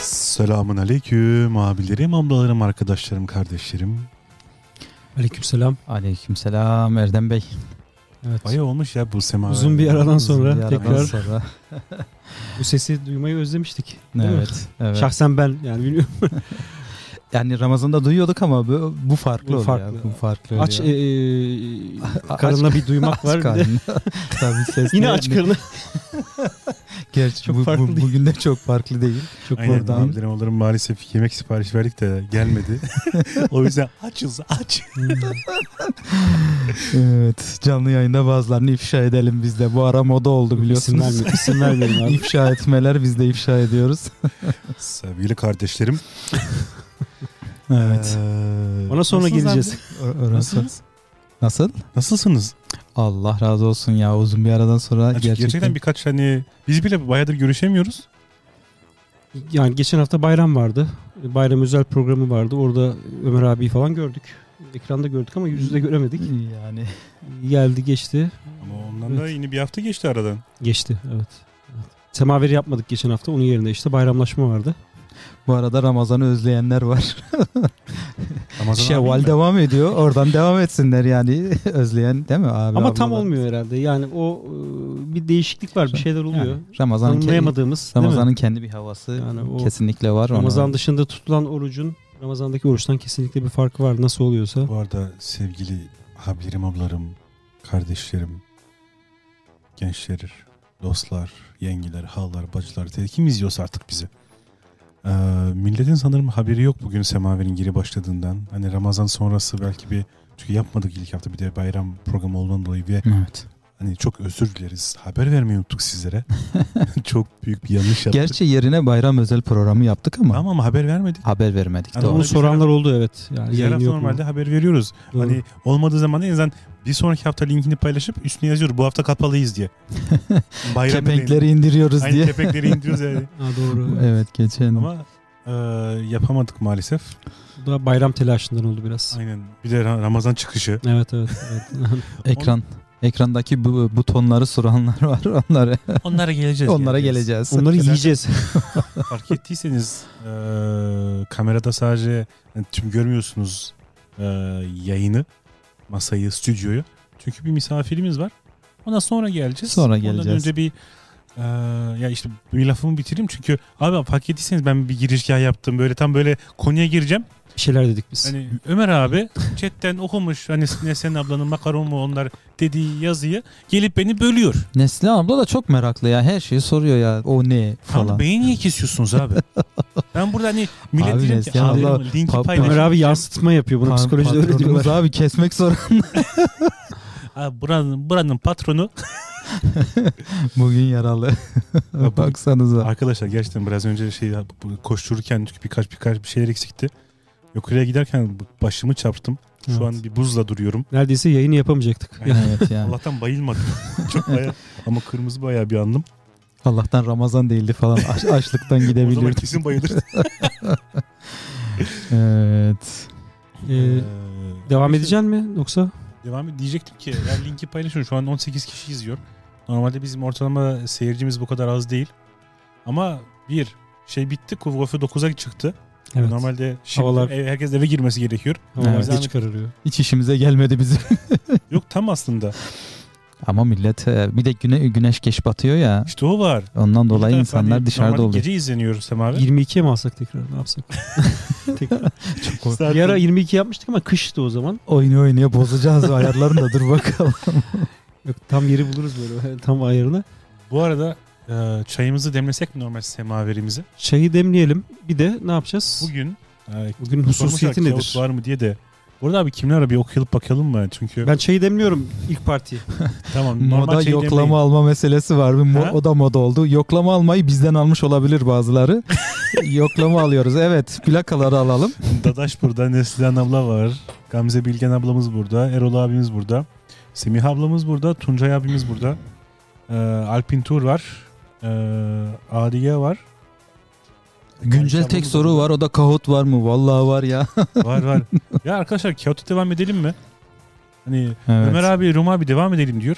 Selamun aleyküm abilerim, ablalarım, arkadaşlarım, kardeşlerim. Aleykümselam. Aleykümselam Erdem Bey. Evet. Baya olmuş ya bu sema. Uzun bir aradan Uzun sonra bir aradan tekrar sonra. bu sesi duymayı özlemiştik. değil mi? evet. evet. Şahsen ben yani bilmiyorum. Yani Ramazan'da duyuyorduk ama bu, bu farklı Bu oluyor. farklı. Bu farklı aç oluyor. e, karınla bir duymak Aç var. bir de- karnına. Tabii ses Yine ne- aç ne- karını. Gerçi Çok bu- bu, farklı değil. bugün de çok farklı değil. Çok Aynen Buradan- abilerim, ablalarım maalesef yemek sipariş verdik de gelmedi. o yüzden açız aç. Hmm. Evet. Canlı yayında bazılarını ifşa edelim biz de. Bu ara moda oldu İsim, biliyorsunuz. verme, isim vermeyelim abi. ifşa etmeler biz de ifşa ediyoruz. Sevgili kardeşlerim. Evet. Ee, Ona sonra nasılsınız geleceğiz. abi? Orası- Nasılsınız? Nasıl? Nasılsınız? Allah razı olsun ya uzun bir aradan sonra Gerçekten, gerçekten. birkaç hani biz bile bayağıdır görüşemiyoruz. Yani geçen hafta bayram vardı. Bayram özel programı vardı. Orada Ömer abiyi falan gördük. Ekranda gördük ama yüz yüze göremedik. yani Geldi geçti. Ama ondan Evet. da yine bir hafta geçti aradan. Geçti evet. Evet. Semaveri yapmadık geçen hafta. Onun yerine işte bayramlaşma vardı. bu arada Ramazan'ı özleyenler var. Ramazan Şey, abim Şevval mi? devam ediyor. Oradan devam etsinler yani. Özleyen değil mi abi? Ama tam ablalar? olmuyor herhalde. Yani o e, bir değişiklik var. Bir şeyler oluyor. Yani Ramazan'ın kendi, Anlayamadığımız değil mi? Ramazan'ın kendi bir havası Yani o kesinlikle var. Onu- Ramazan dışında tutulan orucun Ramazan'daki oruçtan kesinlikle bir farkı var nasıl oluyorsa. Bu arada sevgili abilerim, ablarım, kardeşlerim, gençler, dostlar, yengiler, halalar, bacılar, teyze, kim izliyorsa artık bizi. Ee, milletin sanırım haberi yok bugün Semaver'in geri başladığından. Hani Ramazan sonrası belki bir çünkü yapmadık ilk hafta bir de bayram programı olduğundan dolayı ve Evet. hani çok özür dileriz. Haber vermeyi unuttuk sizlere. çok büyük bir yanlış yaptık. Gerçi yerine bayram özel programı yaptık ama Tamam ama haber vermedik. haber vermedik. Ama Doğru. Onu Biz soranlar oldu evet. Yani Diğer yayın hafta şey yok mu? normalde haber veriyoruz. Doğru. Hani olmadığı zaman en azından bir sonraki hafta linkini paylaşıp üstüne yazıyor bu hafta kapalıyız diye. Bayram Kepenkleri indiriyoruz Aynı diye. kepenkleri indiriyoruz yani. Ha, doğru. Evet geçen. Ama e, yapamadık maalesef. Bu da bayram telaşından oldu biraz. Aynen. Bir de Ra- Ramazan çıkışı. Evet evet. evet. Ekran ekrandaki bu butonları soranlar var. Onlara Onlara geleceğiz. onlara geleceğiz. Onları Zaten- yiyeceğiz. Fark ettiyseniz e, kamerada sadece yani tüm görmüyorsunuz e, yayını, masayı, stüdyoyu. Çünkü bir misafirimiz var. Ona sonra geleceğiz. Sonra Ondan geleceğiz. önce bir Ee, ya işte bir lafımı bitireyim çünkü abi fark ettiyseniz ben bir girişgah yaptım. Böyle tam böyle konuya gireceğim. Bir şeyler dedik biz. Hani Ömer abi chatten okumuş hani Nesen ablanın makaron mu onlar dediği yazıyı gelip beni bölüyor. Nesli abla da çok meraklı ya. Her şeyi soruyor ya. O ne Tamam falan. beyi niye kesiyorsunuz abi? ben burada hani millet Abi diyeceğim ki Neslihan abi abla, dedim, linki pa- Ömer paylaşın. abi yansıtma yapıyor. Bunu Pa- psikolojide öyle patronumuz diyorlar. abi kesmek zor. Abi buranın, buranın patronu. Bugün yaralı. Baksanıza. Arkadaşlar gerçekten biraz önce şey bu- koştururken çünkü birkaç birkaç bir şeyler eksikti. Yukarıya giderken başımı çarptım. Şu Evet. an bir buzla duruyorum. Neredeyse yayını yapamayacaktık. Aynen. evet yani. Allah'tan bayılmadım. Çok bayağı ama kırmızı bayağı bir andım. Allah'tan Ramazan değildi falan. Aç- açlıktan O zaman gidebilirdik. kesin bayılırız. Evet. Ee, Ee, devam neyse, edeceksin mi yoksa? Devam ed- diyecektim ki ya linki paylaşın. Şu an 18 kişi izliyor. Normalde bizim ortalama seyircimiz bu kadar az değil. Ama bir şey bitti. Kuvgofi 9'a çıktı. Evet. Normalde şimdi Havalar- ev- herkes eve girmesi gerekiyor. Havalar Evet. geç kararıyor. Hiç işimize gelmedi bizim. Yok tam aslında. Ama millet e, bir de güne, güneş geç batıyor ya. İşte o var. Ondan dolayı Hani insanlar dışarıda normalde oluyor. Gece izleniyor Rüstem abi. 22'ye mi alsak tekrar ne yapsak? tekrar. Çok- Zaten- Bir ara 22 yapmıştık ama kıştı o zaman. Oyunu oynaya bozacağız o ayarlarını da dur bakalım. Yok, tam yeri buluruz böyle tam ayarını. Bu arada e, çayımızı demlesek mi normal semaverimizi? Çayı demleyelim. Bir de ne yapacağız? Bugün, Bugün e, hususiyeti sormuşlar, nedir? kağıt var mı diye de. Burada abi kimler bir okuyalım bakalım mı? Çünkü Ben çayı demliyorum ilk parti. tamam normal moda şey yoklama demeyin. alma meselesi var. Bir mo- Ha? o da moda oldu. Yoklama almayı bizden almış olabilir bazıları. yoklama alıyoruz. Evet plakaları alalım. Dadaş burada, Neslihan abla var. Gamze Bilgen ablamız burada, Erol abimiz burada. Semih ablamız burada, Tuncay abimiz burada. E, Alpin Tur var. E, Adiye var. Güncel Ayşe tek ablamız soru burada. var. O da kahut var mı? Vallahi var ya. Var var. ya arkadaşlar kaotik devam edelim mi? Hani Evet. Ömer abi, Rum abi devam edelim diyor.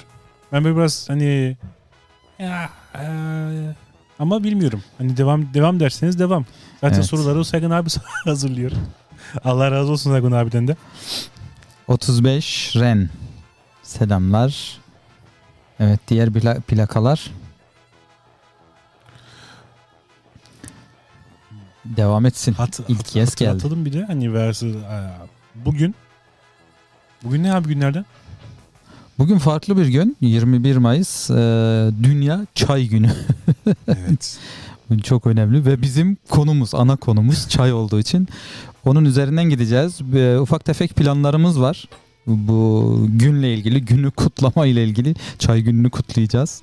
Ben böyle biraz hani ya, eee, ama bilmiyorum. Hani devam devam derseniz devam. Zaten Evet. soruları Saygun abi hazırlıyor. Allah razı olsun Saygun abiden de. 35 Ren. Selamlar. Evet diğer pla- plakalar. Devam etsin. Hat, İlk hat- kez geldi. hatırlatalım bir de hani versus eee, bugün Bugün ne abi günlerden? Bugün farklı bir gün. 21 Mayıs e, Dünya Çay Günü. Evet. Bu Çok önemli ve bizim konumuz, ana konumuz çay olduğu için onun üzerinden gideceğiz. E, Ufak tefek planlarımız var. Bu günle ilgili, günü kutlama ile ilgili çay gününü kutlayacağız.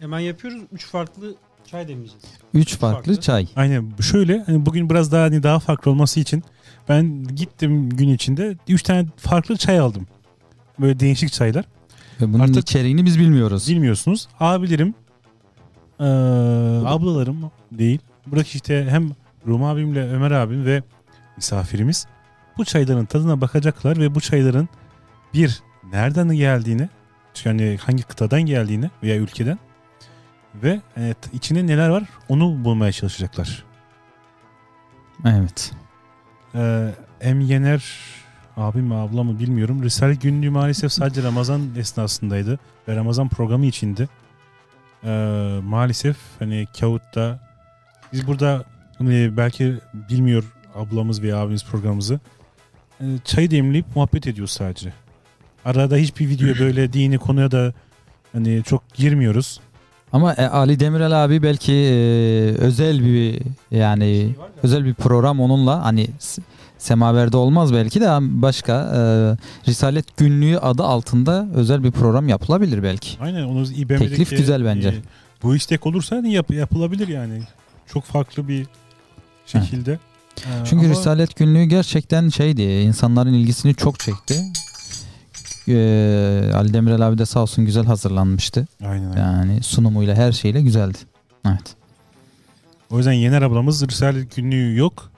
Hemen yapıyoruz. Üç farklı çay demleyeceğiz. Üç farklı Farklı. çay. Aynen şöyle hani bugün biraz daha hani daha farklı olması için ben gittim gün içinde 3 tane farklı çay aldım. Böyle değişik çaylar. Ve bunun Artık- içeriğini biz bilmiyoruz. bilmiyorsunuz. Abilerim, eee, ablalarım değil. Buradaki işte hem Rum abimle Ömer abim ve misafirimiz bu çayların tadına bakacaklar ve bu çayların bir nereden geldiğini, yani hangi kıtadan geldiğini veya ülkeden ve evet, içinde neler var onu bulmaya çalışacaklar. Evet. Ee, Em Yener abi mi abla mı bilmiyorum. Risale günlüğü maalesef sadece Ramazan esnasındaydı ve Ramazan programı içindi. Ee, maalesef hani Kağıt'ta biz burada hani belki bilmiyor ablamız veya abimiz programımızı. Ee, çayı demleyip muhabbet ediyoruz sadece. Arada hiçbir video böyle dini konuya da hani çok girmiyoruz. Ama e, Ali Demirel abi belki e, özel bir yani Şey özel bir program onunla hani s- Semaver'de olmaz belki de ama başka e, Risalet Günlüğü adı altında özel bir program yapılabilir belki. Aynen onu İBM'deki e, Teklif güzel bence. bu istek olursa hani yap, yapılabilir yani. Çok farklı bir şekilde. Ee, Çünkü ama- Risalet Günlüğü gerçekten şeydi insanların ilgisini çok çekti. E, Ali Demirel abi de sağ olsun güzel hazırlanmıştı. Aynen. aynen. Yani sunumuyla her şeyle güzeldi. Evet. O yüzden Yener ablamız Risale günlüğü yok.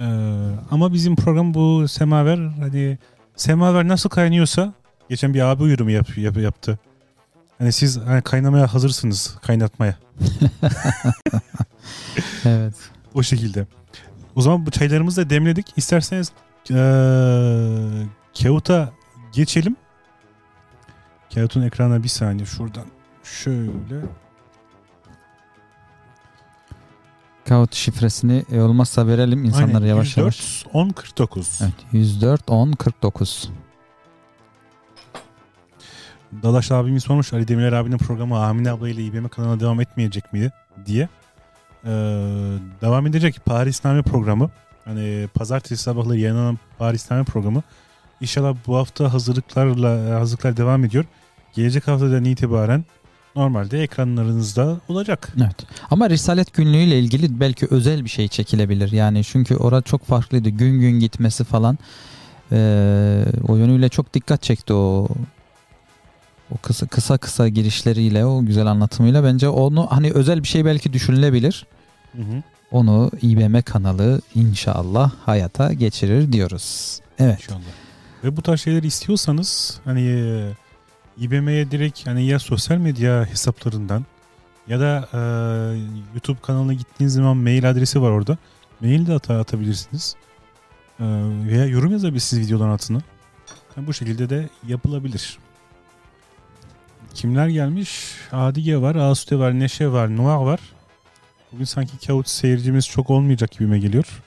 Ee, ama bizim program bu semaver hani semaver nasıl kaynıyorsa geçen bir abi uyurumu yap, yap- yaptı. Hani siz hani kaynamaya hazırsınız kaynatmaya. Evet. O şekilde. O zaman bu çaylarımızı da demledik. İsterseniz eee Kağıt'a geçelim. Kağıt'ın ekrana bir saniye şuradan şöyle Scout şifresini e, olmazsa verelim insanlara Aynen, yavaş yavaş. 104 10 49. Evet 104 10 49. Dalaş abimiz sormuş Ali Demirel abinin programı Amine abla ile İBM kanalına devam etmeyecek miydi diye. Ee, devam edecek Paris Name programı. Hani pazartesi sabahları yayınlanan Paris Name programı. İnşallah bu hafta hazırlıklarla hazırlıklar devam ediyor. Gelecek haftadan itibaren normalde ekranlarınızda olacak. Evet. Ama Risalet Günlüğü ile ilgili belki özel bir şey çekilebilir. Yani çünkü orada çok farklıydı. Gün gün gitmesi falan. Ee, o yönüyle çok dikkat çekti o o kısa kısa kısa girişleriyle o güzel anlatımıyla bence onu hani özel bir şey belki düşünülebilir. Hı hı. Onu İBM kanalı inşallah hayata geçirir diyoruz. Evet. İnşallah. Ve bu tarz şeyleri istiyorsanız hani e, İBM'ye direkt hani ya sosyal medya hesaplarından ya da e, YouTube kanalına gittiğiniz zaman mail adresi var orada. Mail de ata atabilirsiniz. E, veya yorum yazabilirsiniz videoların altına. Yani bu şekilde de yapılabilir. Kimler gelmiş? Adige var, Asute var, Neşe var, Noah var. Bugün sanki kağıt seyircimiz çok olmayacak gibime geliyor.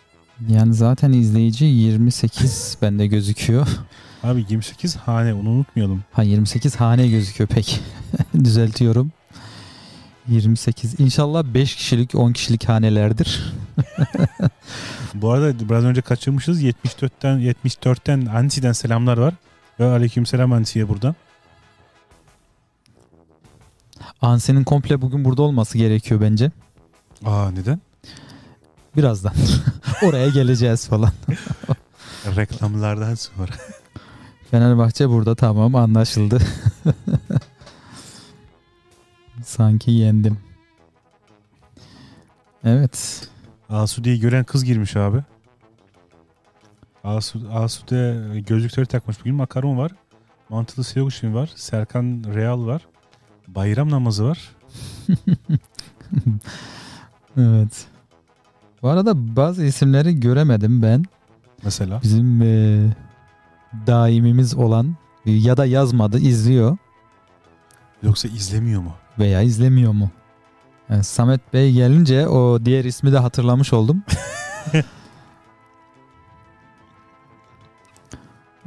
Yani zaten izleyici 28 bende gözüküyor. Abi 28 hane onu unutmayalım. Ha 28 hane gözüküyor pek. Düzeltiyorum. 28. İnşallah 5 kişilik 10 kişilik hanelerdir. Bu arada biraz önce kaçırmışız. 74'ten 74'ten Anti'den selamlar var. Ve aleyküm selam Anti'ye buradan. Anse'nin komple bugün burada olması gerekiyor bence. Aa neden? Birazdan. Oraya geleceğiz falan. Reklamlardan sonra. Fenerbahçe burada tamam anlaşıldı. Sanki yendim. Evet. Asude'yi gören kız girmiş abi. Asude, Asude gözlükleri takmış. Bugün makaron var. Mantılı Siyoguşin var. Serkan Real var. Bayram namazı var. Evet. Bu arada bazı isimleri göremedim ben. Mesela. Bizim e, daimimiz olan e, ya da yazmadı izliyor Yoksa izlemiyor mu? veya izlemiyor mu? Yani Samet Bey gelince o diğer ismi de hatırlamış oldum.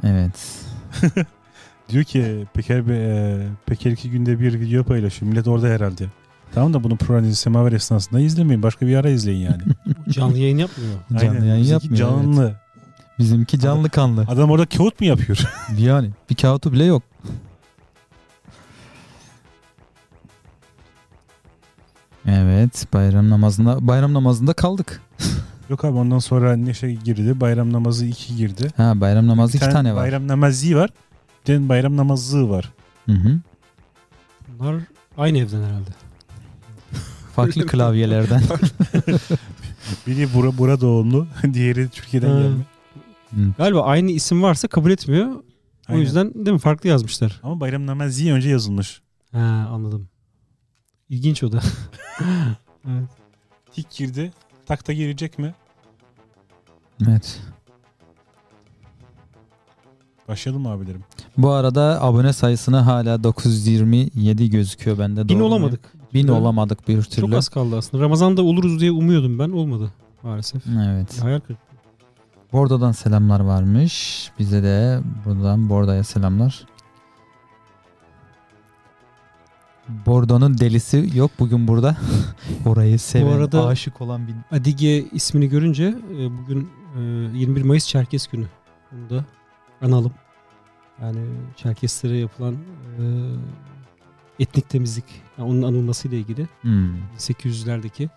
evet. Diyor ki Peker, Bey, e, Peker iki günde bir video paylaşıyor. Millet orada herhalde. Tamam da bunu Pranizi Semaver esnasında izlemeyin. Başka bir ara izleyin yani. Canlı yayın yapmıyor. Canlı Aynen, yayın bizimki yapmıyor. evet. Canlı. Bizimki canlı kanlı. Adam orada kağıt mı yapıyor? Yani bir kağıtı bile yok. Evet, bayram namazında bayram namazında kaldık. Yok abi ondan sonra Neşe girdi. Bayram namazı 2 girdi. Ha bayram namazı Bir iki tane var. Bayram namazı var. Bir tane bayram namazı var. Hı hı. Bunlar aynı evden herhalde. Farklı klavyelerden. Biri bura, bura doğumlu. Diğeri Türkiye'den Ha, gelme. Hı. Galiba aynı isim varsa kabul etmiyor. O Aynen. yüzden değil mi farklı yazmışlar. Ama bayram namazı önce yazılmış. Ha anladım. İlginç o da. evet. Tik girdi. Takta girecek mi? evet. Başlayalım mı abilerim. Bu arada abone sayısına hala 927 gözüküyor Bin bende. doğru mu? olamadık. Bin olamadık bir türlü. Çok az kaldı aslında. Ramazan'da oluruz diye umuyordum ben. Olmadı maalesef. Evet. Hayal kırıklığı. Borda'dan selamlar varmış. Bize de buradan Borda'ya selamlar. Bordo'nun delisi yok bugün burada. Orayı seven, arada- aşık olan bir... Adige ismini görünce e, bugün e, 21 Mayıs Çerkes günü. Bunu da analım. Yani Çerkeslere yapılan e, etnik temizlik. yani onun anılmasıyla ilgili. Hmm. 1800'lerdeki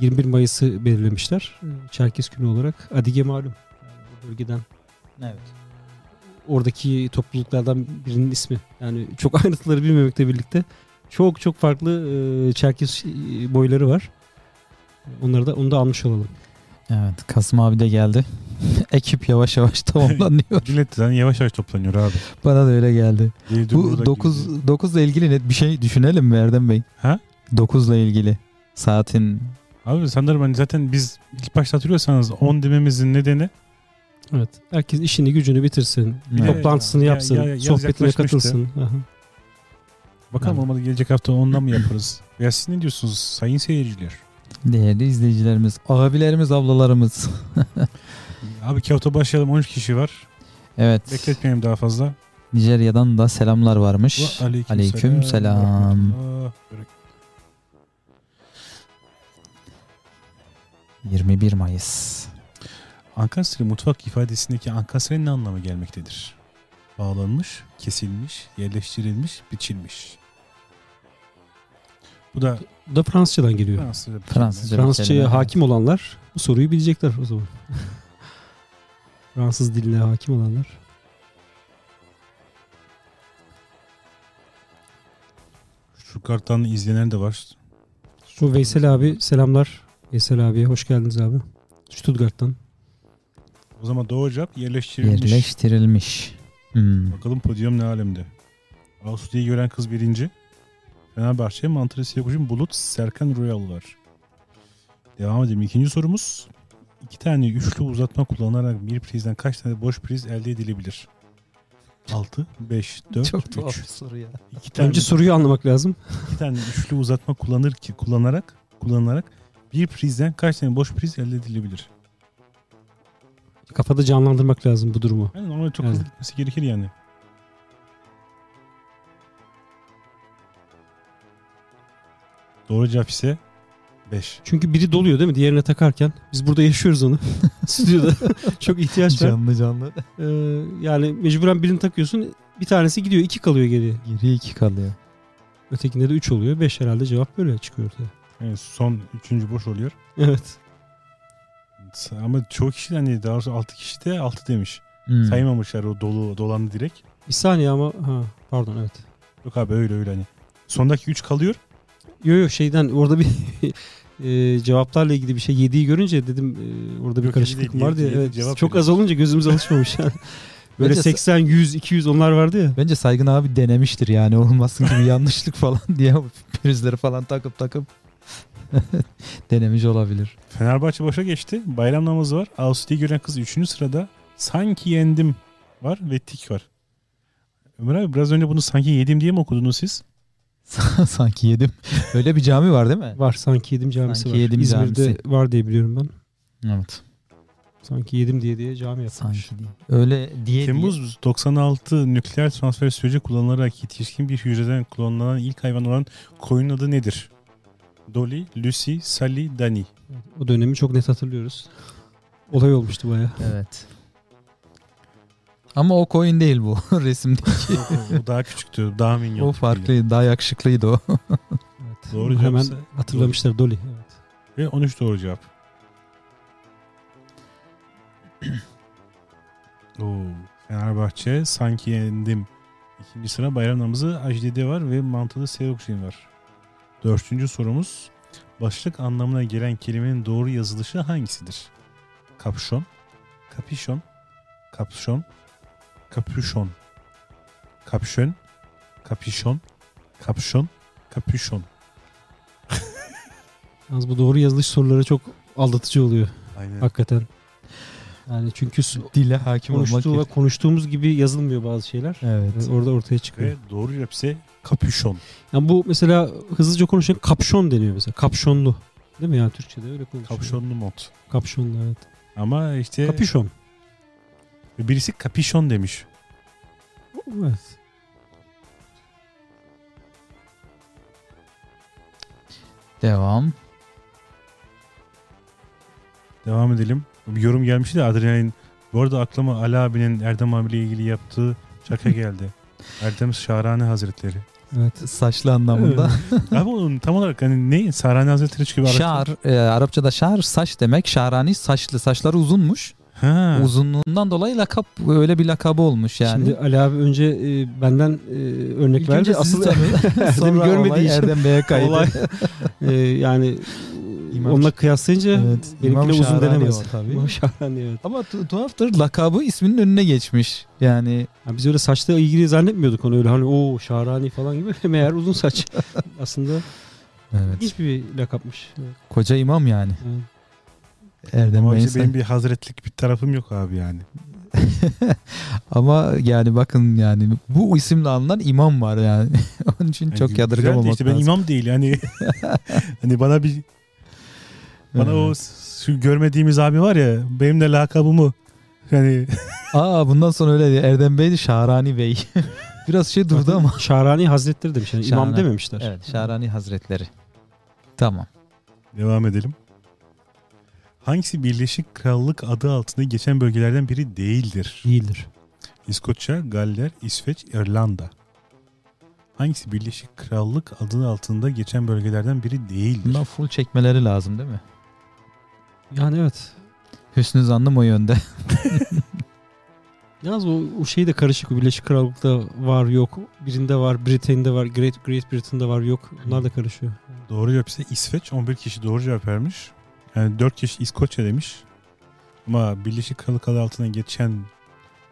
21 Mayıs'ı belirlemişler. Çerkes günü olarak. Adige malum. Yani o bölgeden Evet. oradaki topluluklardan birinin ismi. Yani çok ayrıntıları bilmemekle birlikte çok çok farklı e, Çerkes e, boyları var. E, Onları da onu da almış olalım. Evet. Kasım abi de geldi. Ekip yavaş yavaş tamamlanıyor. Millet yani yavaş yavaş toplanıyor abi. Bana da öyle geldi. Geldi burada Bu 9 ile ilgili net bir şey düşünelim mi Erdem Bey? Ha? 9 ile ilgili saatin Abi sanırım hani zaten biz ilk başta hatırlıyorsanız 10 dememizin nedeni Evet. Herkes işini gücünü bitirsin. Evet. Toplantısını Ya- yapsın. ya- ya- yaz sohbetine yaklaşmıştı. katılsın. Aha. bakalım Yani. olmadı gelecek hafta ondan mı yaparız? ya siz ne diyorsunuz sayın seyirciler? Değerli izleyicilerimiz, abilerimiz, ablalarımız. Abi Kağıt'a başlayalım 13 kişi var. Evet. Bekletmeyelim daha fazla. Nijerya'dan da selamlar varmış. Ve aleyküm, Aleyküm selam. Rahmetullah. Bereket. 21 Mayıs. Ankastre mutfak ifadesindeki ankastre ne anlama gelmektedir? Bağlanmış, kesilmiş, yerleştirilmiş, biçilmiş. Bu da Bu da Fransızcadan geliyor. Fransızca. bir kelime. Fransızca bir kelime. Fransızcaya hakim olanlar bu soruyu bilecekler o zaman. Fransız diline hakim olanlar. Şu karttan izlenen de var. Bu Veysel abi selamlar. Veysel abiye hoş geldiniz abi. Stuttgart'tan. O zaman doğru cevap yerleştirilmiş. Yerleştirilmiş. Hmm. Bakalım podium ne alemde. Asude'yi gören kız birinci. Fenerbahçe, Mantıra Siyakuş'un Bulut, Serkan Royal var. Devam edelim. İkinci sorumuz. İki tane üçlü uzatma kullanarak bir prizden kaç tane boş priz elde edilebilir? 6, 5, 4, 3. soru ya. İki tane, Önce soruyu anlamak lazım. iki tane üçlü uzatma kullanır ki kullanarak kullanarak bir prizden kaç tane boş priz elde edilebilir? Kafada canlandırmak lazım bu durumu. Yani normalde çok Yani. hızlı gitmesi gerekir yani. Doğru cevap ise 5. Çünkü biri doluyor değil mi diğerine takarken? Biz burada yaşıyoruz onu. Stüdyoda. Çok ihtiyaç var. Canlı canlı. Ee, yani mecburen birini takıyorsun. Bir tanesi gidiyor. iki kalıyor geriye. Geri iki kalıyor. Ötekinde de üç oluyor. Beş herhalde cevap böyle çıkıyor ortaya. Evet, son üçüncü boş oluyor. Evet. Ama çoğu kişi de hani daha doğrusu 6 kişi de 6 demiş. Hmm. Saymamışlar o dolu dolandı direkt. Bir saniye ama ha, pardon evet. Yok abi öyle öyle hani. Sondaki 3 kalıyor. Yo yo şeyden orada bir e, cevaplarla ilgili bir şey yediği görünce dedim e, Yok, orada bir yedi karışıklık değil, vardı ya. yedi, yedi Evet, cevap çok az olunca gözümüz alışmamış yani. Böyle Bence- 80, 100, 200 onlar vardı ya. Bence Saygın abi denemiştir yani olmasın gibi yanlışlık falan diye prizleri falan takıp takıp denemiş olabilir. Fenerbahçe başa geçti. Bayram namazı var. Ağustos'ta gören kız 3. sırada. Sanki yendim var ve tik var. Ömer abi biraz önce bunu sanki yedim diye mi okudunuz siz? Sanki yedim. Öyle bir cami var değil mi? Var sanki yedim camisi Sanki var. Yedim İzmir'de Camisi. var diye biliyorum ben. Evet. Sanki yedim diye diye cami yapmış. Sanki değil. Öyle diye diye. Temmuz 96 nükleer transfer süreci kullanılarak yetişkin bir hücreden klonlanan ilk hayvan olan koyunun adı nedir? Dolly, Lucy, Sally, Dani. O dönemi çok net hatırlıyoruz. Olay olmuştu baya. Evet. Ama o coin değil bu resimde. o daha küçüktü. Daha minyon. O farklıydı. Daha yakışıklıydı o. Evet. Doğru Onu Hemen cevapsa- hatırlamışlar Dolly. Evet. Ve 13 doğru cevap. Oo, Fenerbahçe sanki yendim. İkinci sıra bayram namazı Ajde'de var ve mantılı Seyokşin var. Dördüncü sorumuz. Başlık anlamına gelen kelimenin doğru yazılışı hangisidir? Kapşon, kapişon, kapşon, kapüşon, kapşön, kapişon, kapşon, kapüşon. Yalnız bu doğru yazılış soruları çok aldatıcı oluyor Aynen. hakikaten. Yani çünkü su- Dile hakim olmak. konuştuğu ve konuştuğumuz gibi yazılmıyor bazı şeyler. Evet. Yani orada ortaya çıkıyor. Ve doğru cevap ise kapüşon. Yani bu mesela hızlıca konuşan kapşon deniyor mesela. Kapşonlu. Değil mi ya Türkçe'de öyle konuşuyor. Kapşonlu mod. Kapşonlu evet. Ama işte Ee, Kapüşon. birisi kapişon demiş. Evet. Devam. Devam edelim. Bir yorum gelmişti de adrenalin. Bu arada aklıma Ali abinin Erdem abiyle ilgili yaptığı şaka geldi. Erdem Şahrani Hazretleri. Evet. Saçlı anlamında. Abi onun tam olarak hani ne? Şahrani Hazretleri çıkıyor bir araştırma. Şar, e, Arapçada şar saç demek. Şarani saçlı. Saçları uzunmuş. Ha. Uzunluğundan dolayı lakap öyle bir lakabı olmuş yani. Şimdi Ali abi önce e, benden e, örnek İlk önce verdi. sizi Asıl tanıyın. Sonra görmediği olay için. Erdem Bey'e kaydı. olay e, yani İmam- onunla kıyaslayınca Evet. İmam benimkine uzun Şahrani denemez. var tabii. İmam Şahrani, evet. Ama tu- tuhaftır lakabı isminin önüne geçmiş. Yani Yani biz öyle saçla ilgili zannetmiyorduk onu öyle hani o Şahrani falan gibi. Meğer uzun saç. Aslında evet. ilginç bir lakapmış. Evet. Koca imam yani. Evet. Erdem Ama Bey'in işte sen- benim bir hazretlik bir tarafım yok abi yani. Ama yani bakın yani bu isimle anılan imam var yani. Onun için Yani çok Hani güzel de yadırgamamak işte ben lazım. imam değil yani. hani bana bir Bana o s- şu görmediğimiz abi var ya benim de lakabımı Hani yani Aa bundan sonra öyle diyor. Erdem Bey de Şahrani Bey. Biraz şey durdu ama. Şahrani Hazretleri demiş. Yani imam Şahrani. dememişler. Evet Şahrani Hazretleri. Tamam. devam edelim. Hangisi Birleşik Krallık adı altında geçen bölgelerden biri değildir? Değildir. İskoçya, Galler, İsveç, İrlanda. Hangisi Birleşik Krallık adı altında geçen bölgelerden biri değildir? Bundan full çekmeleri lazım değil mi? Yani evet. Hüsnü zannım o yönde. Yalnız o, o şey de karışık. O Birleşik Krallık'ta var yok. Birinde var. Britain'de var. Great Great Britain'da var yok. Bunlar da karışıyor. Doğru cevap ise İsveç. 11 kişi doğru cevap vermiş. Yani 4 kişi İskoçya demiş. Ama Birleşik Krallık adı altına geçen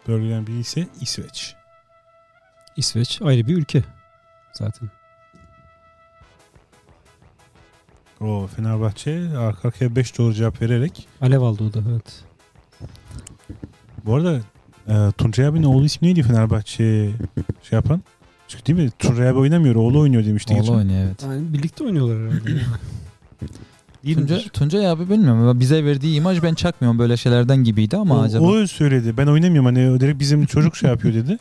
bölgeden biri ise İsveç. İsveç ayrı bir ülke. Zaten. O Fenerbahçe arka arkaya 5 doğru cevap vererek. Alev aldı o da evet. Bu arada e, Tuncay abinin oğlu ismi neydi Fenerbahçe şey yapan? Çünkü değil mi? Tuncay abi oynamıyor. Oğlu oynuyor demişti. Oğlu geçen. oynuyor evet. Yani birlikte oynuyorlar herhalde. Değil Tunca, midir? Tuncay abi bilmiyorum. Bize verdiği imaj ben çakmıyorum böyle şeylerden gibiydi ama o, acaba. o söyledi. Ben oynamıyorum. Hani direkt bizim çocuk şey yapıyor dedi.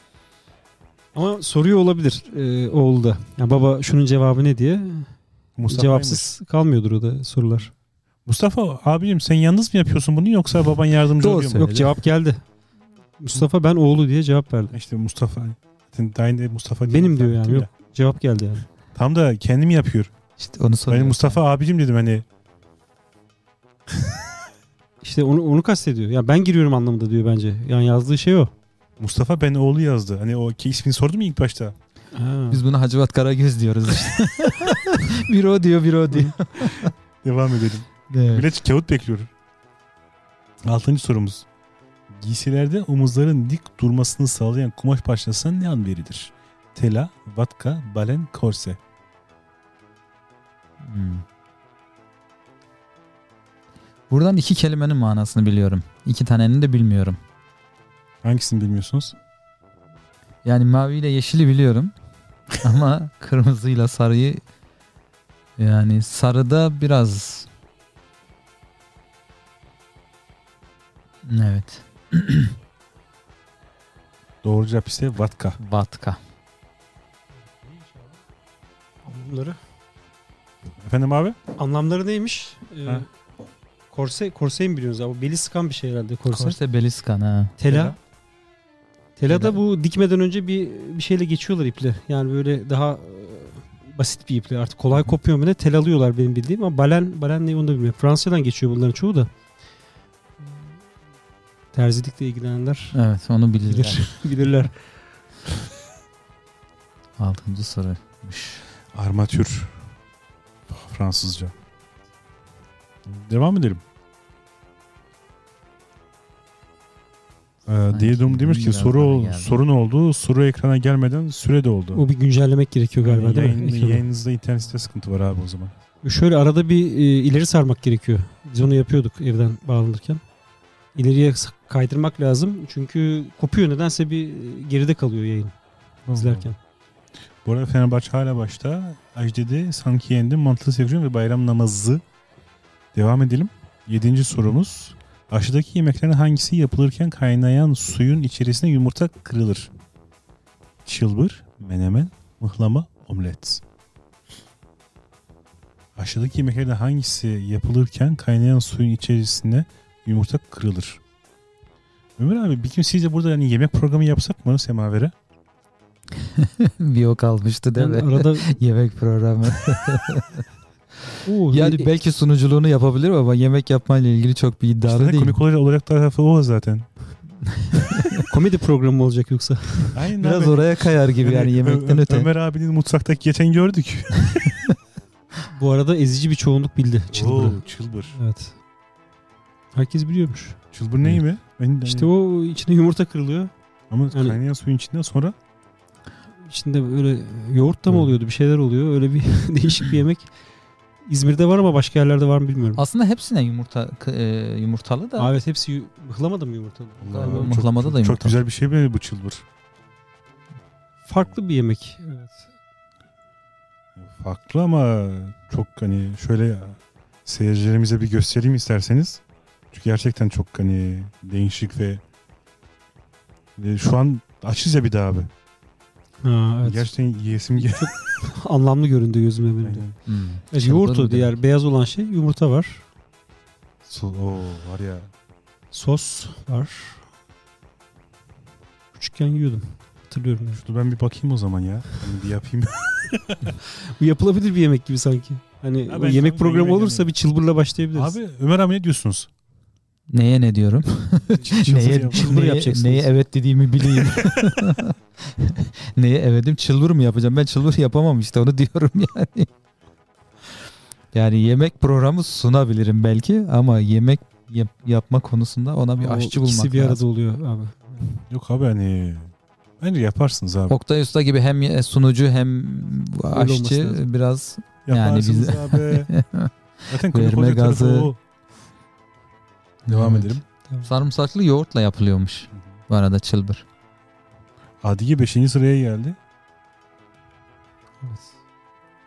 Ama soruyor olabilir e, oğlu da. Yani baba şunun cevabı ne diye. Mustafa'ymış. Cevapsız kalmıyordur o da sorular. Mustafa abicim sen yalnız mı yapıyorsun bunu yoksa baban yardımcı Doğru oluyor mu? söylüyor. Yok cevap geldi. Mustafa ben oğlu diye cevap verdi. İşte Mustafa. Zaten Daha yeni Mustafa diye Benim diyor hitap ettim yani, yok. ya. Cevap geldi yani. Tam da kendim yapıyor. İşte onu Ben soruyorum. Mustafa abicim dedim hani. İşte onu, onu kastediyor. Ya ben giriyorum anlamında diyor bence. Yani yazdığı şey o. Mustafa ben oğlu yazdı. Hani o ki ismini sordum ya ilk başta. Biz- Biz buna Hacivat Karagöz diyoruz işte. bir o diyor bir o diyor. Devam edelim. Evet. Millet kağıt bekliyor. Altıncı sorumuz. Giysilerde omuzların dik durmasını sağlayan kumaş parçasına ne an verilir? Tela, vatka, balen, korse. Hmm. Buradan iki kelimenin manasını biliyorum. İki tanenin de bilmiyorum. Hangisini bilmiyorsunuz? Yani maviyle yeşili biliyorum. Ama kırmızıyla sarıyı yani sarıda biraz Evet. Doğru cevap ise vatka. Vatka. Bunları. Efendim abi? Anlamları neymiş? Ee, Ha. korse, korseyi mi biliyorsunuz abi? Beli sıkan bir şey herhalde korse. Korse beliskan ha. Tela. Tela da Tela. bu dikmeden önce bir bir şeyle geçiyorlar iple. Yani böyle daha e, basit bir iple. Artık kolay kopuyor mu ne? Tel alıyorlar benim bildiğim ama balen, balen ne onu da bilmiyorum. Fransa'dan geçiyor bunların çoğu da. Terzilikle ilgilenenler Evet onu bilirler. bilir, bilirler. Altıncı soruymuş. Armatür. Fransızca. Devam edelim. Ee, Diyedum demiş ki biraz soru bana geldi. sorun oldu. Soru ekrana gelmeden süre de oldu. O bir güncellemek gerekiyor galiba Yani değil yayın- mi? Ekranda. yayınınızda internet sitede sıkıntı var abi o zaman. Şöyle arada bir e, ileri sarmak gerekiyor. Biz onu yapıyorduk evden bağlanırken. İleriye s- kaydırmak lazım. Çünkü kopuyor nedense bir e, geride kalıyor yayın izlerken. Bu arada Fenerbahçe hala başta. Ajde'de sanki yendim. Mantılı sevgilim ve bayram namazı. Devam edelim. Yedinci sorumuz. Aşıdaki yemeklerin hangisi yapılırken kaynayan suyun içerisine yumurta kırılır? Çılbır, menemen, mıhlama, omlet. Aşıdaki yemeklerin hangisi yapılırken kaynayan suyun içerisine yumurta kırılır? Ömer abi bir gün siz de burada yani yemek programı yapsak mı Semaver'e? bir o kalmıştı değil Ben mi? arada Yemek programı. Oo, yani belki sunuculuğunu yapabilir ama yemek yapmayla ilgili çok bir iddialı Zaten değil. komik olay olarak tarafı o zaten. komedi programı olacak yoksa. Aynen Hani Biraz oraya kayar gibi yani yemekten öte. Ömer abinin mutfaktaki geçen gördük. Bu arada ezici bir çoğunluk bildi Çılbır'ı. çılbır. Evet. Herkes biliyormuş. Çılbır neyi mi? Ben de- hani İşte o içine yumurta kırılıyor. Ama Yani- kaynayan suyun içinden sonra İçinde böyle yoğurt da mı Evet. oluyordu bir şeyler oluyor. Öyle bir değişik bir yemek. İzmir'de var ama başka yerlerde var mı bilmiyorum. Aslında hepsine yumurta k- e, yumurtalı da Aa, evet hepsi yu- mıhlamadı mı yumurtalı? Allah'ım, Galiba mıhlamada da çok, çok yumurta. güzel bir şey mi bu çılbır? Farklı bir yemek. Evet. Farklı ama çok hani şöyle Seyircilerimize bir göstereyim isterseniz. Çünkü gerçekten çok hani değişik ve, ve şu an açız ya bir daha abi. Ha, evet. Gerçekten yiyesim gel- Anlamlı göründü gözüme benim. de. Aynen. Hmm. Evet, yoğurt Çılgın o bir diğer beyaz olan şey yumurta var. Su, oo, var ya. Sos var. Küçükken yiyordum. Hatırlıyorum. yani. Dur ben bir bakayım o zaman ya. Hani bir yapayım. Bu yapılabilir bir yemek gibi sanki. Hani Ha, o ben yemek tabii programı yemeğe olursa gelmeyeyim. bir çılbırla başlayabiliriz. abi Ömer abi ne diyorsunuz? Neye ne diyorum? neye, yap- çılbır neye- yapacaksınız. neye evet dediğimi bileyim. neye evetim? Çılbır mı yapacağım? Ben çılbır yapamam işte onu diyorum yani. Yani yemek programı sunabilirim belki ama yemek yap- yapma konusunda ona bir O aşçı ikisi bulmak bir arada lazım. oluyor abi. Yok abi hani bence yaparsınız abi. Oktay Usta gibi hem sunucu hem aşçı lazım. biraz yani Yaparsınız biz- abi. Zaten Verme konuk olacak tarafı gazı. o. Devam Evet. edelim. sarımsaklı yoğurtla yapılıyormuş bu arada çılbır. Adiye 5. sıraya geldi. Evet.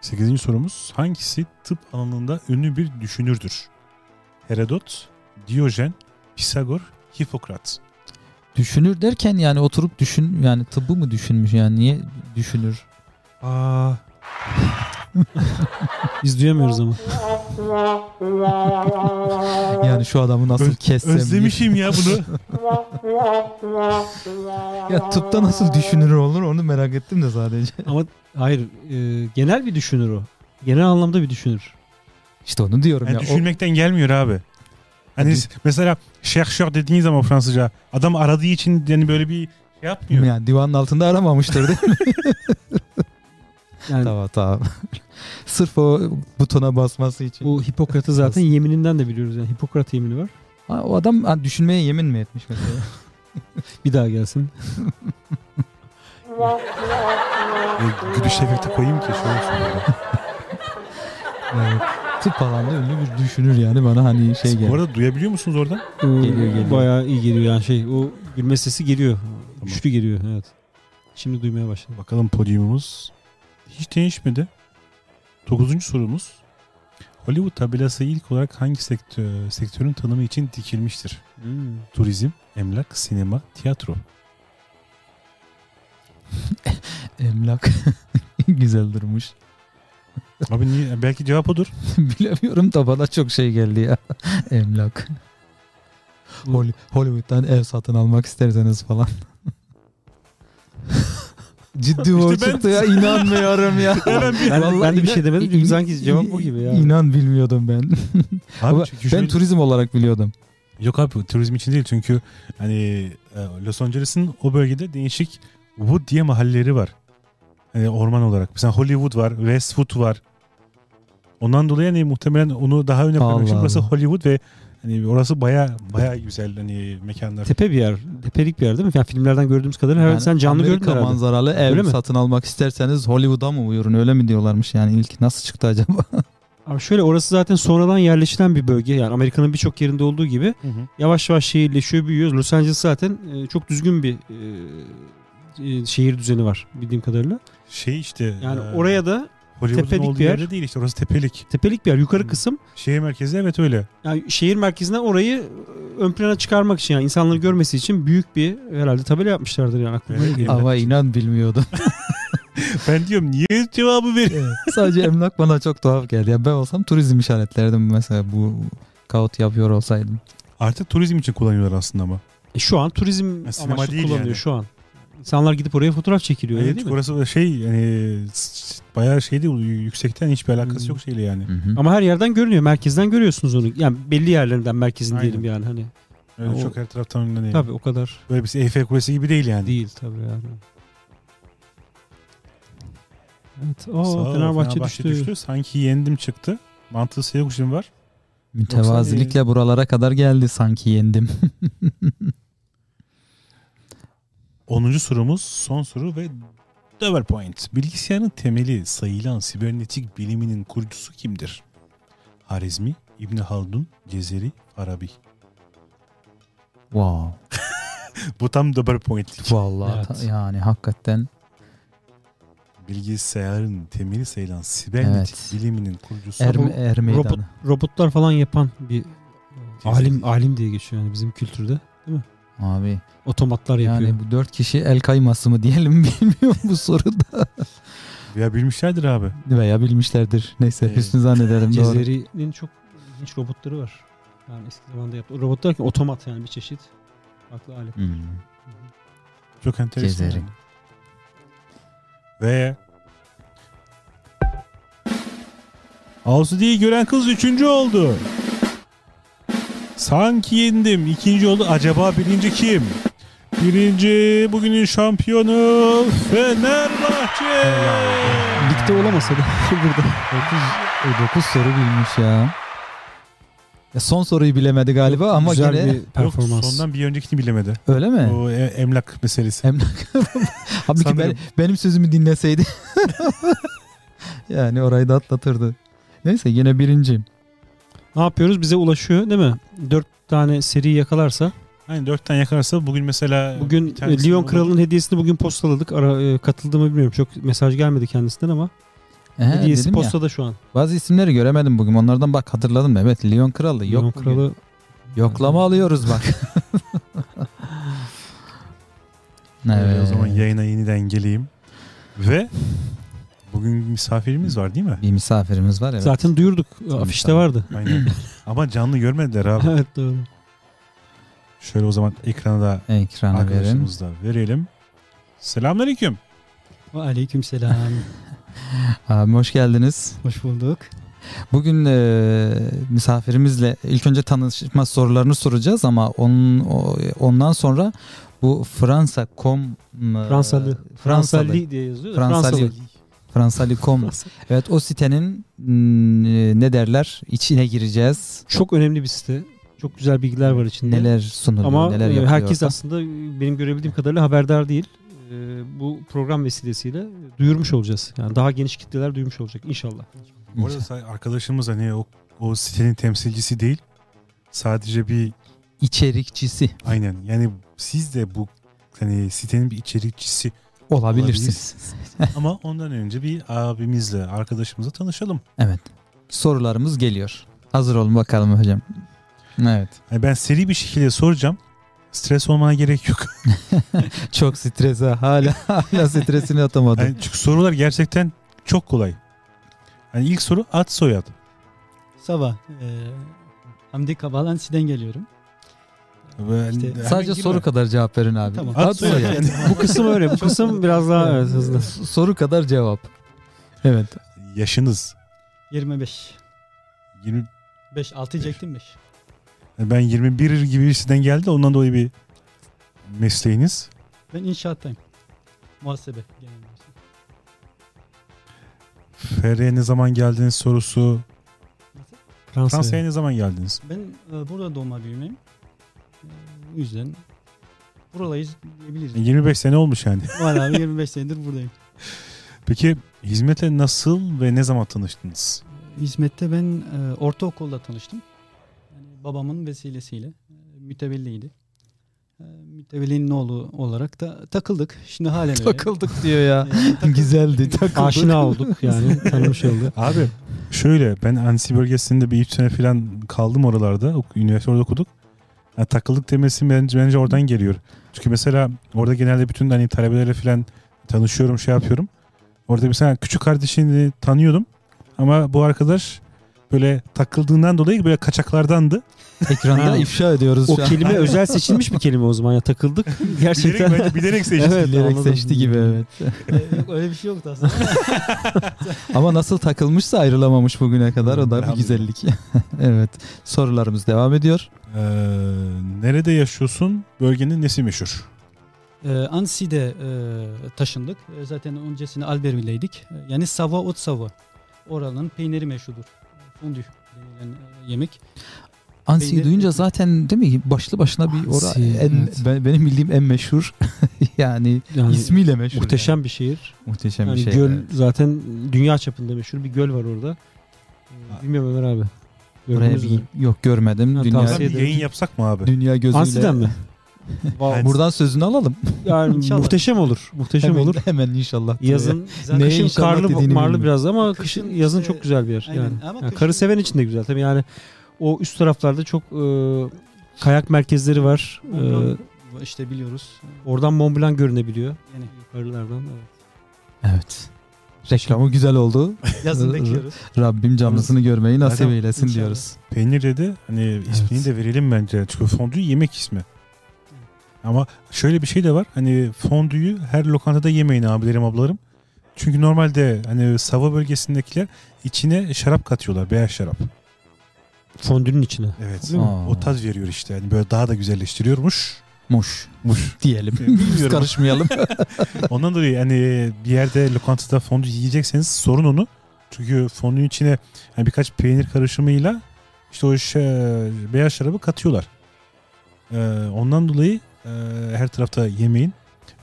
8. sorumuz hangisi tıp alanında ünlü bir düşünürdür? Herodot, Diyojen, Pisagor, Hipokrat. Düşünür derken yani oturup düşün yani tıbbı mı düşünmüş yani niye düşünür? Aa, Biz duyamıyoruz ama. Yani şu adamı nasıl Öz- kessem? özlemişim ya bunu. ya tıpta nasıl düşünür olur onu merak ettim de sadece. Ama hayır e, genel bir düşünür o. Genel anlamda bir düşünür. İşte onu diyorum Yani ya. düşünmekten gelmiyor abi. Hani Hadi. siz- mesela chercheur dediğiniz zaman Fransızca adam aradığı için yani böyle bir şey O, yapmıyor. yani divanın altında aramamıştır değil mi? Yani tamam tamam. Sırf o butona basması için. bu Hipokrat'ı zaten yemininden de biliyoruz. Yani Hipokrat yemini var. Ha, o adam ha, düşünmeye yemin mi etmiş mesela? Bir daha gelsin. E, Gülüş efekti koyayım ki şu olsun. yani, tıp alanda ünlü bir düşünür yani bana hani şey Siz Bu geldi. arada duyabiliyor musunuz oradan? Ee, geliyor. Bayağı iyi geliyor yani şey o gülme sesi geliyor. Güçlü geliyor evet. Şimdi duymaya başladım. Bakalım podyumumuz hiç değişmedi. Dokuzuncu sorumuz. Hollywood tabelası ilk olarak hangi sektör, sektörün tanımı için dikilmiştir? Hmm. Turizm, emlak, sinema, tiyatro. Emlak. Güzel durmuş. Abi niye? Belki cevap odur. Bilemiyorum da bana çok şey geldi ya. Emlak. Hol- Hollywood'dan ev satın almak isterseniz falan. Ciddi o İşte ben- çıktı ya inanmıyorum ya. Ben, Vallahi ben de bir inan- şey demedim in- çünkü sanki cevap bu gibi ya. İnan bilmiyordum ben. Abi Ama çünkü ben şöyle- turizm olarak biliyordum. Yok abi turizm için değil çünkü hani e, Los Angeles'ın o bölgede değişik Wood diye mahalleleri var. Hani orman olarak. Mesela Hollywood var, Westwood var. Ondan dolayı hani muhtemelen onu daha öne koymak için Allah burası Allah. Hollywood ve hani orası baya baya güzel hani mekanlar. Tepe bir yer. Tepelik bir yer değil mi? Yani filmlerden gördüğümüz kadarıyla herhalde Yani sen canlı Amerika gördün herhalde. manzaralı ev Öyle mi? satın almak isterseniz Hollywood'a mı buyurun öyle mi diyorlarmış yani ilk nasıl çıktı acaba? Abi şöyle orası zaten sonradan yerleşilen bir bölge. Yani Amerika'nın birçok yerinde olduğu gibi Hı hı. yavaş yavaş şehirleşiyor, büyüyor. Los Angeles zaten e, çok düzgün bir e, e, şehir düzeni var bildiğim kadarıyla. Şey işte Yani e, oraya da Hollywood'un tepelik olduğu bir yer. yerde değil işte orası tepelik. tepelik bir yer, yukarı Hı. kısım. Şehir merkezi evet öyle. Yani şehir merkezinden orayı e, ön plana çıkarmak için yani insanları görmesi için büyük bir herhalde tabela yapmışlardır yani aklıma Evet, öyle geliyor. Ama inan bilmiyordum. ben diyorum niye cevabı veriyorsun? Sadece emlak bana çok tuhaf geldi. Ya ben olsam turizm işaretlerdim mesela bu kaut yapıyor olsaydım. Artık turizm için kullanıyorlar aslında ama. E, şu an turizm Ya, sinema amaçlı değil kullanılıyor yani. şu an. İnsanlar gidip oraya fotoğraf çekiliyor öyle Evet, değil mi? orası da şey yani s- bayağı şey şeydi yüksekten hiçbir alakası Hmm. yok şeyle yani. Ama her yerden görünüyor. Merkezden görüyorsunuz onu. Yani belli yerlerinden merkezin Aynen. diyelim yani hani. Öyle O- çok her taraftan ünlü değil. Tabii o kadar Böyle bir Eyfel Kulesi gibi değil yani. değil tabii yani. Evet. O Sağ ol, Fenerbahçe, düştü. Sanki yendim çıktı. Mantığı Seyoguş'un var. şey- Mütevazilikle buralara kadar geldi sanki yendim. 10. sorumuz son soru ve Dover Point. Bilgisayarın temeli sayılan sibernetik biliminin kurucusu kimdir? Harizmi, İbni Haldun, Cezeri, Arabi. wow. Bu tam Dover Point. Vallahi Evet. ta- yani hakikaten Bilgi Seyar'ın temeli sayılan sibernetik Evet. biliminin kurucusu Erme, er meydanı. Robot, robotlar falan yapan bir alim alim diye geçiyor yani bizim kültürde. Abi Otomatlar yapıyor. yani bu dört kişi el kayması mı diyelim bilmiyorum bu soruda. ya bilmişlerdir abi. Veya bilmişlerdir. Neyse Evet. hüsnü zannedelim doğru. Cezeri'nin çok ilginç robotları var. Yani eski zamanda yaptı. Robotlar ki otomat yani bir çeşit. Farklı alet. Hmm. Çok enteresan. Cezeri. yani. Ve Asudi'yi gören kız üçüncü oldu. Sanki yendim. İkinci oldu. Acaba birinci kim? Birinci bugünün şampiyonu Fenerbahçe. Ligde olamasa da burada. 9 e, soru bilmiş ya. Ya son soruyu bilemedi galiba ama Güzel gene bir Yok, performans. sondan bir öncekini bilemedi. öyle mi? O e- emlak meselesi. Emlak. Abi ki ben, Sanırım. benim sözümü dinleseydi. yani orayı da atlatırdı. Neyse yine birinci. Ne yapıyoruz? Bize ulaşıyor değil mi? Dört tane seri yakalarsa. Hani dörtten yakarsa bugün mesela Bugün bir e, tanesini Lyon olur. Kralı'nın hediyesini bugün postaladık. Ara, e, katıldı mı bilmiyorum. Çok mesaj gelmedi kendisinden ama Ehe, hediyesi dedim ya, postada şu an. bazı isimleri göremedim bugün. Onlardan bak hatırladım. Evet Lyon Kralı. Yok Lyon bugün. Kralı Yoklama alıyoruz bak. Ee, Öyle O zaman yayına yeniden geleyim. Ve bugün misafirimiz var değil mi? bir misafirimiz var evet. zaten duyurduk. Afişte tamam. vardı. Aynen. Ama canlı görmediler abi. evet doğru. Şöyle o zaman ekrana da Ekranı verin. arkadaşımızla verelim. Selamünaleyküm. Aleyküm selam. Abi hoş geldiniz. Hoş bulduk. Bugün e, misafirimizle ilk önce tanışma sorularını soracağız ama onun, o- ondan sonra bu Fransa.com e, Fransalı. Fransalı Fransalli diye yazıyor. da Fransalı. Fransalı. Fransali.com. evet o sitenin m, ne derler içine gireceğiz. Çok önemli bir site. Çok güzel bilgiler var içinde. Neler sunuluyor, Ama neler e, yapılıyor. herkes aslında e, benim görebildiğim kadarıyla haberdar değil. E, Bu program vesilesiyle duyurmuş olacağız. Yani daha geniş kitleler duymuş olacak inşallah. Bu arada say- arkadaşımız hani o, o sitenin temsilcisi değil. Sadece bir içerikçisi aynen yani siz de bu hani sitenin bir içerikçisi olabilirsiniz. ama ondan önce bir abimizle arkadaşımızla tanışalım. Evet. Sorularımız geliyor. Hazır olun bakalım hocam. Evet. Hani ben seri bir şekilde soracağım. Stres olmana gerek yok. Çok strese hala hala stresini atamadım. Yani çünkü sorular gerçekten çok kolay. Hani ilk soru at soyad. Sabah. eee Hamdi Kabalan Si'den geliyorum. Ben- İşte hemen Sadece girme. soru kadar cevap verin abi. Tamam. At Ad soyad. soyad. bu kısım öyle. Bu kısım biraz daha evet, hızlı. S- soru kadar cevap. Evet. Yaşınız. 25. 20, 5. 6 çektim 5. ben 21 gibi birisinden geldi. Ondan dolayı bir mesleğiniz. Ben inşaattayım. Muhasebe. genel mühendisi. Ferre'ye ne zaman geldiniz sorusu. Fransa'ya. Fransa'ya ne zaman geldiniz? Ben eee, burada doğma büyümeyim. Eee, O yüzden buralıyız diyebiliriz. 25 E, sene olmuş yani. Var abi 25 senedir buradayım. Peki hizmete nasıl ve ne zaman tanıştınız? Hizmette ben eee, ortaokulda tanıştım. Yani babamın vesilesiyle. eee, Mütevelliydi. Eee, Mütevellinin oğlu olarak da takıldık. Şimdi halen öyle. Takıldık diyor ya. Eee, takıldık. Güzeldi. Takıldık. Aşina olduk yani tanımış olduk. Abi şöyle ben Ansi bölgesinde bir 3 sene falan kaldım oralarda. Ok- Üniversite orada okuduk. Yani takıldık demesi bence, bence oradan geliyor. Çünkü mesela orada genelde bütün hani talebelerle falan tanışıyorum şey yapıyorum. Orada mesela küçük kardeşini tanıyordum. Ama bu arkadaş böyle takıldığından dolayı böyle kaçaklardandı. Ekranda Ha. ifşa ediyoruz O şu an. kelime özel seçilmiş bir kelime o zaman ya takıldık. Gerçekten. Bilerek, bence bilerek seçti. Evet, Bilerek anladım. seçti gibi evet. Eee, yok, öyle bir şey yoktu aslında. Ama nasıl takılmışsa ayrılamamış bugüne kadar o da bir Elhamdülillah. güzellik. evet. Sorularımız devam ediyor. Ee, nerede yaşıyorsun? Bölgenin nesi meşhur? Ee, Ansi'de e, taşındık. E, zaten öncesinde Albertville'ydik. E, yani Sava Ot Sava. Oranın peyniri meşhurdur. Fondü denilen e, yemek. Ansi'yi Peynir- duyunca zaten değil mi başlı başına bir ora Ansi, en, evet. ben- benim bildiğim en meşhur yani, Yani ismiyle meşhur. muhteşem Hani bir şehir. yani. Muhteşem Yani bir şey. göl evet. zaten dünya çapında meşhur bir göl var orada. Ee, Bilmiyorum Ömer abi. Buraya Gördünüz mü? bir, yok görmedim. Ha, dünya tavsiye Bir ederim. yayın yapsak mı abi? dünya gözüyle. Ansi'den mi? Va- Buradan sözünü alalım. yani İnşallah. muhteşem olur. Muhteşem hemen, olur. Hemen inşallah. Yazın Zaten kışın inşallah karlı dediğini marlı bilmiyorum. biraz ama Kışın kışın yazın işte- çok güzel bir yer Aynen. yani. Ama yani kışın- karı seven için de güzel tabii yani o üst taraflarda çok e, kayak merkezleri var. E, Ondan işte biliyoruz. E, oradan Mont Blanc görünebiliyor Yani yukarılardan. Evet. Evet. Reklamı güzel oldu. yazın bekliyoruz. Rabbim canlısını görmeyi nasip Zaten eylesin inşallah. diyoruz. Peynir dedi. Hani ismini de verelim bence. Çünkü fondü yemek ismi. Ama şöyle bir şey de var. Hani fondüyü her lokantada yemeyin abilerim ablarım. Çünkü normalde hani Sava bölgesindekiler içine şarap katıyorlar. Beyaz şarap. Fondünün içine. Evet. Değil mi? Aa. O taz veriyor işte. Hani böyle daha da güzelleştiriyormuş. Muş Muş. diyelim. Biz Bilmiyorum. karışmayalım. Ondan dolayı hani bir yerde lokantada fondü yiyecekseniz sorun onu. Çünkü fondünün içine yani birkaç peynir karışımıyla işte o şey, beyaz şarabı katıyorlar. Ee, ondan dolayı e, her tarafta yemeyin.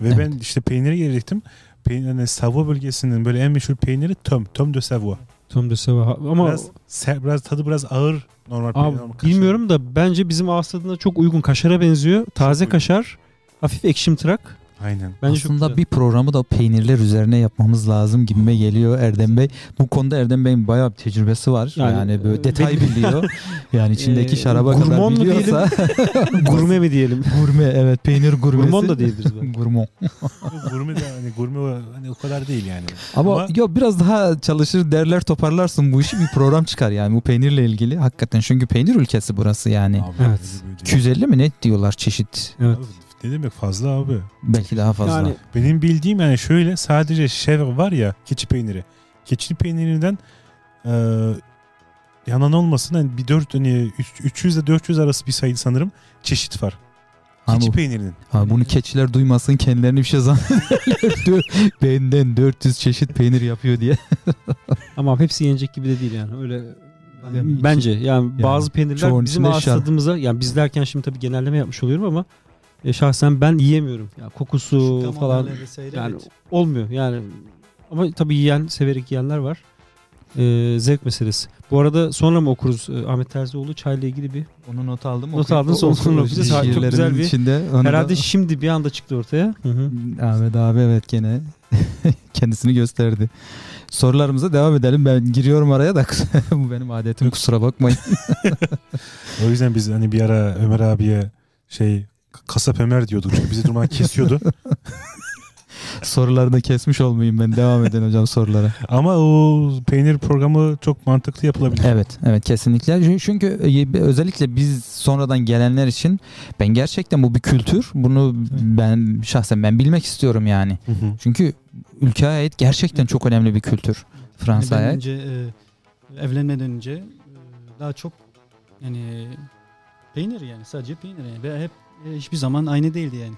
Ve Evet. ben işte peynire gelecektim. Peynir, hani Savoy bölgesinin böyle en meşhur peyniri töm. Töm de Savoy. Tom de Sava. Ama Biraz, ser- biraz tadı biraz ağır normal Abi, peynir. ama kaşar- bilmiyorum da bence bizim ağız tadına çok uygun. Kaşara benziyor. Taze uygun. kaşar. Hafif ekşimtırak. Aynen. Bence çok Aslında güzel. bir programı da peynirler üzerine yapmamız lazım gibime geliyor Erdem Bey. Bu konuda Erdem Bey'in bayağı bir tecrübesi var. Yani, Yani, böyle e, detay biliyor. Yani içindeki Ee, şaraba kadar gurmon mu diyelim? biliyorsa. gurme mi diyelim? gurme evet peynir gurmesi. Gurmon da diyebiliriz. belki. Gurmon. Ama gurme de hani gurme o- hani o kadar değil yani. Ama, Ama- ya biraz daha çalışır derler toparlarsın bu işi bir program çıkar yani bu peynirle ilgili. Hakikaten çünkü peynir ülkesi burası yani. Abi, Evet. böyle- 250 mi ne diyorlar çeşit? Evet. Abi, ne demek fazla abi. Belki daha fazla. Yani Benim bildiğim yani şöyle sadece şev var ya keçi peyniri. Keçi peynirinden e, yanan olmasın hani bir 4 hani üç- 300 ile 400 arası bir sayı sanırım çeşit var. Ama Keçi bu- peynirinin. Abi bunu keçiler duymasın kendilerini bir şey zannederler. Benden 400 çeşit peynir yapıyor diye. ama hepsi yenecek gibi de değil yani. Öyle Yani bence yani bazı çoğunun peynirler bizim içinde ağız şar- tadımıza yani biz derken şimdi tabii genelleme yapmış oluyorum ama e, şahsen ben yiyemiyorum. Ya kokusu Şu falan kamonlarla vesaire, yani evet. olmuyor. Yani ama tabii yiyen severek yiyenler var. Ee, zevk meselesi. Bu arada sonra mı okuruz Ee, Ahmet Terzioğlu çayla ilgili bir Onu not aldım. Not okuyup- aldın, son okuyup- sorunu okuyacağız. Ha, çok Şiirlerin güzel bir- içinde. onu da- Herhalde şimdi bir anda çıktı ortaya. Ahmet abi evet gene kendisini gösterdi. Sorularımıza devam edelim. Ben giriyorum araya da bu benim adetim kusura bakmayın. O yüzden biz hani bir ara Ömer abiye şey kasap Ömer diyorduk çünkü bizi durmadan kesiyordu. Soruları da kesmiş olmayayım ben. Devam edin hocam sorulara. Ama o peynir programı çok mantıklı yapılabilir. Evet, evet kesinlikle. Çünkü- Çünkü e, özellikle biz sonradan gelenler için ben gerçekten bu bir kültür. Bunu ben şahsen ben bilmek istiyorum yani. Hı hı. Çünkü ülkeye ait gerçekten çok önemli bir kültür. Yani Hani ben Fransa'ya ait. önce e, evlenmeden önce e, daha çok yani peynir yani sadece peynir yani ve hep e, hiçbir zaman aynı değildi yani.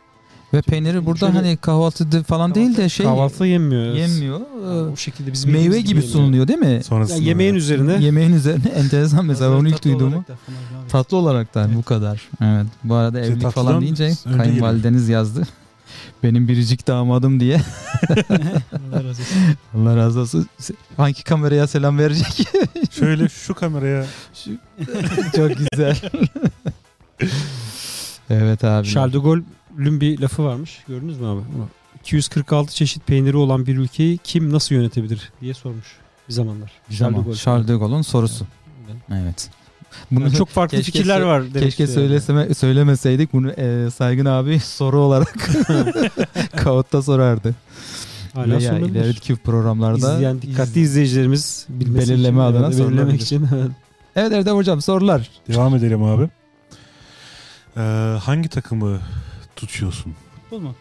Ve peyniri burada Şöyle- hani kahvaltıda falan değil de şey Kahvaltıda yenmiyor. yenmiyor. Yani e, o şekilde bizim Meyve yediğimiz gibi yenmiyor. sunuluyor değil mi? E, Sonrasında Yani yemeğin üzerine Yemeğin üzerine enteresan mesela Biraz onu daha ilk tatlı duyduğumu. olarak da Fınar'la abi. Tatlı olarak da bu kadar. Evet. Bu arada İşte evlilik tatlıdan falan deyince önce geliyor. kayınvalideniz yazdı. Benim biricik damadım diye. Allah razı olsun. Allah razı olsun. Hangi kameraya selam verecek? şöyle şu kameraya Şu- Çok güzel. evet abi. Charles de Gaulle'ün bir lafı varmış. Gördünüz mü abi? 246 çeşit peyniri olan bir ülkeyi kim nasıl yönetebilir diye sormuş bir zamanlar. Tamam, Charles de Gaulle. Charles de Gaulle'un sorusu. Evet. Bunu Yani çok farklı keşke fikirler sö- var. demek Keşke istiyor yani. söyleseme, söylemeseydik bunu e, Saygın abi soru olarak kağıtta sorardı. Hala Veya sorulabilir. ileriki programlarda İzleyen dikkatli izleyicilerimiz bilmesi Belirleme için, adına evet, belirlemek sorulabilir. için. evet. Evet Erdem hocam sorular. devam edelim abi. Ee, hangi takımı tutuyorsun? Futbol mu?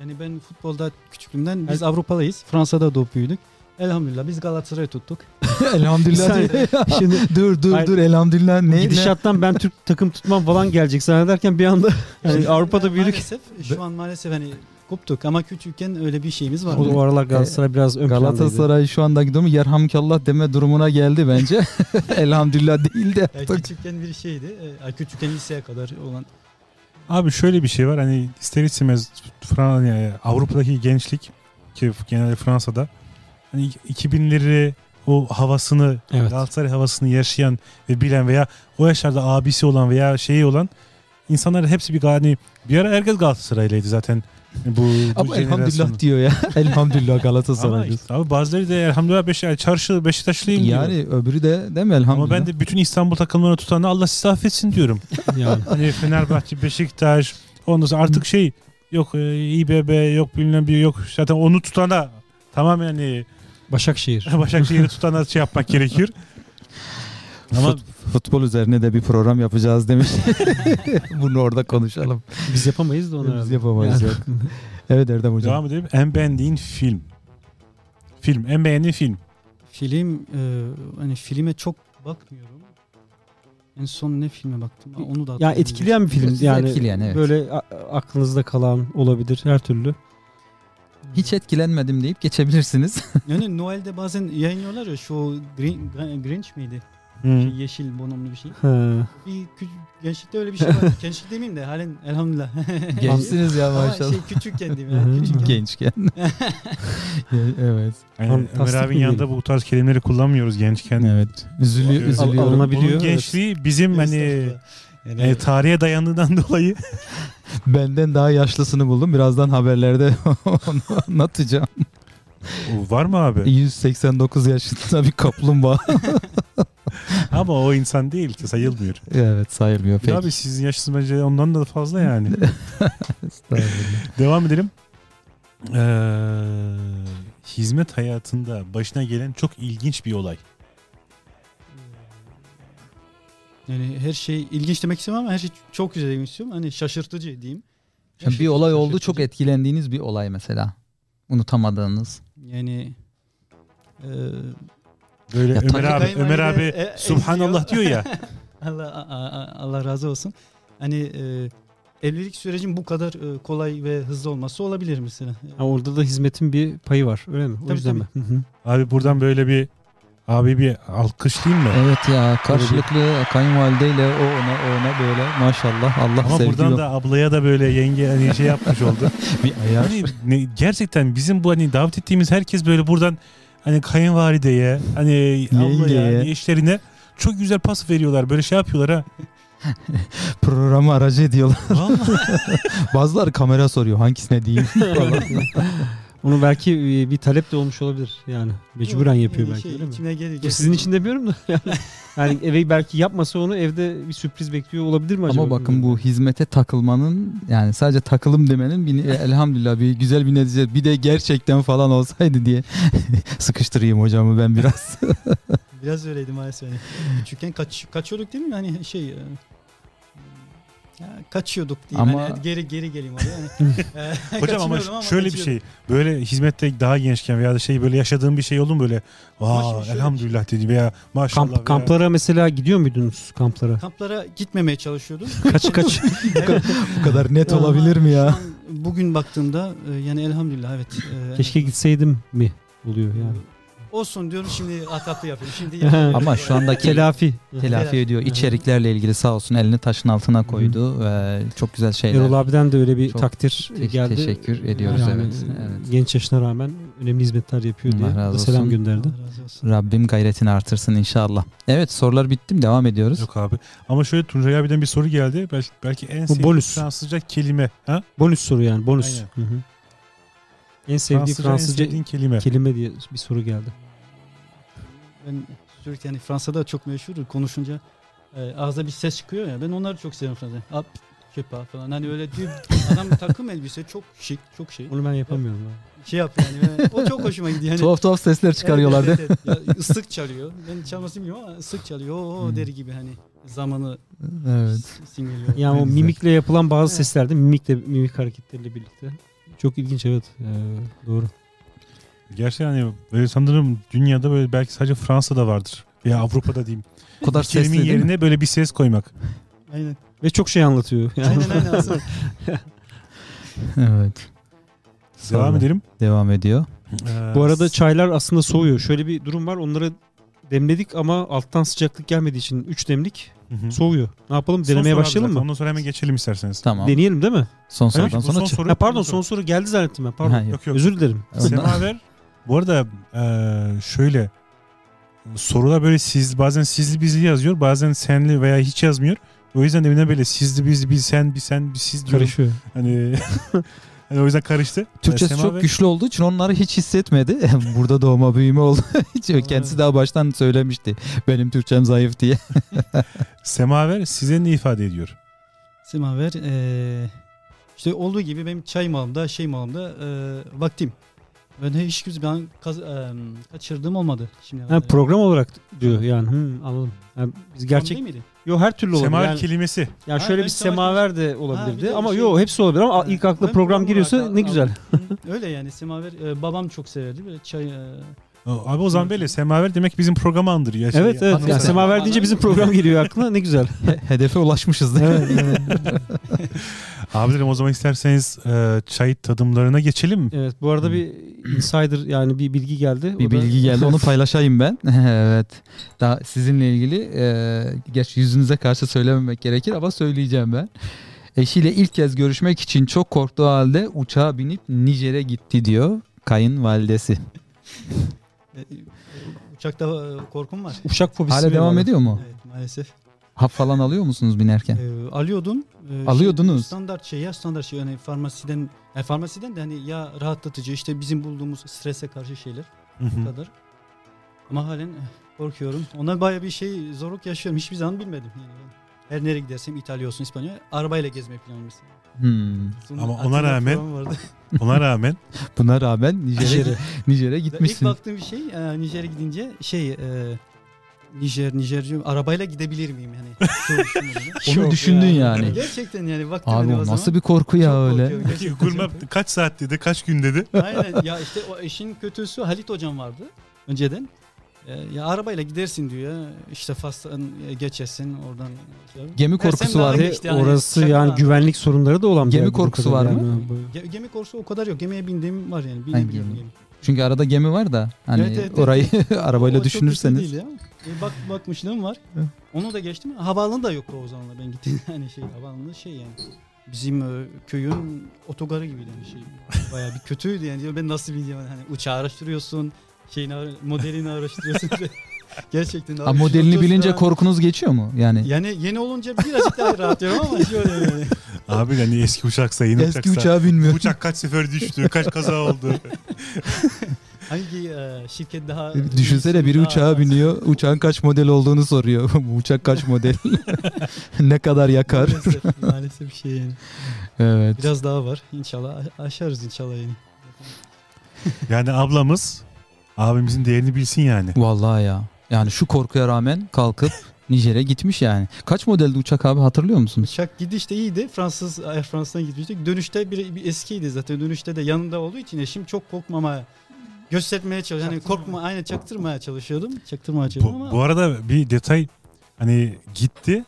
Yani ben futbolda küçüklüğümden biz Avrupalıyız. Fransa'da doğup büyüdük. Elhamdülillah biz Galatasaray tuttuk. elhamdülillah. Bir diye- Şimdi dur dur Hayır. dur elhamdülillah. Ne, ne? gidişattan ben Türk takım tutmam falan gelecek zannederken bir anda yani Avrupa'da büyüdük. Maalesef şu an maalesef hani koptuk ama küçükken öyle bir şeyimiz var. O, o aralar Galatasaray biraz ön plandaydı. Galatasaray şu anda gidiyor mu? Yerhamkallah deme durumuna geldi bence. elhamdülillah değil de. Yani küçükken bir şeydi. Ee, Küçükken liseye kadar olan. Abi şöyle bir şey var hani ister istemez Fran yani Avrupa'daki gençlik ki genelde Fransa'da hani 2000'leri o havasını Evet. Galatasaray havasını yaşayan ve bilen veya o yaşlarda abisi olan veya şeyi olan insanlar hepsi bir hani bir ara herkes Galatasaraylıydı zaten. Bu, bu Ama jenerasyon. elhamdülillah diyor ya. elhamdülillah Ama Galatasaray'ız. işte, abi bazıları da elhamdülillah Beş, yani çarşı Beşiktaşlıyım diyor. Yani öbürü de değil mi elhamdülillah. Ama ben de bütün İstanbul takımlarını tutanı Allah sizi affetsin diyorum. Yani. Hani Fenerbahçe, Beşiktaş, ondan sonra artık şey yok e, İBB yok bilmem bir yok zaten onu tutana tamam yani Başakşehir. Başakşehir'i tutana şey yapmak gerekir. Ama Fut- futbol üzerine de bir program yapacağız demiş. Bunu orada konuşalım. Biz yapamayız da onu. Biz herhalde. yapamayız. Yani. yok. evet Erdem Hocam. devam edelim. En beğendiğin film. Film. En beğendiğin film. Film e, hani filme çok bakmıyorum. En son ne filme baktım? Ha, onu da Ya hatırlamıyorum. etkileyen bir film Sizi yani. etkileyen, evet. Böyle a- aklınızda kalan olabilir her türlü. Hiç etkilenmedim deyip geçebilirsiniz. Yani Noel'de bazen yayınlıyorlar ya şu Green, Gr- Grinch miydi? Şey, yeşil bonumlu bir şey. Ha. Bir küç- gençlikte öyle bir şey var. Gençlik demeyeyim de halen elhamdülillah. Gençsiniz ya Ama maşallah. şey küçükken diyeyim Hı hı. yani. Küçükken. Gençken. Yani evet. Yani Fantastik Ömer abinin bir yanında bu tarz kelimeleri kullanmıyoruz gençken. Evet. Üzülüyor, Al- üzülüyorum. alınabiliyor. Bunun Biliyor, gençliği bizim hani Yani- e, tarihe dayandığından dolayı Benden daha yaşlısını buldum. Birazdan haberlerde onu anlatacağım. O var mı abi? 189 yaşında bir kaplumbağa. Ama o insan değil ki sayılmıyor. evet sayılmıyor pek. Abi sizin yaşınız bence ondan da fazla yani. Estağfurullah. Devam edelim. Ee, hizmet hayatında başına gelen çok ilginç bir olay. Yani her şey ilginç demek istemem ama her şey çok güzel demek istiyorum. Hani şaşırtıcı diyeyim. Her Yani şey bir olay oldu çok şaşırtıcı. etkilendiğiniz bir olay mesela. Unutamadığınız. Yani e, Böyle Ya Ömer takı abi kaymayı Ömer da abi e- e- subhanallah diyor izliyor. ya. Allah a- a- Allah razı olsun. Hani e, evlilik sürecin bu kadar e, kolay ve hızlı olması olabilir mesela. Ha, orada da hizmetin bir payı var öyle mi? O Tabii, yüzden mi? Hı hı. Abi buradan böyle bir abi bir alkışlayayım mı? Evet ya karşılıklı kayınvalideyle o ona o ona böyle maşallah Allah Ama sevgi buradan da ablaya da böyle yenge hani şey yapmış oldu. bir ayar. hani ne- gerçekten bizim bu hani davet ettiğimiz herkes böyle buradan hani kayınvalideye, hani ablaya, Yengeye. hani eşlerine çok güzel pas veriyorlar. Böyle şey yapıyorlar ha. Programı aracı ediyorlar. Vallahi Bazıları kamera soruyor hangisine diyeyim. falan. Onu belki e, bir talep de olmuş olabilir yani. Mecburen yapıyor belki Şey, öyle mi? içine geliyor. Ya Sizin için demiyorum da yani, yani eve belki yapmasa onu evde bir sürpriz bekliyor olabilir mi acaba? Ama bakın bu Bilmiyorum. hizmete takılmanın yani sadece takılım demenin bir, elhamdülillah bir güzel bir netice bir de gerçekten falan olsaydı diye sıkıştırayım hocamı ben biraz. Biraz öyleydi maalesef. Yani Küçükken kaç, kaçıyorduk değil mi? Hani şey e, ya kaçıyorduk diyeyim. Ama- Hani geri geri geleyim oraya. Hani, e, Hocam ama kaçınıyordum şöyle bir kaçıyordum. şey böyle hizmette daha gençken veya da şey böyle yaşadığın bir şey oldu mu böyle Ama aa şimdi şöyle elhamdülillah dedi veya maşallah Kamp, veya- kamplara mesela gidiyor muydunuz kamplara? Kamplara gitmemeye çalışıyordum. kaç kaç Evet. Bu kadar net Ama olabilir mi şu ya? an Bugün baktığımda e, yani elhamdülillah evet. e, keşke gitseydim mi oluyor e, yani. Olsun diyorum şimdi atatlı yapayım. Şimdi Ama Ama şu andaki Telafi. telafi ediyor. İçeriklerle ilgili sağ olsun elini taşın altına koydu. Ee, çok güzel şeyler. Erol abiden de öyle bir Çok takdir te- geldi. teşekkür ediyoruz, Yani, evet, e, evet. Genç yaşına rağmen önemli hizmetler yapıyor diye Allah razı da selam olsun. gönderdi. Allah razı olsun. Rabbim gayretini artırsın inşallah. Evet sorular bittim devam ediyoruz. Yok abi. Ama şöyle Tuncay abiden bir soru geldi. Belki, belki en sevdiğin bonus. Fransızca kelime. Ha? Bonus soru yani bonus. Hı hı. En sevdiği Fransızca, Fransızca en sevdiğin kelime. kelime diye bir soru geldi. Ben sürekli yani Fransa'da çok meşhur konuşunca e, ağza bir ses çıkıyor ya. Ben onları çok seviyorum Fransa'da. Ap, köpa falan. Hani öyle diyor. Adam takım elbise çok şık, çok şey. Onu ben yapamıyorum. abi. Şey yapıyor yani. Ben- O çok hoşuma gidiyor. Yani, Tuhaf tuhaf sesler çıkarıyorlar Evet, değil evet, evet. Ya, ıslık çalıyor. Ben çalmasını bilmiyorum ama ıslık çalıyor. O Hmm. deri gibi hani zamanı mi? Evet. s- simgeliyor. Yani o Güzel. mimikle yapılan bazı Evet. seslerde mimikle mimik hareketleriyle birlikte. Çok ilginç evet. Ee, doğru. Gerçi hani böyle sanırım dünyada böyle belki sadece Fransa'da vardır. Veya Avrupa'da diyeyim. O kadar Bir kelimenin sesli değil mi? yerine böyle bir ses koymak. Aynen. Ve çok şey anlatıyor. Yani. Aynen aynen. Aslında Evet. Devam Sonra edelim. Devam ediyor. Ee, Bu arada çaylar aslında soğuyor. Şöyle bir durum var. Onları demledik ama alttan sıcaklık gelmediği için 3 demlik hı hı. Son soğuyor. Ne yapalım? soru Denemeye abi başlayalım zaten. mı? Ondan sonra hemen geçelim isterseniz. Tamam. Deneyelim değil mi? Son Ha, sorudan bu sonra son soru- Ha, pardon bu son soru geldi zannettim ben. Pardon. Ha, yok. Yok yok. Özür dilerim. Semaver bu arada e, eee, şöyle sorular böyle siz bazen sizli bizli yazıyor bazen senli veya hiç yazmıyor. O yüzden deminden böyle sizdi biz biz sen bir sen bir siz diyorum. Karışıyor. Hani, hani o yüzden karıştı. E, Türkçesi Sema çok ve- güçlü olduğu için onları hiç hissetmedi. Burada doğma büyüme oldu. Hiç- Kendisi daha baştan söylemişti. Benim Türkçem zayıf diye. Semaver size ne ifade ediyor? Simaver eee e, işte olduğu gibi benim çay malımda şey malımda eee, vaktim. Ben hiç kimse ben kaz, eee, kaçırdığım olmadı. Şimdi Ha, program olarak diyor yani. Hı, anladım. Yani biz gerçek. Yo her türlü olabilir. Semaver Yani, kelimesi. yani Ha, şöyle ben bir savaş- semaver de bir olabilirdi de ama şey- yo hepsi olabilir ama ilk akla Ben program program giriyorsa olarak ne al- güzel. Öyle yani Simaver eee, babam çok severdi böyle çay e, eee, Aa, E, Abi o zaman böyle semaver demek bizim programı andırıyor. Şey, evet evet. anımsatıyor. Yani Anladım. semaver deyince bizim program geliyor aklına. Ne güzel. Hedefe ulaşmışız değil mi? evet, evet. Abilerim o zaman isterseniz e, çay tadımlarına geçelim mi? Evet, bu arada bir insider yani Hmm. bir bilgi geldi. O Bir da- bilgi geldi onu paylaşayım ben. evet. Daha sizinle ilgili e, gerçi yüzünüze karşı söylememek gerekir ama söyleyeceğim ben. Eşiyle ilk kez görüşmek için çok korktuğu halde uçağa binip Nijer'e gitti diyor kayınvalidesi. eee, e, uçakta eee, korkum var. Uçak fobisi. Hala devam veriyorlar. ediyor mu? Evet maalesef. Hap falan alıyor musunuz binerken? Eee, alıyordum. Eee, Alıyordunuz. şey, standart şey ya standart şey yani farmasiden yani farmasiden de hani ya rahatlatıcı işte bizim bulduğumuz strese karşı şeyler. Hı hı. kadar. Ama halen eh, korkuyorum. Ona baya bir şey zorluk yaşıyorum. Hiçbir zaman bilmedim. Yani ben her nereye gidersem İtalya olsun İspanya arabayla gezme planım mesela. Hmm. Sonra Ama ona Atina rağmen- falan vardı. Ona rağmen Buna rağmen Nijer'e Nijer'e. Nijer'e İlk gitmişsin. baktığım bir şey e, Nijer'e gidince şey e, Nijer, Nijer diyorum. Arabayla gidebilir miyim? Hani, Yani Onu düşündün yani. Gerçekten yani vaktim Abi hani o o nasıl zaman bir korku ya çok öyle. korkuyorum. Peki Gerçekten Google çok- Map kaç saat dedi, kaç gün dedi? Aynen ya işte o işin kötüsü Halit hocam vardı önceden. Ee, ya arabayla gidersin diyor ya işte Fas'tan e, geçersin oradan. şey yap. Gemi Ya sen korkusu daha var. geçti yani. Orası Şaka yani var. güvenlik sorunları da olan bir Gemi yer bu korkusu kadar var mı? yani. Bu- Ge- gemi korkusu o kadar yok. Gemiye bindiğim var yani. Ben Binebiliyorum gemi. gemi. Çünkü arada gemi var da hani Evet, evet, orayı O arabayla çok güçlü düşünürseniz. değil ya. E, bak bakmışlığım var. Hı. Onu da geçtim. Havaalanı da yok o zamanlar ben gittim. Yani şey havaalanı şey yani. Bizim e, köyün otogarı gibi yani şey. Bayağı bir kötüydü yani. Diyor, Ben nasıl bileceğim hani uçağı araştırıyorsun. Şeyini ara- modelini araştırıyorsun. Gerçekten. Ha, modelini araştırıyorsun bilince falan. korkunuz geçiyor mu? Yani Yani yeni olunca birazcık daha rahatlıyorum ama şöyle yani. Abi hani eski uçaksa yeni eski uçaksa. uçağa binmiyor. Uçak kaç sefer düştü, kaç kaza oldu. Hangi e, şirket daha... Düşünsene biri daha- uçağa biniyor. Uçağın kaç model olduğunu soruyor. Bu uçak kaç model? ne kadar yakar? Maalesef, maalesef şey yani. Evet. Biraz daha var inşallah. a- Aşarız inşallah yani. Yani ablamız abimizin değerini bilsin yani. Vallahi ya. Yani şu korkuya rağmen kalkıp Nijer'e gitmiş yani. Kaç modelde uçak abi hatırlıyor musunuz? Uçak gidişte iyiydi. Fransız Air France'dan gitmiştik. Dönüşte bir, bir eskiydi zaten. Dönüşte de yanımda olduğu için eşim çok korkmama göstermeye çalışıyordum. Hani korkma aynı çaktırmaya çalışıyordum. Çaktırmaya Şey çalışıyordum Bu, ama bu arada bir detay hani gitti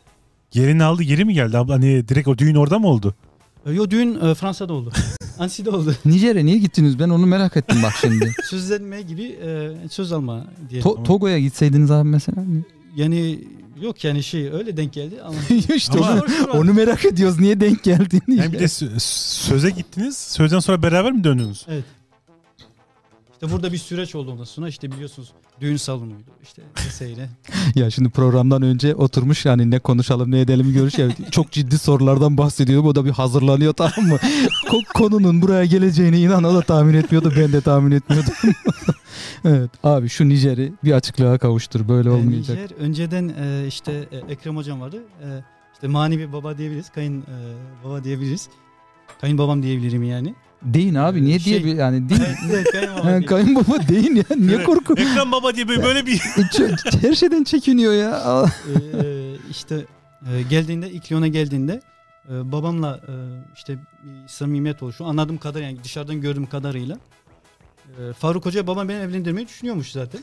yerini aldı geri mi geldi abla hani direkt o düğün orada mı oldu? Yo düğün e, Fransa'da oldu. Ansi'de oldu. Nijer'e niye gittiniz? Ben onu merak ettim bak şimdi. Sözlenme gibi e, söz alma diye. To- Togo'ya gitseydiniz abi mesela. yani yok yani şey öyle denk geldi ama. işte Ama- onu, onu merak ediyoruz. Niye denk geldiğini. Yani bir de sö- söze gittiniz. Sözden sonra beraber mi döndünüz? Evet. İşte burada bir süreç oldu ondan sonra işte biliyorsunuz düğün salonuydu işte vesaire. Ya şimdi programdan önce oturmuş yani ne konuşalım ne edelim görüş ya çok ciddi sorulardan bahsediyorum. O da bir hazırlanıyor tamam mı? Ko- konunun buraya geleceğini inan o da tahmin etmiyordu ben de tahmin etmiyordum. evet abi şu Nijer'i bir açıklığa kavuştur böyle Yani Şey olmayacak. Ee, Nijer önceden e, işte e, Ekrem hocam vardı. E, işte manevi baba diyebiliriz, kayın e, baba diyebiliriz. Kayın babam diyebilirim yani. Deyin abi niye Şey- diye bir yani deyin. Evet, kayın baba. Ee, Ha, Kayınbaba deyin ya niye Böyle korku? Ekrem Baba diye böyle, böyle bir Ç- Her şeyden çekiniyor ya. E, e, işte e, geldiğinde ilk Lyon'a geldiğinde e, babamla e, işte bir samimiyet oluşu anladığım kadar yani dışarıdan gördüğüm kadarıyla e, Faruk Hoca babam beni evlendirmeyi düşünüyormuş zaten.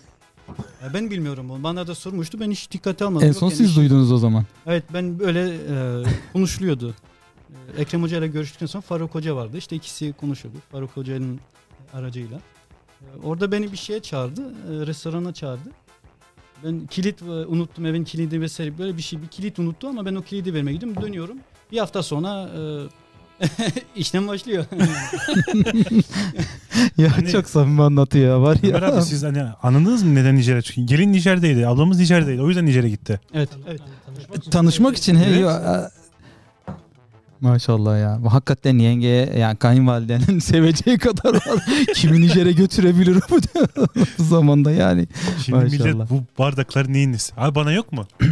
E, ben bilmiyorum bunu. Bana da sormuştu. Ben hiç dikkate almadım. en Yok son yani siz hiç- duydunuz o zaman. Evet ben böyle e, konuşuluyordu. E, Ekrem Hoca ile görüştükten sonra Faruk Hoca vardı. İşte ikisi konuşuyordu. Faruk Hoca'nın aracıyla. E, orada beni bir şeye çağırdı. E, restorana çağırdı. Ben kilit e, unuttum evin kilidi vesaire böyle bir şey bir kilit unuttu ama ben o kilidi vermeye gidiyorum dönüyorum. Bir hafta sonra e, işlem başlıyor. ya Hani- çok samimi anlatıyor ya, var ya. Ömer abi siz hani anladınız mı neden Nijer'e? Çünkü gelin Nijer'deydi. Ablamız Nijer'deydi. O yüzden Nijer'e gitti. Evet, evet. Tanışmak için he, Evet. ya- Maşallah ya. Bu Hakikaten yengeye yani kayınvalidenin seveceği kadar var. Kimi Nijer'e götürebilir bu, bu zamanda yani. Şimdi Maşallah. millet bu bardaklar neyin nesi? Abi bana yok mu?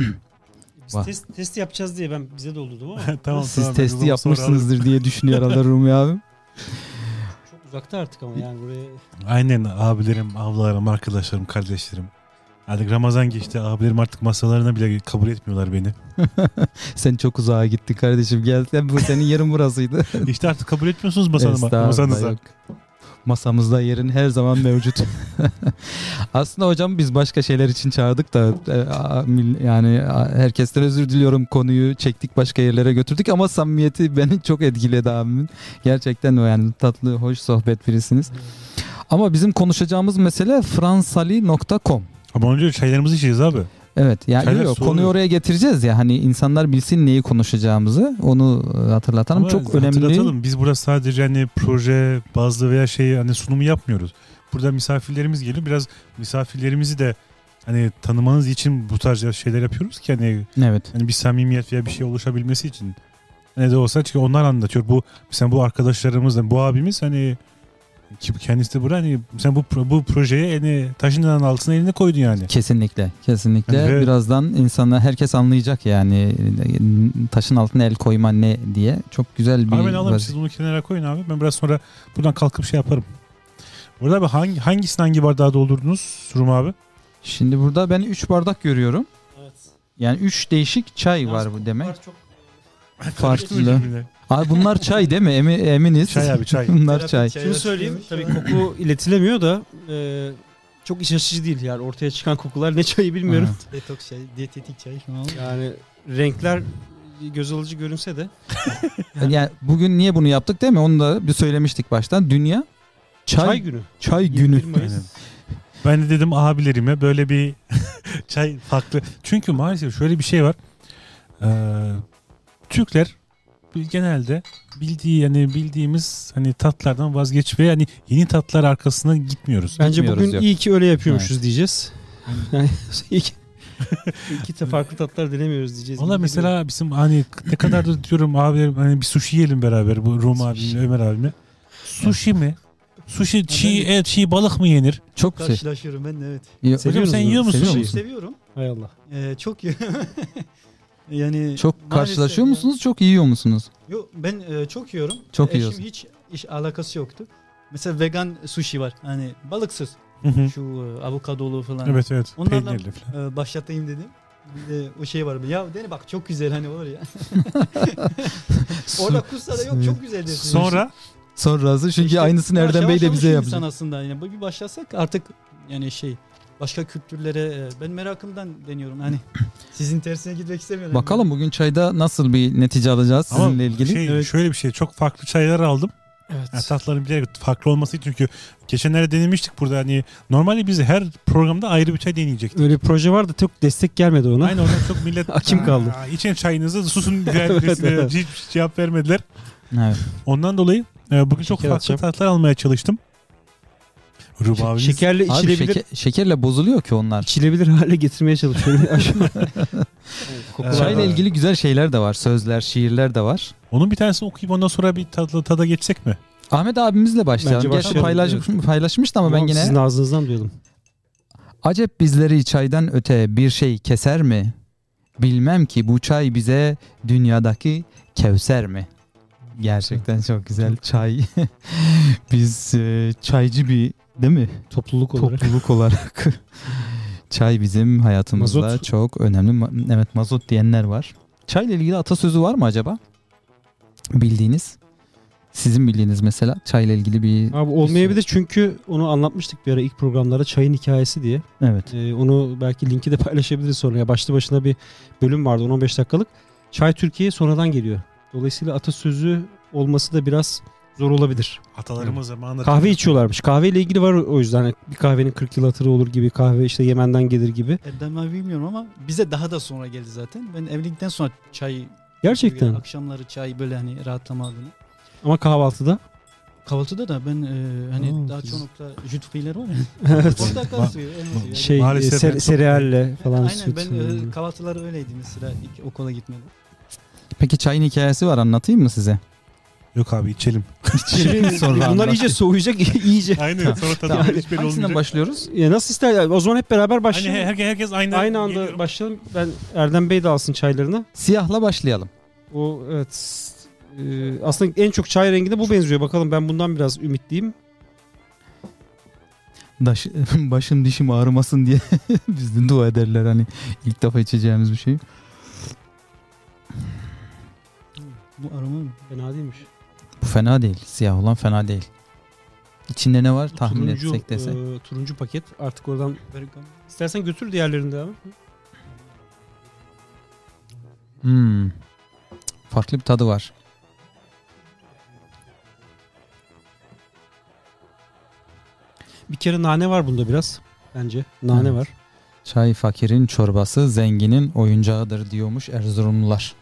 Biz Vah. test, testi yapacağız diye ben bize doldurdum ama tamam tamam. Siz ben o testi zaman sonra alırım. yapmışsınızdır diye düşünüyor herhalde Rumi abi. çok uzakta artık ama yani buraya Aynen abilerim, ablalarım, arkadaşlarım, kardeşlerim. Artık Ramazan geçti. Abilerim artık masalarına bile kabul etmiyorlar beni. Sen çok uzağa gittin kardeşim. Gel sen bu senin yerin burasıydı. İşte artık kabul etmiyorsunuz Estağfurullah, masanıma, masanıza. yok. Masamızda yerin her zaman mevcut. Aslında hocam biz başka şeyler için çağırdık da e, a- mil- yani a- herkesten özür diliyorum konuyu çektik başka yerlere götürdük ama samimiyeti beni çok etkiledi abimin. Gerçekten o yani tatlı hoş sohbet birisiniz. Ama bizim konuşacağımız mesele fransali.com. Ama önce çaylarımızı içeceğiz abi. Evet yani Çaylar yok, soğuyor. konuyu oraya getireceğiz ya hani insanlar bilsin neyi konuşacağımızı onu e, hatırlatalım. Ama çok önemli. hatırlatalım, Biz burada sadece hani proje bazlı veya şey hani sunumu yapmıyoruz. Burada misafirlerimiz geliyor. Biraz misafirlerimizi de hani tanımanız için bu tarz şeyler yapıyoruz ki hani, Evet. hani bir samimiyet veya bir şey oluşabilmesi için. Ne de olsa çünkü onlar anlatıyor. Bu mesela bu arkadaşlarımız da bu abimiz hani ki kendisi de burada hani sen bu pro- bu projeye hani taşın altına elini koydu yani. Kesinlikle, kesinlikle. Yani ve- Birazdan insanlar herkes anlayacak yani taşın altına el koyma ne diye. Çok güzel bir Abi ben alırım vazi- siz bunu kenara koyun abi. Ben biraz sonra buradan kalkıp şey yaparım. Burada abi hangi, hangisini hangi bardağa doldurdunuz Rum abi? Şimdi burada ben 3 bardak görüyorum. evet. Yani 3 değişik çay var bu demek. Çok şey. Farklı. Abi bunlar çay değil mi? Emi- eminiz. Çay abi çay. bunlar çay. Şunu söyleyeyim tabii koku iletilemiyor da e, çok iç açıcı değil yani ortaya çıkan kokular ne çayı bilmiyorum. Detoks şey, diyetetik çay falan. Yani renkler göz alıcı görünse de Evet. Yani bugün niye bunu yaptık değil mi? Onu da bir söylemiştik baştan. Dünya çay, çay çay, günü. günü. 21 Mayıs. Aynen. Ben de dedim abilerime böyle bir çay farklı. Çünkü maalesef şöyle bir şey var. Ee, Türkler bir- genelde bildiği yani bildiğimiz hani tatlardan vazgeç ve yani yeni tatlar arkasına gitmiyoruz. Bence Bilmiyoruz bugün yok. iyi ki öyle yapıyormuşuz diyeceğiz. Yani iyi ki, iyi ki de farklı tatlar denemiyoruz diyeceğiz. Valla gibi geliyor. mesela bizim hani ne kadar da diyorum abilerim hani bir sushi yiyelim beraber bu Rum abimle Ömer abimle. Sushi mi? Sushi çiğ et, çiğ balık mı yenir? Çok şey. Karşılaşıyorum ben de evet. Ya- Hocam sen musunuz? yiyor musun? Seviyor sushi? musun? Seviyorum. Hay Allah. Ee, çok yani Çok maalesef karşılaşıyor ya. musunuz? Çok yiyor musunuz? Yok ben e, çok yiyorum. Çok Eşim yiyorsun. hiç iş alakası yoktu. Mesela vegan sushi var. Hani balıksız. Hı hı. Şu e, avokadolu falan. Evet evet. Onlardan- Peynirli falan. E, başlatayım dedim. Bir de o şey var. Ya dene bak çok güzel hani olur ya. Orada kursa da yok çok güzel desin. Sonra Sonrası çünkü İşte aynısını yavaş Erdem Bey yavaş de bize alışıyor yaptı. insan aslında yani bu bir başlasak artık yani şey başka kültürlere e, ben merakımdan deniyorum hani sizin tersine gitmek istemiyorum. Bakalım bugün çayda nasıl bir netice alacağız ama sizinle ilgili. şey, şöyle bir şey çok farklı çaylar aldım. Evet. Yani tatların bilerek farklı olması için çünkü geçenlerde denemiştik burada hani normalde biz her programda ayrı bir çay deneyecektik. Öyle bir proje vardı çok destek gelmedi ona. Aynı oradan çok millet Hakim kaldı. "Aa, İçin çayınızı susun derdesine Evet, evet. hiç cevap vermediler. Evet. Ondan dolayı e, bugün çok Şeker farklı atacağım. tatlar almaya çalıştım. Rubabimiz Şekerle Abi içilebilir, şeker- şekerle bozuluyor ki onlar. içilebilir hale getirmeye çalışıyorum. Ee, Çayla ilgili güzel şeyler de var. Sözler, şiirler de var. Onun bir tanesini okuyup ondan sonra bir tatlı tada geçsek mi? Ahmet abimizle başlayalım. Bence Gerçi başlayalım, paylaşmış, paylaşmıştı ama ben Sizin yine. ağzınızdan duyalım. Acep bizleri çaydan öte bir şey keser mi? Bilmem ki bu çay bize dünyadaki kevser mi? Gerçekten çok güzel çay. Biz e, çaycı bir değil mi? Topluluk olarak. topluluk olarak çay bizim hayatımızda Mazot. çok önemli. Ma- Evet mazot diyenler var. Çayla ilgili atasözü var mı acaba? Bildiğiniz. Sizin bildiğiniz mesela çayla ilgili bir Abi olmayabilir çünkü onu anlatmıştık bir ara ilk programlarda çayın hikayesi diye. evet. Ee, onu belki linki de paylaşabiliriz sonra. Ya başlı başına bir bölüm vardı 10-15 dakikalık. Çay Türkiye'ye sonradan geliyor. Dolayısıyla atasözü olması da biraz zor olabilir. Atalarımız zamanında Kahve içiyorlarmış. Kahveyle ilgili var o yüzden. Hani Bir kahvenin 40 yıl hatırı olur gibi. Kahve işte Yemen'den gelir gibi. Erdem abi E, bilmiyorum ama bize daha da sonra geldi zaten. Ben evlilikten sonra çay Gerçekten. akşamları çay böyle hani rahatlama adına. Ama kahvaltıda Kahvaltıda da ben e, hani Aa, daha siz- çoğunlukla jüt friler var ya. Evet. Portakal Ba- suyu. elma suyu. şey Maalesef e, ser- ben çok- cerealle falan Aynen süt. ben Hmm. e, kahvaltıları öyleydi mesela ilk okula gitmeden. Peki çayın hikayesi var anlatayım mı size? Yok abi içelim. Şimdi sonra şey Bunlar şey iyice anlatayım. soğuyacak iyice. Aynen sonra tadı Tamam. hiç belli Hangisinden olmayacak. başlıyoruz? Ya nasıl ister? O zaman hep beraber Hani başlayalım. her- herkes aynı, Aynı anda geliyorum. başlayalım. Ben Erdem Bey de alsın çaylarını. Siyahla başlayalım. O evet. s- e, aslında en çok çay rengine bu benziyor. Bakalım ben bundan biraz ümitliyim. Daş- başım dişim ağrımasın diye biz de dua ederler hani ilk defa içeceğimiz bir şey. Bu aroma mı? Fena değilmiş. Bu fena değil. Siyah olan fena değil. İçinde ne var Bu tahmin turuncu, etsek desek. e, turuncu paket. Artık oradan Bergam. istersen götür diğerlerini de abi. Hmm. Farklı bir tadı var. Bir kere nane var bunda biraz. Bence nane Evet. var. Çay fakirin çorbası zenginin oyuncağıdır diyormuş Erzurumlular.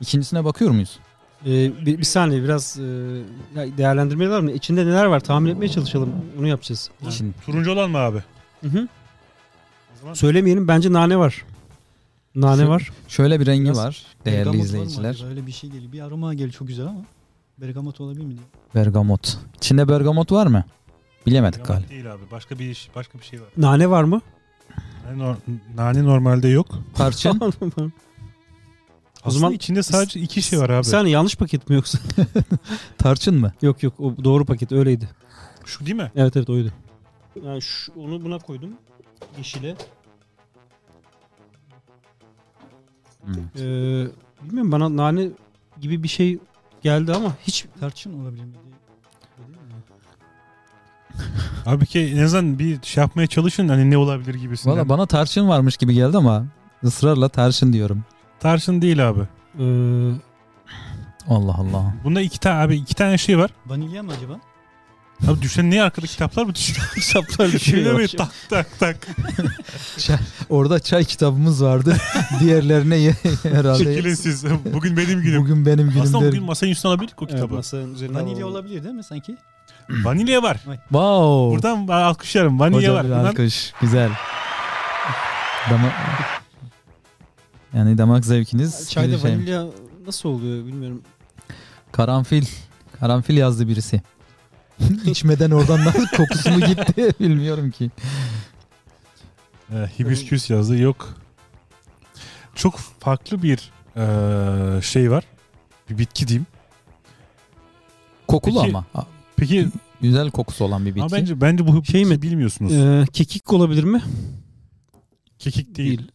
İkincisine bakıyor muyuz? E, bir, bir saniye biraz e, ya değerlendirmeler var mı? İçinde neler var tahmin etmeye çalışalım. Onu yapacağız. Şimdi Turuncu olan mı abi? Hı hı. O zaman Söylemeyelim bence nane var. Nane Şu- var. şöyle bir rengi Biraz var değerli Bergamot var mı izleyiciler. acaba? Öyle bir şey geliyor. Bir aroma geliyor çok güzel ama. Bergamot olabilir mi diye. Bergamot. İçinde bergamot var mı? Bilemedik bergamot galiba. değil abi. Başka bir iş, başka bir şey var. Nane var mı? Nane, nor- nane normalde yok. Tarçın. O O zaman- zaman içinde sadece iki şey var abi. Sen yanlış paket mi yoksa? Tarçın mı? yok yok o doğru paket öyleydi. Şu değil mi? Evet evet oydu. Yani şu, onu buna koydum. Yeşile. Hmm. Ee, bilmiyorum bana nane gibi bir şey geldi ama hiç e, Tarçın olabilir mi diye. Abi ki en azından bir şey yapmaya çalışın hani ne olabilir gibisinden. Valla bana tarçın varmış gibi geldi ama ısrarla tarçın diyorum. Tarçın değil abi. ee, Allah Allah. Bunda iki tane abi iki tane şey var. Vanilya mı acaba? Abi düşen niye arkada kitaplar mı düşüyor? kitaplar Şöyle düşüyor. mi? Tak tak tak. Orada çay kitabımız vardı. Diğerlerine ye- herhalde. Çekilin siz. Bugün benim günüm. Bugün benim günüm Aslında derim. bugün masanın üstüne alabilirdik o Evet, kitabı. masanın üzerine Vanilya alalım. olabilir değil mi sanki? Vanilya var. Wow. Buradan ben alkışlarım. Hani Vanilya Hocam var. bir Bundan alkış. Güzel. Dama... Yani damak zevkiniz Çayda bir şey. vanilya nasıl oluyor bilmiyorum. Karanfil. Karanfil yazdı birisi. İçmeden oradan nasıl kokusu mu gitti bilmiyorum ki. Ee, hibisküs yazdı. Yok. Çok farklı bir eee, şey var. Bir bitki diyeyim. Kokulu Peki- ama. A- Peki Güzel kokusu olan bir bitki. ama bence bence bu Şey şey mi? bilmiyorsunuz. Ee, kekik olabilir mi? Kekik değil.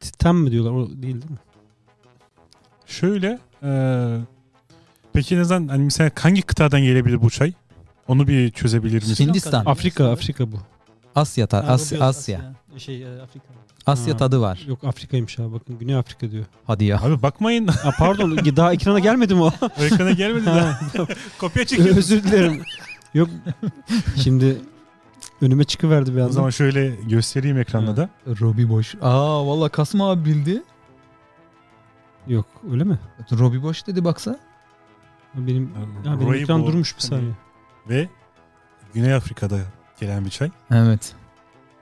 Titan mi diyorlar? O değil değil mi? Şöyle eee peki ne zaman hani mesela hangi kıtadan gelebilir bu çay? Onu bir çözebilir misiniz? Hindistan, Afrika, Afrika bu. Asya, ta- Ha, Asya, o biraz Asya. Şey e, Afrika. Asya Ha. tadı var. Yok Afrika'ymış abi bakın Güney Afrika diyor. Hadi ya. Abi bakmayın Aa, pardon daha ekrana gelmedi mi o? ekrana gelmedi de kopya çekiyoruz. Özür dilerim. Yok şimdi önüme çıkıverdi bir o anda. zaman şöyle göstereyim ekranda da. Robi boş. Aa valla Kasım abi bildi. Yok öyle mi? Robi boş dedi baksa. Benim, ya benim Roy ekran Bo- durmuş bir saniye. Ve Güney Afrika'da gelen bir çay. Evet.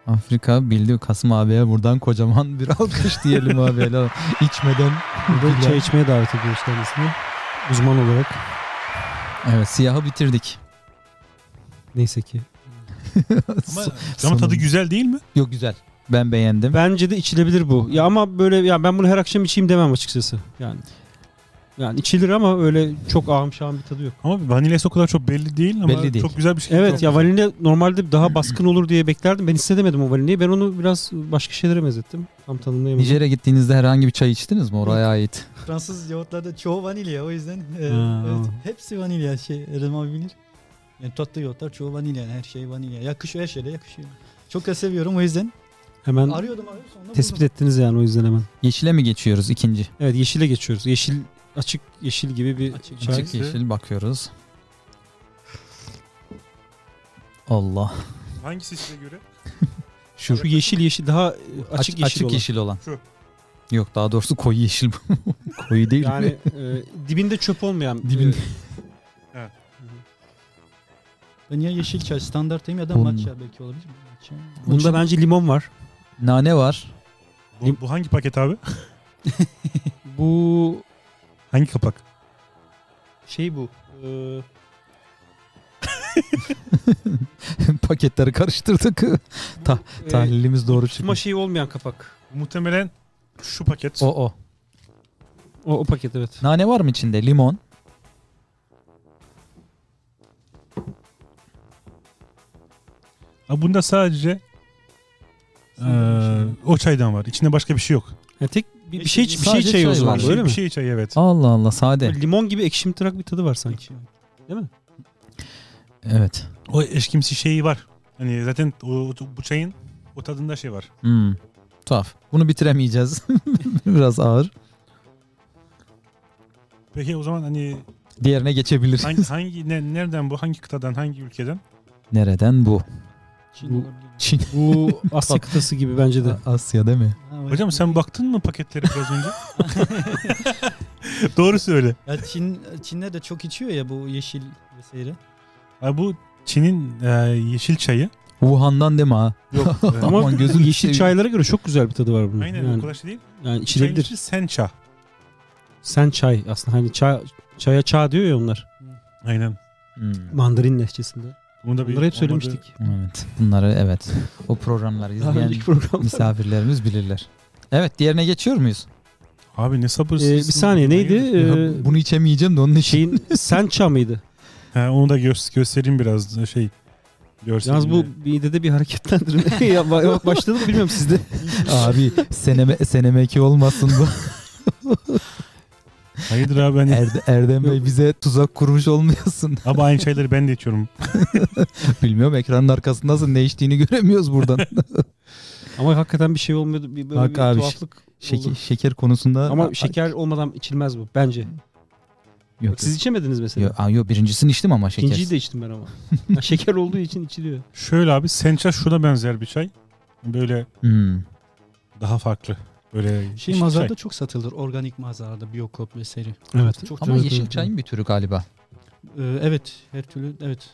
Afrika bildi. Kasım abiye buradan kocaman bir alkış diyelim abi. Helal. İçmeden. Burada çay içmeye davet ediyoruz kendisini. Uzman olarak. Evet siyahı bitirdik. Neyse ki. Ama, Ama tadı Sanırım. güzel değil mi? Yok güzel. Ben beğendim. Bence de içilebilir bu. Ya ama böyle ya ben bunu her akşam içeyim demem açıkçası. Yani yani içilir ama öyle çok ağım şahım bir tadı yok. Ama vanilyası o kadar çok belli değil ama Belli değil. çok güzel bir şey. Evet ya vanilya normalde daha baskın olur diye beklerdim. Ben hissedemedim o vanilyayı. Ben onu biraz başka şeylere benzettim. Tam tanımlayamadım. Nijer'e gittiğinizde herhangi bir çay içtiniz mi oraya ait? Fransız yoğurtlarda çoğu vanilya o yüzden. e, Ha. evet, hepsi vanilya şey Erdem abi bilir. Yani tatlı yoğurtlar çoğu vanilya yani her şey vanilya. Yakışıyor her şeyde yakışıyor. Çok da seviyorum o yüzden. Hemen Arıyordum arıyordum sonunda tespit buldum. ettiniz yani o yüzden hemen. Yeşile mi geçiyoruz ikinci? Evet yeşile geçiyoruz. Yeşil açık yeşil gibi bir Açık. çay. Açık yeşil bakıyoruz. Allah. hangisi size göre? Şu, şu yeşil yeşil daha e, açık Açık, yeşil açık olan. yeşil olan. Şu. Yok daha doğrusu koyu yeşil. bu. koyu değil mi? Yani e, dibinde çöp olmayan. Dibinde. e, Ha. Ben ya yeşil çay standarttayım ya da Bunun- matcha belki olabilir. Matcha. Bunda bence limon var. Nane var. Bu, bu hangi paket abi? Bu Hangi kapak? şey bu. e, Paketleri karıştırdık. Ta- e, Tahlilimiz doğru tutma çıkmış. şeyi olmayan kapak. Muhtemelen şu paket. O o. O, o paket evet. Nane var mı içinde? Limon. Ama bunda sadece şey eee, o çaydan var. İçinde başka bir şey yok. Yani tek bir, bir Yeşil- şey bir şey sadece çayı o çay zaman var. bu, Şey- öyle mi? Bir şey çayı evet. Allah Allah sade. Limon gibi ekşimtırak bir tadı var sanki. Matcha. Evet. O eşkimsi şeyi var. Hani zaten o, o- bu çayın o tadında şey var. Hmm. Tuhaf. Bunu bitiremeyeceğiz. Biraz ağır. Peki o zaman hani Diğerine geçebiliriz. hangi, hangi ne- nereden bu hangi kıtadan hangi ülkeden? Nereden bu? Çin Bu- olabilir. Çin. Bu Asya kıtası gibi bence de. Asya değil mi? Ha, evet. Hocam sen baktın mı paketlere biraz önce? Doğru söyle. Ya Çin, Çinler de çok içiyor ya bu yeşil vesaire. Abi bu Çin'in eee, yeşil çayı. Wuhan'dan değil mi ha? Yok. Ama Ama Aman gözünü yeşil seveyim. çaylara göre çok güzel bir tadı var bunun. Aynen o yani, kadar şey değil. yani Çayın içilebilir. içi sencha. Sen çay aslında hani çay, çaya çağ diyor ya onlar. Aynen. Hmm. Mandarin lehçesinde. Bunu da bir Bunları hep olmadı. söylemiştik. Evet. Bunları evet. O programları Daha izleyen önceki programda. misafirlerimiz bilirler. Evet diğerine geçiyor muyuz? Abi ne sabırsızsın. Ee, bir saniye neydi? Ee, şey- Bunu içemeyeceğim de onun için. şeyin sen çağ mıydı? Ha, onu da gö- göstereyim biraz da şey. Görsel Yalnız bu midede bir hareketlendirme ya, ba- bak başladı mı bilmiyorum sizde. Abi seneme, senemeki olmasın bu. Hayırdır abi Hani- ben Erde- Erdem Bey bize tuzak kurmuş olmayasın. Abi aynı şeyleri ben de içiyorum. Bilmiyorum ekranın arkasındasın ne içtiğini göremiyoruz buradan. Ama hakikaten bir şey olmuyordu. Bir, böyle Hak bir abi, tuhaflık Şeker, oldu. şeker konusunda. Ama şeker olmadan içilmez bu bence. Yok, Bak, siz içemediniz mesela. yok, Aa, yok, birincisini içtim ama şeker. İkinciyi de içtim ben ama. Ha, şeker olduğu için içiliyor. Şöyle abi sencha şuna benzer bir çay. Böyle Hmm. daha farklı. Böyle Şey yeşil mağazalarda çay. çok satılır. Organik mağazalarda, biyokop vesaire. Evet. Çok Ama Evet, yeşil evet, çayın bir türü galiba. Ee, evet, her türlü evet.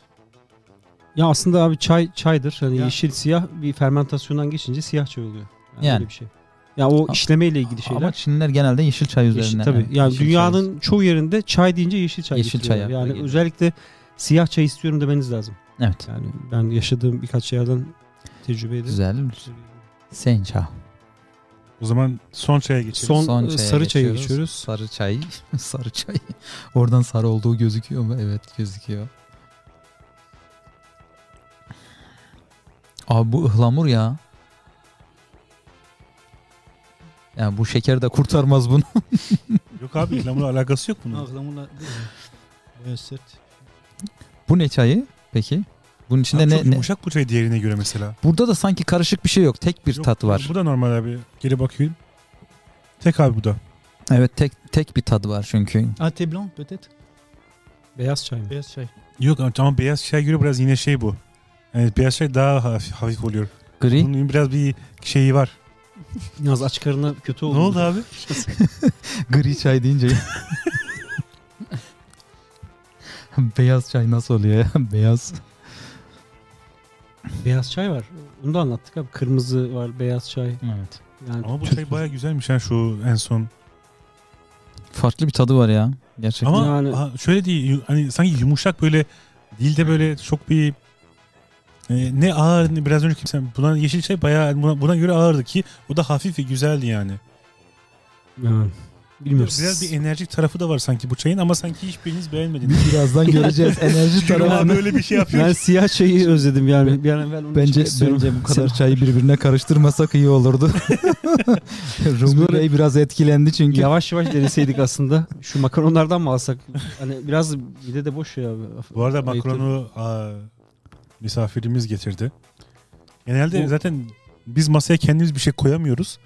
Ya aslında abi çay çaydır. Hani Ya. yeşil siyah bir fermentasyondan geçince siyah çay oluyor. Yani, Yani. öyle bir şey. Ya o Ama- işlemeyle ilgili şeyler. Ama Çinliler genelde yeşil çay Yeşil- üzerinden. tabii. Yani yeşil çay dünyanın çoğu yerinde çay deyince yeşil çay Yeşil çay getiriyorlar. akla Yani geliyor. özellikle siyah çay istiyorum demeniz lazım. Evet. Yani ben yaşadığım birkaç yerden tecrübe edip Güzel. Sencha. O zaman son çaya geçelim. Son, Son e, çaya sarı çaya geçiyoruz. geçiyoruz. Sarı çay. sarı çay. Oradan sarı olduğu gözüküyor mu? Evet gözüküyor. Abi bu ıhlamur ya. Yani bu şeker de kurtarmaz bunu. Yok abi İhlamur'la alakası yok bunun. Ağlamurla değil mi? Bayağı sert. Bu ne çayı peki? Bunun içinde Abi ne, çok ne- yumuşak bu çay diğerine göre mesela. Burada da sanki karışık bir şey yok. Tek bir Yok, tat var. Bu da normal abi. Geri bakayım. Tek abi bu da. Evet tek tek bir tadı var çünkü. Ah, thé blanc peut-être Beyaz çay mı? Beyaz çay. Yok ama- ama beyaz çay göre biraz yine şey bu. Yani beyaz çay daha hafif, hafif oluyor. Gri. Bunun biraz bir şeyi var. Yalnız aç karına kötü oldu. Ne oldu abi? Gri çay deyince. Beyaz çay nasıl oluyor ya? Beyaz. Beyaz çay var. Onu da anlattık abi. Kırmızı var, beyaz çay. Evet. Yani Ama bu Türk- çay baya güzelmiş ha şu en son. Farklı bir tadı var ya. Gerçekten. Ama Yani- ha, şöyle değil yu- hani sanki yumuşak böyle dilde böyle çok bir e, ne ağır ne biraz önce kimse buna yeşil çay bayağı hani buna, buna göre ağırdı ki o da hafif ve güzeldi yani. Yani bilmiyorum. Biraz bir enerjik tarafı da var sanki bu çayın ama sanki hiçbiriniz beğenmediniz. Birazdan göreceğiz enerji Çünkü abi tarafını. öyle bir şey yapıyor. ben ki. siyah çayı özledim yani. Bir an evvel onu Bence içmek istiyorum. bence bu kadar çayı birbirine karıştırmasak iyi olurdu. Rumi Bey biraz etkilendi çünkü. Yavaş yavaş deneseydik aslında. Şu makaronlardan mı alsak? Hani biraz bir de de boş ya. Bu arada Ayıptır. makaronu aa, misafirimiz getirdi. Genelde Bu- zaten biz masaya kendimiz bir şey koyamıyoruz.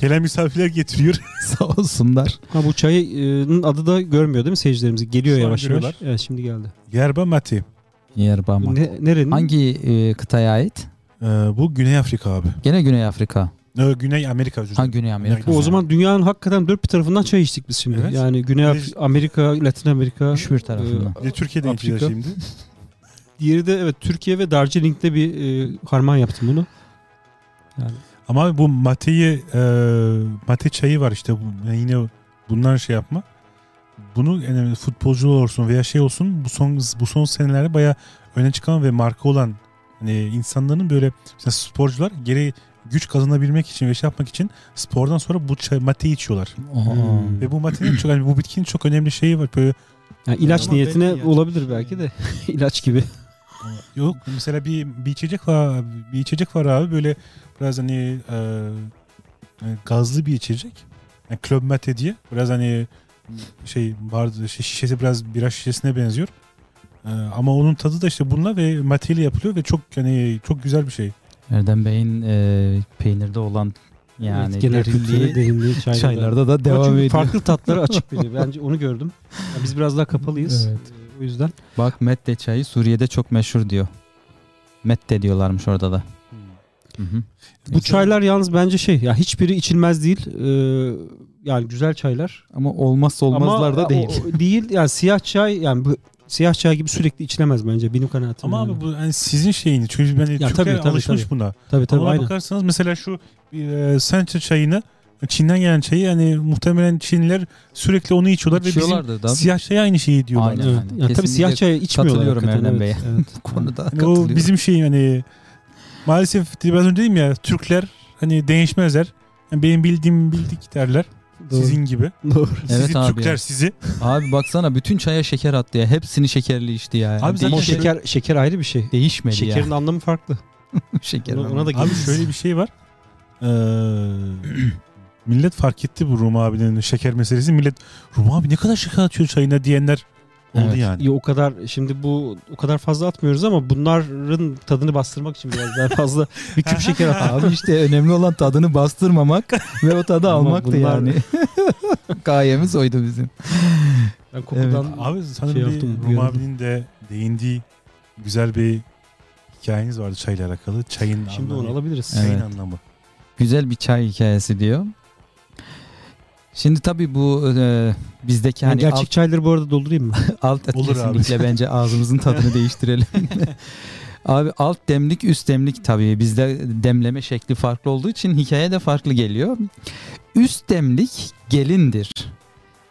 Gelen misafirler getiriyor. Sağ olsunlar. Ha bu çayın adı da görmüyor değil mi seyircilerimiz? Geliyor Şu an yavaş yavaş. görüyorlar. Evet şimdi geldi. Yerba Mate. Yerba Bu mate. ne, nerenin? Hangi e, kıtaya ait? Ee, bu Güney Afrika abi. Gene Güney Afrika. Ee, Güney Amerika. özür Ha dilerim. Güney Amerika. Bu o zaman dünyanın hakikaten dört bir tarafından çay içtik biz şimdi. Evet. Yani Güney Af- Biz- Amerika, Latin Amerika. Üç bir tarafından. Bir de Türkiye'den Afrika. içeceğiz şimdi. Diğeri de evet Türkiye ve Darjeeling'de bir e, harman yaptım bunu. Ama abi bu mateyi e, mate çayı var işte bu, yani yine bundan şey yapma. Bunu yani futbolcu olsun veya şey olsun bu son bu son senelerde bayağı öne çıkan ve marka olan hani insanların böyle mesela sporcular geri güç kazanabilmek için ve şey yapmak için spordan sonra bu çay, mate içiyorlar. Oha. Hmm. Ve bu matenin çok yani bu bitkinin çok önemli şeyi var. Böyle Yani ilaç Ama niyetine belki yani. olabilir belki de. ilaç gibi. Yok mesela bir, bir içecek var bir içecek var abi böyle biraz hani e, e, gazlı bir içecek. Yani Club Mate diye biraz hani şey vardı şişesi biraz biraz şişesine benziyor. E, ama onun tadı da işte bununla ve mate ile yapılıyor ve çok yani çok güzel bir şey. Erdem Bey'in e, peynirde olan yani Evet, genel kültürü, derinliği derinliği çaylarda. çaylarda da Ama devam çünkü ediyor. Farklı tatları açık biri. Bence onu gördüm. Ya biz biraz daha kapalıyız. E, Evet. O yüzden. Bak Mette çayı Suriye'de çok meşhur diyor. Mette diyorlarmış orada da. Hı hı. Bu çaylar yalnız bence şey ya hiçbiri içilmez değil. Ee, yani güzel çaylar. Ama olmazsa olmazlar Ama da o- değil. o değil yani siyah çay yani bu siyah çay gibi sürekli içilemez bence benim kanaatim. Ama yani. abi bu yani sizin şeyiniz. Çünkü ben Türkler tabii, tabii, alışmış tabii. buna. tabii tabii Ama aynen. bakarsanız mesela şu e, sencha çayını Çin'den gelen çayı yani muhtemelen Çinliler sürekli onu içiyorlar ve bizim İçiyorlardı da. siyah çay aynı şeyi diyorlar. Aynen. Evet. yani. Yani tabii Kesinlikle siyah çayı içmiyorlar. katılıyorum hakikaten, Erdem evet, evet. Bu konuda Yani o katılıyorum. bizim şey hani maalesef biraz önce dedim ya Türkler hani değişmezler. Yani benim bildiğim bildik derler. Doğru. Sizin gibi. Doğru. Evet sizi abi Türkler ya. sizi. Abi baksana bütün çaya şeker attı ya. Hepsini şekerli içti ya. Abi zaten Ama Değiş- şöyle- şeker şeker ayrı bir şey. değişmedi Şekerin ya. anlamı farklı. şeker. Ona, ona da Abi geliriz. şöyle bir şey var. Ee, millet fark etti bu Rum abinin şeker meselesi. Millet Rum abi ne kadar şeker atıyor çayına diyenler oldu Evet. yani. Ya o kadar şimdi bu o kadar fazla atmıyoruz ama bunların tadını bastırmak için biraz daha fazla bir küp şeker atalım. Abi işte önemli olan tadını bastırmamak ve o tadı Ama almaktı bunlar- yani. Gayemiz oydu bizim. Ben kokudan Abi sanırım Şey bir yaptım, Rum uyarıldım. abinin de değindiği güzel bir hikayeniz vardı çayla alakalı. Çayın şimdi onu anlamı. alabiliriz. Evet. Çayın anlamı. Güzel bir çay hikayesi diyor. Şimdi tabii bu e, bizdeki Yani hani gerçek çayları bu arada doldurayım mı? alt, alt Olur abi. kesinlikle bence ağzımızın tadını değiştirelim. Abi alt demlik üst demlik tabii bizde demleme şekli farklı olduğu için hikaye de farklı geliyor. Üst demlik gelindir.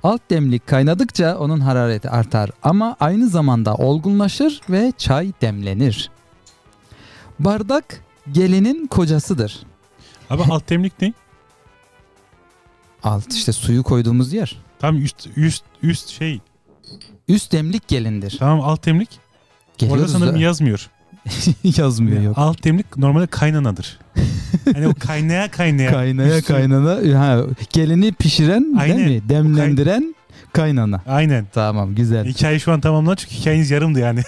Alt demlik kaynadıkça onun harareti artar ama aynı zamanda olgunlaşır ve çay demlenir. Bardak gelinin kocasıdır. Abi alt demlik ne? Alt işte suyu koyduğumuz yer. Tam üst üst üst şey. Üst demlik gelindir. Tamam alt demlik. Orada Geliyoruz sanırım da- yazmıyor. yazmıyor yok. Alt demlik normalde kaynanadır. hani o kaynaya kaynaya. Kaynaya Üstü- kaynana ha, gelini pişiren Aynen. değil mi? Demlendiren kaynana. Aynen. Tamam güzel. Hikaye şu an tamamlan çünkü hikayeniz yarımdı yani.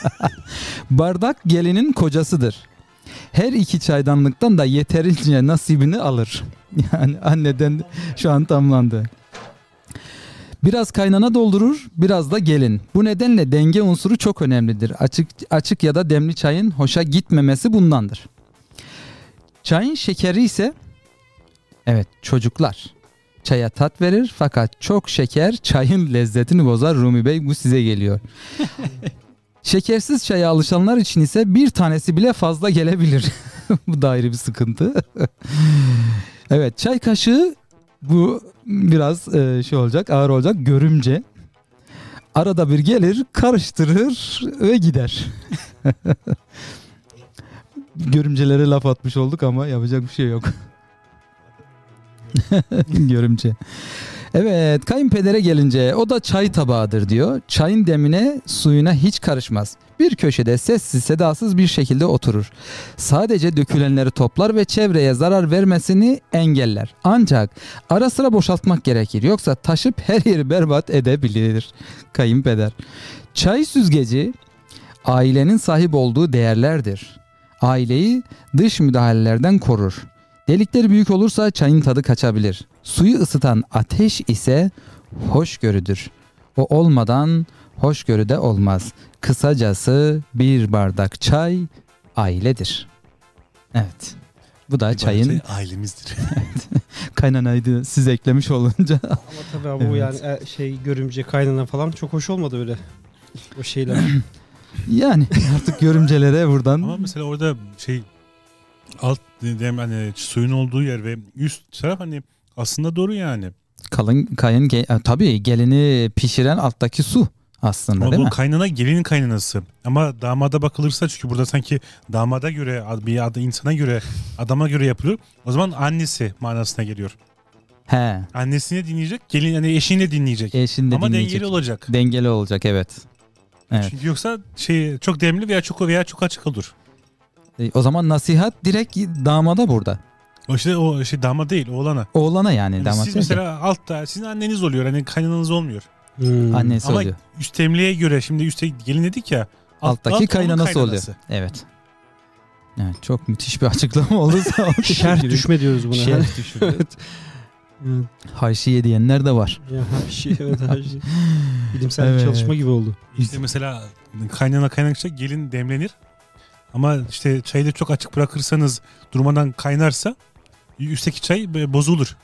Bardak gelinin kocasıdır. Her iki çaydanlıktan da yeterince nasibini alır. Yani anneden şu an tamlandı. Biraz kaynana doldurur, biraz da gelin. Bu nedenle denge unsuru çok önemlidir. Açık açık ya da demli çayın hoşa gitmemesi bundandır. Çayın şekeri ise evet çocuklar çaya tat verir fakat çok şeker çayın lezzetini bozar Rumi Bey bu size geliyor. Şekersiz çaya alışanlar için ise bir tanesi bile fazla gelebilir. bu da ayrı bir sıkıntı. evet çay kaşığı bu biraz e, şey olacak ağır olacak görümce. Arada bir gelir karıştırır ve gider. Görümcelere laf atmış olduk ama yapacak bir şey yok. Görümce. Evet kayınpedere gelince o da çay tabağıdır diyor. Çayın demine suyuna hiç karışmaz. Bir köşede sessiz sedasız bir şekilde oturur. Sadece dökülenleri toplar ve çevreye zarar vermesini engeller. Ancak ara sıra boşaltmak gerekir. Yoksa taşıp her yeri berbat edebilir kayınpeder. Çay süzgeci ailenin sahip olduğu değerlerdir. Aileyi dış müdahalelerden korur. Delikleri büyük olursa çayın tadı kaçabilir. Suyu ısıtan ateş ise hoşgörüdür. O olmadan hoşgörü de olmaz. Kısacası bir bardak çay ailedir. Evet. Bu da E, çayın ailemizdir. kaynanaydı siz eklemiş olunca. Ama tabii bu Evet. yani e, şey görümce kaynana falan çok hoş olmadı öyle. O şeyler. Yani artık görümcelere Ama buradan mesela orada şey alt dediğim hani suyun olduğu yer ve üst taraf hani aslında doğru yani. kalın kayın ge- e, tabii gelini pişiren alttaki su aslında Ama değil bu mi? kaynana gelinin kaynanası. Ama damada bakılırsa çünkü burada sanki damada göre bir adı insana göre adama göre yapılıyor. O zaman annesi manasına geliyor. He. Annesini dinleyecek, gelin hani eşini de dinleyecek. Eşini de Ama dinleyecek. dengeli olacak. Dengeli olacak evet. Evet. Çünkü yoksa şey çok demli veya çok veya çok açık olur. E, O zaman nasihat direkt damada burada. O işte o şey dama değil, oğlana. Oğlana yani, Yani damat. siz değil de mesela altta sizin anneniz oluyor. Hani kaynananız olmuyor. Hmm. annesi Ama oluyor. üst temliğe göre şimdi üstte gelin dedik ya. Alttaki alt onun kaynanası, oluyor. Evet. Evet, çok müthiş bir açıklama oldu. Sağ ol. Şerh düşme diyoruz buna. Şerh evet. Evet. Hayşiye şey diyenler de var. Ya, her şey, evet, her şey. Bilimsel bir Evet. çalışma gibi oldu. İşte mesela kaynana kaynakça gelin demlenir. Ama işte çayı da çok açık bırakırsanız durmadan kaynarsa üstteki çay böyle bozulur.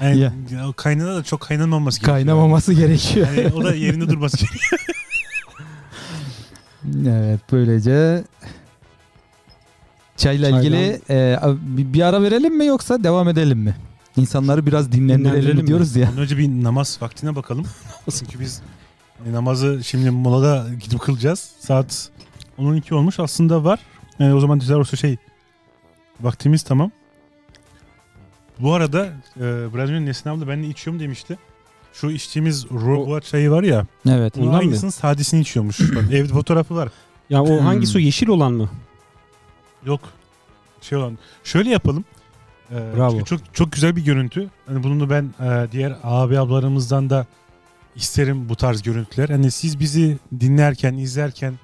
Yani Ya. kaynana da çok kaynanmaması gerekiyor. Kaynamaması gerekiyor. Yani o da yerinde durması gerekiyor. Evet böylece çayla Çaydan- ilgili e, bir bir ara verelim mi yoksa devam edelim mi? İnsanları biraz dinlendirelim Dinlendirelim mi? diyoruz ya. Ondan önce bir namaz vaktine bakalım. Çünkü biz e, namazı şimdi molada gidip kılacağız. Saat 10-12 olmuş. Aslında var. Yani o zaman güzel olursa şey vaktimiz tamam. Bu arada e, biraz önce Nesin abla ben de içiyorum demişti. Şu içtiğimiz Rogua çayı var ya. Evet. Onun Ondan mı? aynısının sadesini içiyormuş. Bak, Evde fotoğrafı var. Ya o hangisi o Hmm. yeşil olan mı? Yok. Şey olan. Şöyle yapalım. Ee, Bravo. çünkü Çok çok güzel bir görüntü. Hani bunu da ben e, diğer abi ablalarımızdan da isterim bu tarz görüntüler. Hani siz bizi dinlerken, izlerken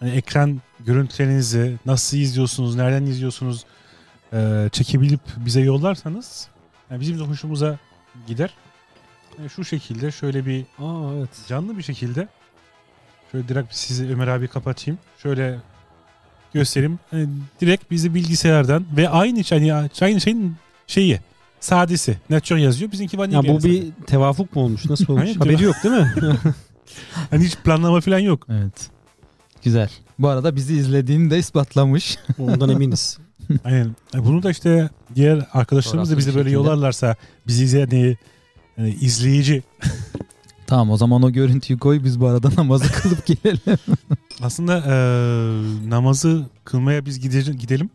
hani ekran görüntülerinizi nasıl izliyorsunuz, nereden izliyorsunuz e, çekebilip bize yollarsanız yani bizim de hoşumuza gider. Yani şu şekilde şöyle bir Aa evet. canlı bir şekilde şöyle direkt sizi Ömer abi kapatayım. Şöyle göstereyim. Hani direkt bizi bilgisayardan ve aynı şey hani aynı şeyin şeyi sadesi. Nature yazıyor. Bizimki vanilya. Ya bu yazıyor. bir tevafuk mu olmuş? Nasıl olmuş? Hayır, Haberi yok değil mi? hani hiç planlama falan yok. Evet. Güzel. Bu arada bizi izlediğini de ispatlamış. Ondan eminiz. Aynen. Yani bunu da işte diğer arkadaşlarımız da Fotoğraflı bize bir böyle şekilde. yollarlarsa bizi izleyen yani izleyici tamam o zaman o görüntüyü koy biz bu arada namazı kılıp gelelim. Aslında eee, namazı kılmaya biz gide- gidelim.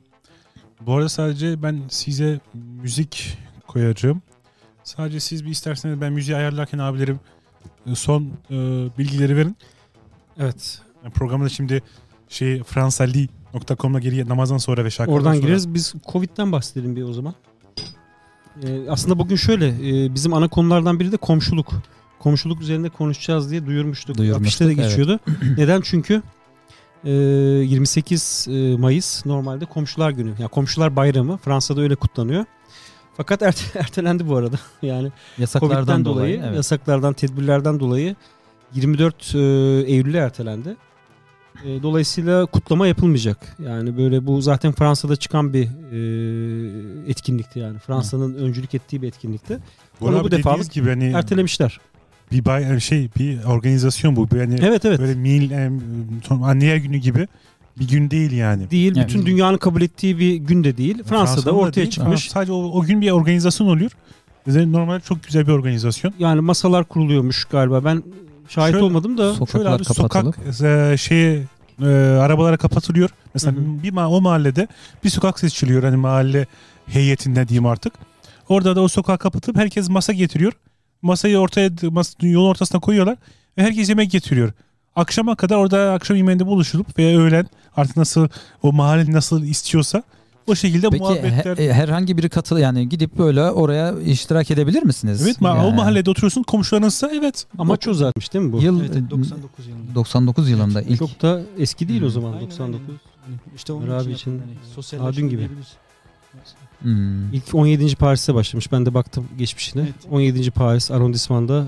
Bu arada sadece ben size müzik koyacağım. Sadece siz bir isterseniz ben müziği ayarlarken abilerim e, son e, bilgileri verin. Evet. Yani programı da şimdi şey fransali.com'la geriye namazdan sonra ve şarkıdan Oradan sonra. gireriz. Biz Covid'den bahsedelim bir o zaman. Ee, aslında bugün şöyle e, bizim ana konulardan biri de komşuluk. Komşuluk üzerinde konuşacağız diye duyurmuştuk. Duyurmuştuk, Afişte de evet. geçiyordu. Neden? Çünkü e, 28 e, Mayıs normalde komşular günü. Ya komşular bayramı. Fransa'da öyle kutlanıyor. Fakat erte- ertelendi bu arada. Yani Covid'den Yasaklardan dolayı, dolayı. evet. yasaklardan, tedbirlerden dolayı 24 e, Eylül'e ertelendi. E, dolayısıyla kutlama yapılmayacak. Yani böyle bu zaten Fransa'da çıkan bir e, etkinlikti yani. Fransa'nın öncülük ettiği bir etkinlikti. Bu, arada Ama bu dediğiniz defalık gibi hani Ertelemişler. bir bay, yani şey bir organizasyon bu. Bir hani Evet evet. böyle mil em, son anneler günü gibi bir gün değil yani. Değil. Evet. Bütün dünyanın kabul ettiği bir gün de değil. Fransa'da, Fransa'nın da ortaya değil. çıkmış. Ha, sadece o, o gün bir organizasyon oluyor. Bize Normalde çok güzel bir organizasyon. Yani masalar kuruluyormuş galiba. Ben şahit Şöyle- olmadım da. Sokaklar Şöyle abi kapatılıp. sokak e, şeyi e, arabalara kapatılıyor. Mesela Hı hı. bir ma- o mahallede bir sokak seçiliyor. Hani mahalle heyetinden diyeyim artık. Orada da o sokağı kapatıp herkes masa getiriyor. Masayı ortaya mas, yolun ortasına koyuyorlar ve herkes yemek getiriyor. Akşama kadar orada akşam yemeğinde buluşulup veya öğlen artık nasıl o mahalle nasıl istiyorsa o şekilde Peki muhabbetler. he- e, herhangi biri katıl yani gidip böyle oraya iştirak edebilir misiniz? Evet ma- o Yani mahallede oturuyorsun komşularınızsa evet. Amaç o zaten değil mi bu? Yıl Evet, 99 yılında. 99 yılında ilk Çok da eski değil o Hmm. zaman Aynen, 99. aynen. Hani İşte onun Ömer abi için, yapılan için hani daha dün gibi. diyebiliriz. Hmm. İlk 17. Paris'te başlamış. Ben de baktım geçmişine. Evet. 17. Paris arrondismanda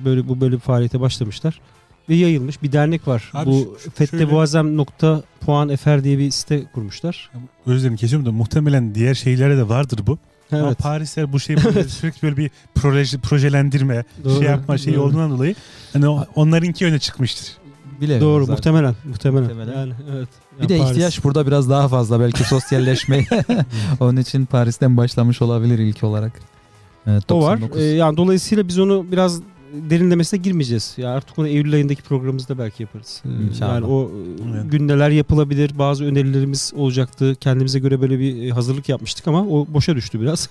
e, böyle bu böyle bir faaliyete başlamışlar ve yayılmış. Bir dernek var. Abi bu şu- Fette şöyle- Boazem nokta puan efer diye bir site kurmuşlar. Özlerim kesiyorum da muhtemelen diğer şeylere de vardır bu. Ama Evet. Parisler bu şey böyle sürekli böyle bir proje, projelendirme, Doğru. şey yapma şeyi Doğru. olduğundan dolayı hani o- onlarınki öne çıkmıştır. bilemiyoruz. Doğru zaten. muhtemelen, muhtemelen. Muhtemelen. Yani evet. Bir de Yani Paris. Hmm. ihtiyaç burada biraz daha fazla belki sosyalleşmeye. Onun için Paris'ten başlamış olabilir ilk olarak. Evet, o var. 99. Ee, yani dolayısıyla biz onu biraz derinlemesine girmeyeceğiz. Ya artık onu Eylül ayındaki programımızda belki yaparız. Ee, İnşallah. Yani o e, Evet. gün neler yapılabilir, bazı önerilerimiz olacaktı. Kendimize göre böyle bir e, hazırlık yapmıştık ama o boşa düştü biraz.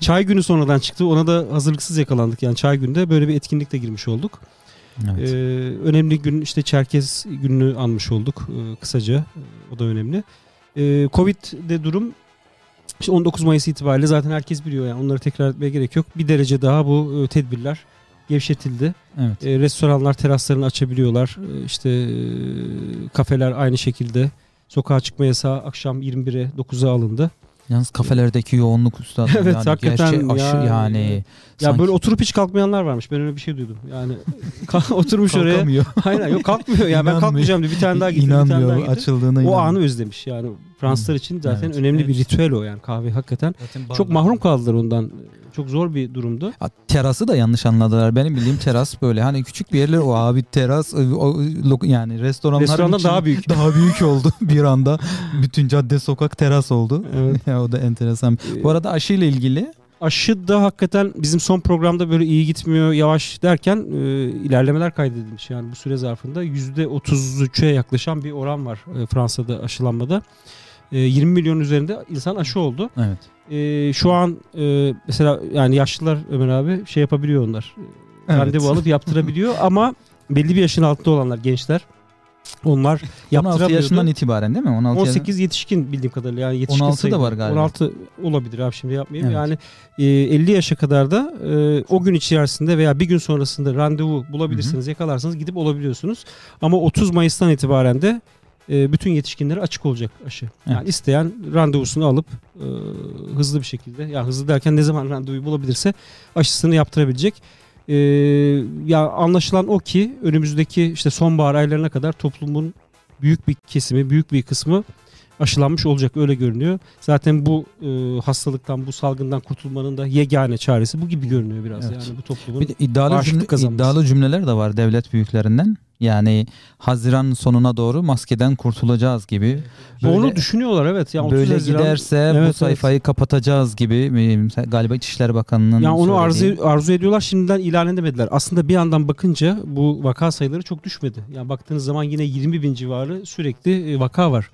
çay günü sonradan çıktı. Ona da hazırlıksız yakalandık. Yani çay günde böyle bir etkinlikle girmiş olduk. Evet. Ee, önemli gün işte Çerkez gününü anmış olduk ee, kısaca. Ee, O da önemli. Ee, Covid'de durum işte 19 Mayıs itibariyle zaten herkes biliyor yani onları tekrar etmeye gerek yok. Bir derece daha bu e, tedbirler gevşetildi. evet. Ee, restoranlar teraslarını açabiliyorlar. Ee, işte e, kafeler aynı şekilde. Sokağa çıkma yasağı akşam 21'e 9'a alındı. Yalnız kafelerdeki yoğunluk üstad. Evet, yani hakikaten gerçi aşı- ya. yani. Ya sanki böyle oturup hiç kalkmayanlar varmış. Ben öyle bir şey duydum. Yani ka- oturmuş oraya. kalkamıyor. Aynen yok kalkmıyor. Ya ben İnanmıyor. kalkmayacağım diye bir tane daha gitti. Bir tane daha İnanmıyor. gitti. Açıldığına O inanmıyor. anı özlemiş yani Fransızlar için zaten Evet. önemli bir Evet. ritüel o yani kahve hakikaten. Zaten Çok bardak- mahrum kaldılar ondan. Çok zor bir durumdu. Ha, Terası da yanlış anladılar. Benim bildiğim teras böyle. Hani küçük bir yerler o abi teras e, o, lo- yani restoranların Restoranda içi- daha büyük. daha büyük oldu bir anda. Bütün cadde sokak teras oldu. Evet. Ya o da enteresan. Bu arada aşıyla ilgili Aşı da hakikaten bizim son programda böyle iyi gitmiyor yavaş derken e, ilerlemeler kaydedilmiş. Yani bu süre zarfında %33'e yaklaşan bir oran var e, Fransa'da aşılanmada. E, 20 milyon üzerinde insan aşı oldu. evet. E, şu an e, mesela yani yaşlılar Ömer abi şey yapabiliyor onlar. Evet. randevu alıp yaptırabiliyor ama belli bir yaşın altında olanlar gençler onlar 16 yaşından yaptıramıyordu. itibaren değil mi? 16 yaş- 18 yetişkin bildiğim kadarıyla yani yetişkin 16 da sayılır. var galiba. 16 olabilir abi şimdi yapmayayım. Evet. Yani e, 50 yaşa kadar da e, o gün içerisinde veya bir gün sonrasında randevu bulabilirsiniz, yakalarsanız gidip olabiliyorsunuz. Ama 30 Mayıs'tan itibaren de e, bütün yetişkinlere açık olacak aşı. Yani Evet. isteyen randevusunu alıp e, hızlı bir şekilde ya hızlı derken ne zaman randevuyu bulabilirse aşısını yaptırabilecek. E, ya anlaşılan o ki önümüzdeki işte sonbahar aylarına kadar toplumun büyük bir kesimi, büyük bir kısmı aşılanmış olacak öyle görünüyor. Zaten bu e, hastalıktan, bu salgından kurtulmanın da yegane çaresi bu gibi görünüyor biraz Evet. yani bu toplumun. Bir de iddialı, Bağışıklık cümle- kazanması. iddialı cümleler de var devlet büyüklerinden. Yani Haziran sonuna doğru maskeden kurtulacağız gibi. Böyle- Onu düşünüyorlar evet. Yani 30 böyle Haziran- giderse bu evet. sayfayı kapatacağız gibi e, galiba İçişleri Bakanı'nın Ya onu söylediği. arzu, arzu ediyorlar şimdiden ilan edemediler. Aslında bir yandan bakınca bu vaka sayıları çok düşmedi. Yani baktığınız zaman yine 20 bin civarı sürekli e, vaka var.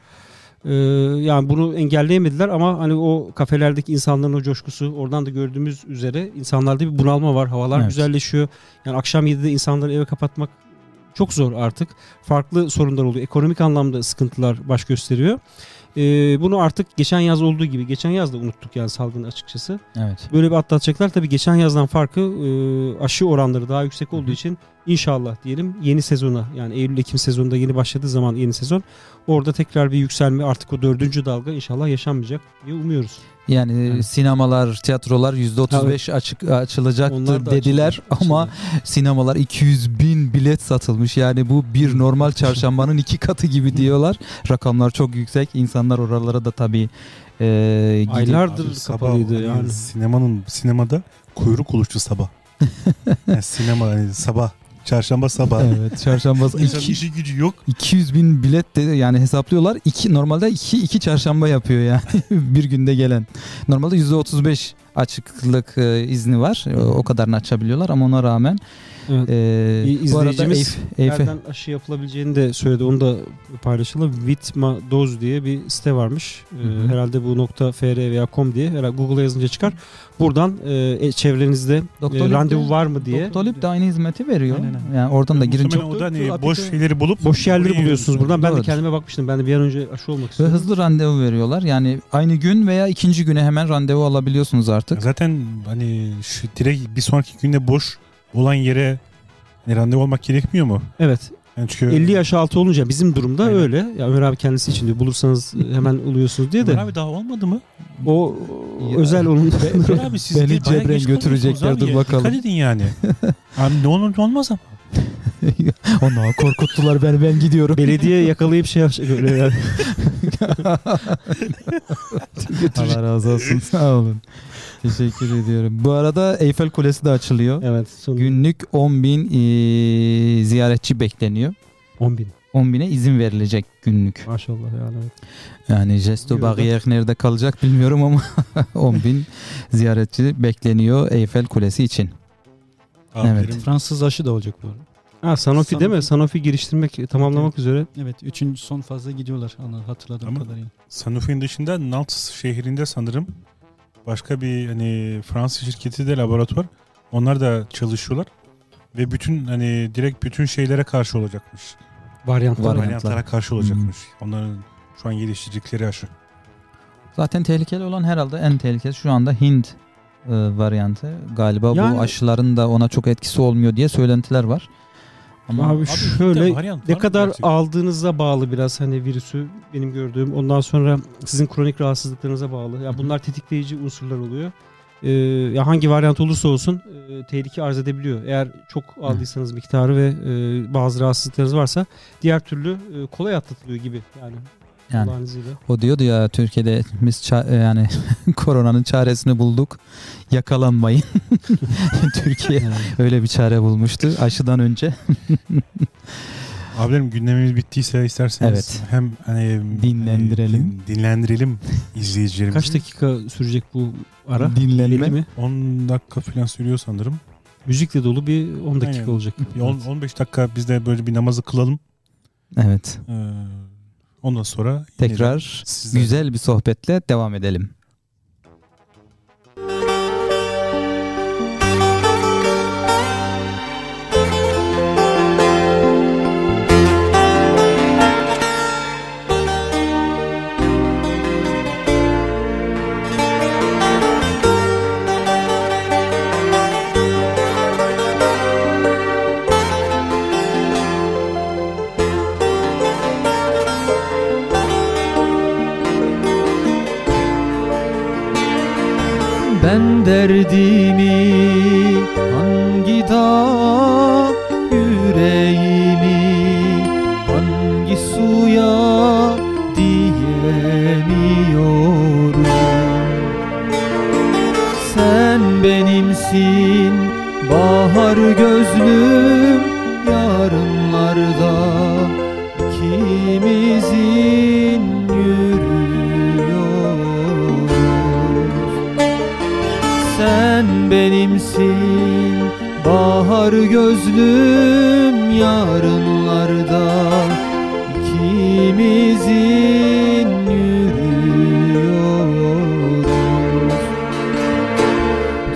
Ee, yani bunu engelleyemediler ama hani o kafelerdeki insanların o coşkusu oradan da gördüğümüz üzere insanlarda bir bunalma var. Havalar Evet. güzelleşiyor. Yani akşam 7'de insanları eve kapatmak çok zor artık. Farklı sorunlar oluyor. Ekonomik anlamda sıkıntılar baş gösteriyor. Ee, bunu artık geçen yaz olduğu gibi geçen yaz da unuttuk yani salgını açıkçası Evet. böyle bir atlatacaklar. Tabii geçen yazdan farkı e, aşı oranları daha yüksek olduğu için inşallah diyelim yeni sezona yani Eylül-Ekim sezonunda yeni başladığı zaman yeni sezon orada tekrar bir yükselme artık o dördüncü dalga inşallah yaşanmayacak diye umuyoruz. Yani Evet. sinemalar, tiyatrolar %35 açık da açılacaktı şey dediler açılacak, ama açılacak. sinemalar 200 bin bilet satılmış. Yani bu bir normal çarşambanın iki katı gibi diyorlar. Rakamlar çok yüksek. İnsanlar oralara da tabii e, gidip- aylardır Abi sabah kapalıydı hani yani. Sinemanın sinemada kuyruk oluştu sabah. yani sinema hani sabah çarşamba sabah. Evet, çarşamba İnsanın İki- işi gücü yok. 200 bin bilet de yani hesaplıyorlar. İki, normalde iki, iki çarşamba yapıyor yani bir günde gelen. Normalde %35 açıklık e, izni var. E, O kadarını açabiliyorlar ama ona rağmen Evet. e, Bir bu arada izleyicimiz Eyf- Eyf- Nereden aşı yapılabileceğini de söyledi. Onu da paylaşalım. Vitma Doz diye bir site varmış. Ee, Hı hı. herhalde bu nokta .fr veya .com diye herhalde Google'a yazınca çıkar. Buradan e, çevrenizde Doktor e, Lip de- randevu var mı diye Doktor Lip de aynı hizmeti veriyor. Aynen, aynen. Yani oradan da girince Muhtemelen o da hani Doktor- boş şeyleri bulup Boş yerleri oraya buluyorsunuz buradan. Ben de Doğrudur. kendime bakmıştım. Ben de bir an önce aşı olmak ve istiyorum. hızlı randevu veriyorlar. Yani aynı gün veya ikinci güne hemen randevu alabiliyorsunuz artık. Zaten hani şu direkt bir sonraki günde boş olan yere hani randevu almak gerekmiyor mu? Evet. Yani çünkü 50 yaş altı olunca bizim durumda Ee, Aynen. öyle. Ya Ömer abi kendisi için diyor. Bulursanız hemen oluyorsunuz diye Ömer de. abi daha olmadı mı? O Ya. özel onun. Ömer abi siz Beni de bayağı cebren geç kalıyorsunuz götürecekler, abi dur ya. bakalım. Dikkat edin yani. abi ne olur ne olmaz ama. Ona korkuttular ben ben gidiyorum. Belediye yakalayıp şey yapacak öyle yani. Allah razı olsun. Sağ olun. Teşekkür ediyorum. Bu arada Eyfel Kulesi de açılıyor. Evet. Son... e, Günlük 10 bin ziyaretçi bekleniyor. 10 bin. 10 bine izin verilecek günlük. Maşallah yani. evet. Yani Jesto Euro'da- Barrier nerede kalacak bilmiyorum ama 10 bin ziyaretçi bekleniyor Eyfel Kulesi için. Evet. Fransız aşı da olacak bu arada. Ha Sanofi, değil mi? Sanofi. Sanofi geliştirmek, e, tamamlamak üzere. Evet üçüncü son fazla gidiyorlar anladım, hatırladığım Ama- kadarıyla. Sanofi'nin dışında Nantes şehrinde sanırım başka bir hani Fransız şirketi de laboratuvar. Onlar da çalışıyorlar ve bütün hani direkt bütün şeylere karşı olacakmış. Varyantlar. Varyant. Varyantlara karşı olacakmış. Hmm. Onların şu an geliştirdikleri aşı. Zaten tehlikeli olan herhalde en tehlikeli şu anda Hint e, varyantı. Galiba Yani- bu aşıların da ona çok etkisi olmuyor diye söylentiler var. Ama Abi, şöyle Varyant var ne mı kadar gerçekten? aldığınıza bağlı biraz hani virüsü benim gördüğüm. Ondan sonra sizin kronik rahatsızlıklarınıza bağlı. Ya bunlar tetikleyici unsurlar oluyor. Ee, ya hangi varyant olursa olsun e, tehlike arz edebiliyor. Eğer çok aldıysanız miktarı ve e, bazı rahatsızlıklarınız varsa diğer türlü e, kolay atlatılıyor gibi yani. yani Allah'ın izniyle. o diyordu ya Türkiye'de biz ça- e, yani koronanın çaresini bulduk. Yakalanmayın. Türkiye öyle bir çare bulmuştu aşıdan önce. Abilerim gündemimiz bittiyse isterseniz Evet. hem hani Dinlendirelim. hani din- dinlendirelim izleyicilerimizi. Kaç dakika sürecek bu ara? Dinlenme. Belli mi? 10 dakika falan sürüyor sanırım. Müzikle dolu bir 10 dakika Aynen. olacak. Bir 10 15 dakika biz de böyle bir namazı kılalım. Evet. Ee, ondan sonra yine de Tekrar sizler- güzel bir sohbetle devam edelim. Ben derdimi hangi dağ yüreğimi hangi suya diyemiyorum Sen benimsin bahar gözlüm yarınlarda ikimizin yürüyoruz sen benimsin Bahar gözlüm yarınlarda ikimizin yürüyoruz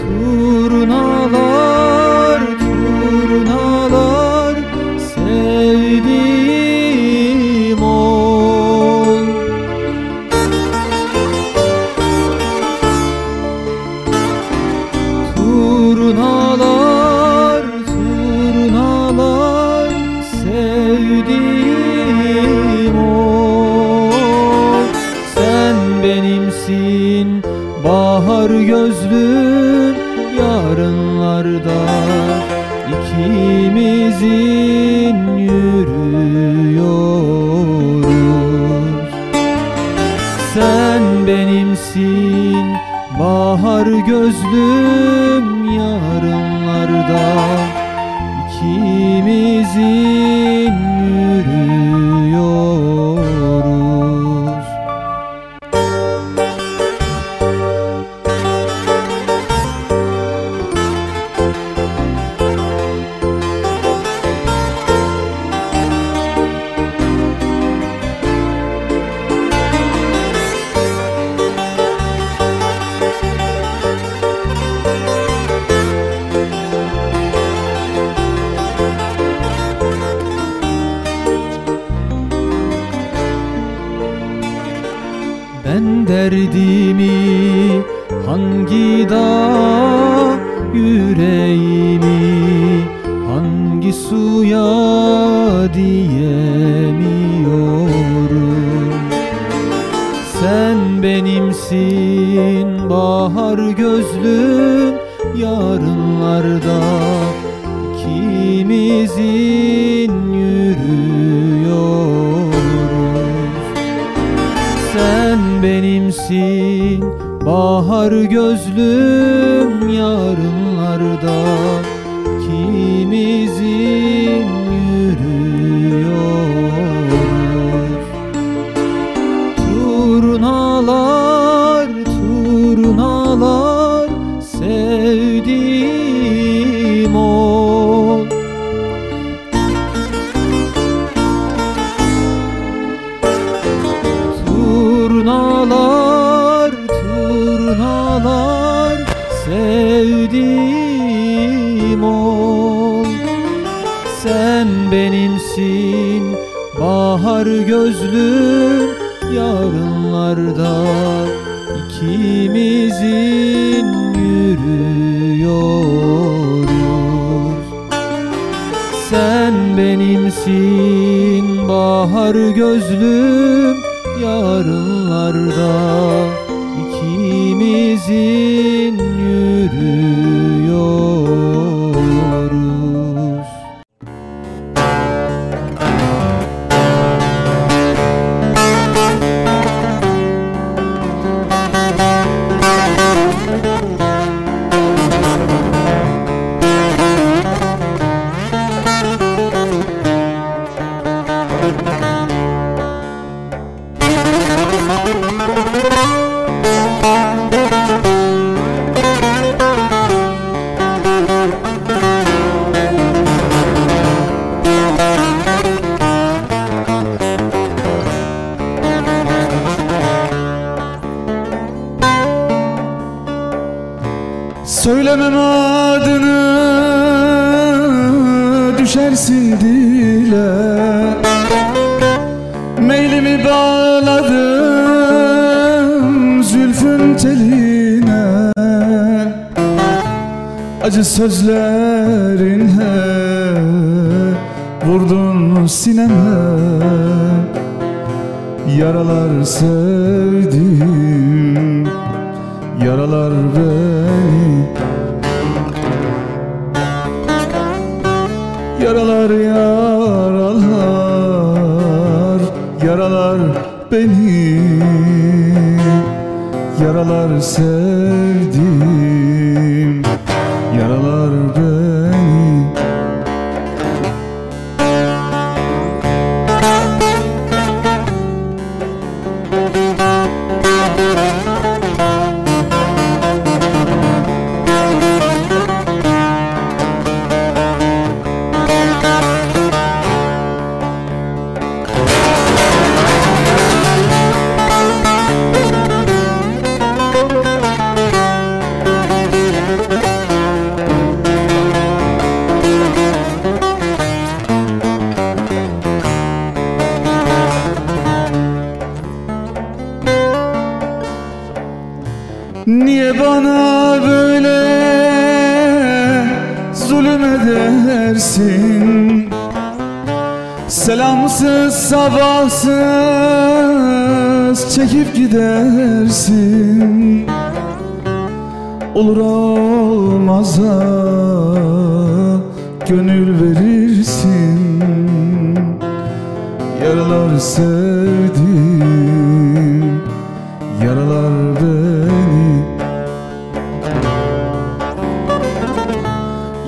Turnalar, turnalar sevdiğim ol Turnalar, turnalar sevdiğim ol Sen benimsin bahar gözlüm yarınlarda ikimizin yürüyoruz Sen benimsin Bahar gözlüm yarınlarda ikimizin yürüyoruz. Ben derdimi hangi dağ yüreğimi hangi suya diyemiyorum Sen benimsin bahar gözlüm yarınlarda ikimizin yürüyoruz sen benimsin Bahar gözlüm yarınlarda Kimizin yürüyor ağlar sevdiğim ol Sen benimsin bahar gözlüm Yarınlarda ikimizin yürüyoruz Sen benimsin bahar gözlüm Yarınlarda ikimizin yürüyoruz. Söylemem adını düşersin dile Meylimi bağladım zülfün teline Acı sözlerinle vurdun sineme Yaralar sevdim Yaralar beni Yaralar yaralar Yaralar beni Yaralar sevdim Yaralar beni Niye bana böyle zulüm edersin? Selamsız sabahsız çekip gidersin Olur olmaza gönül verirsin Yaralar sevdim Yaralar beni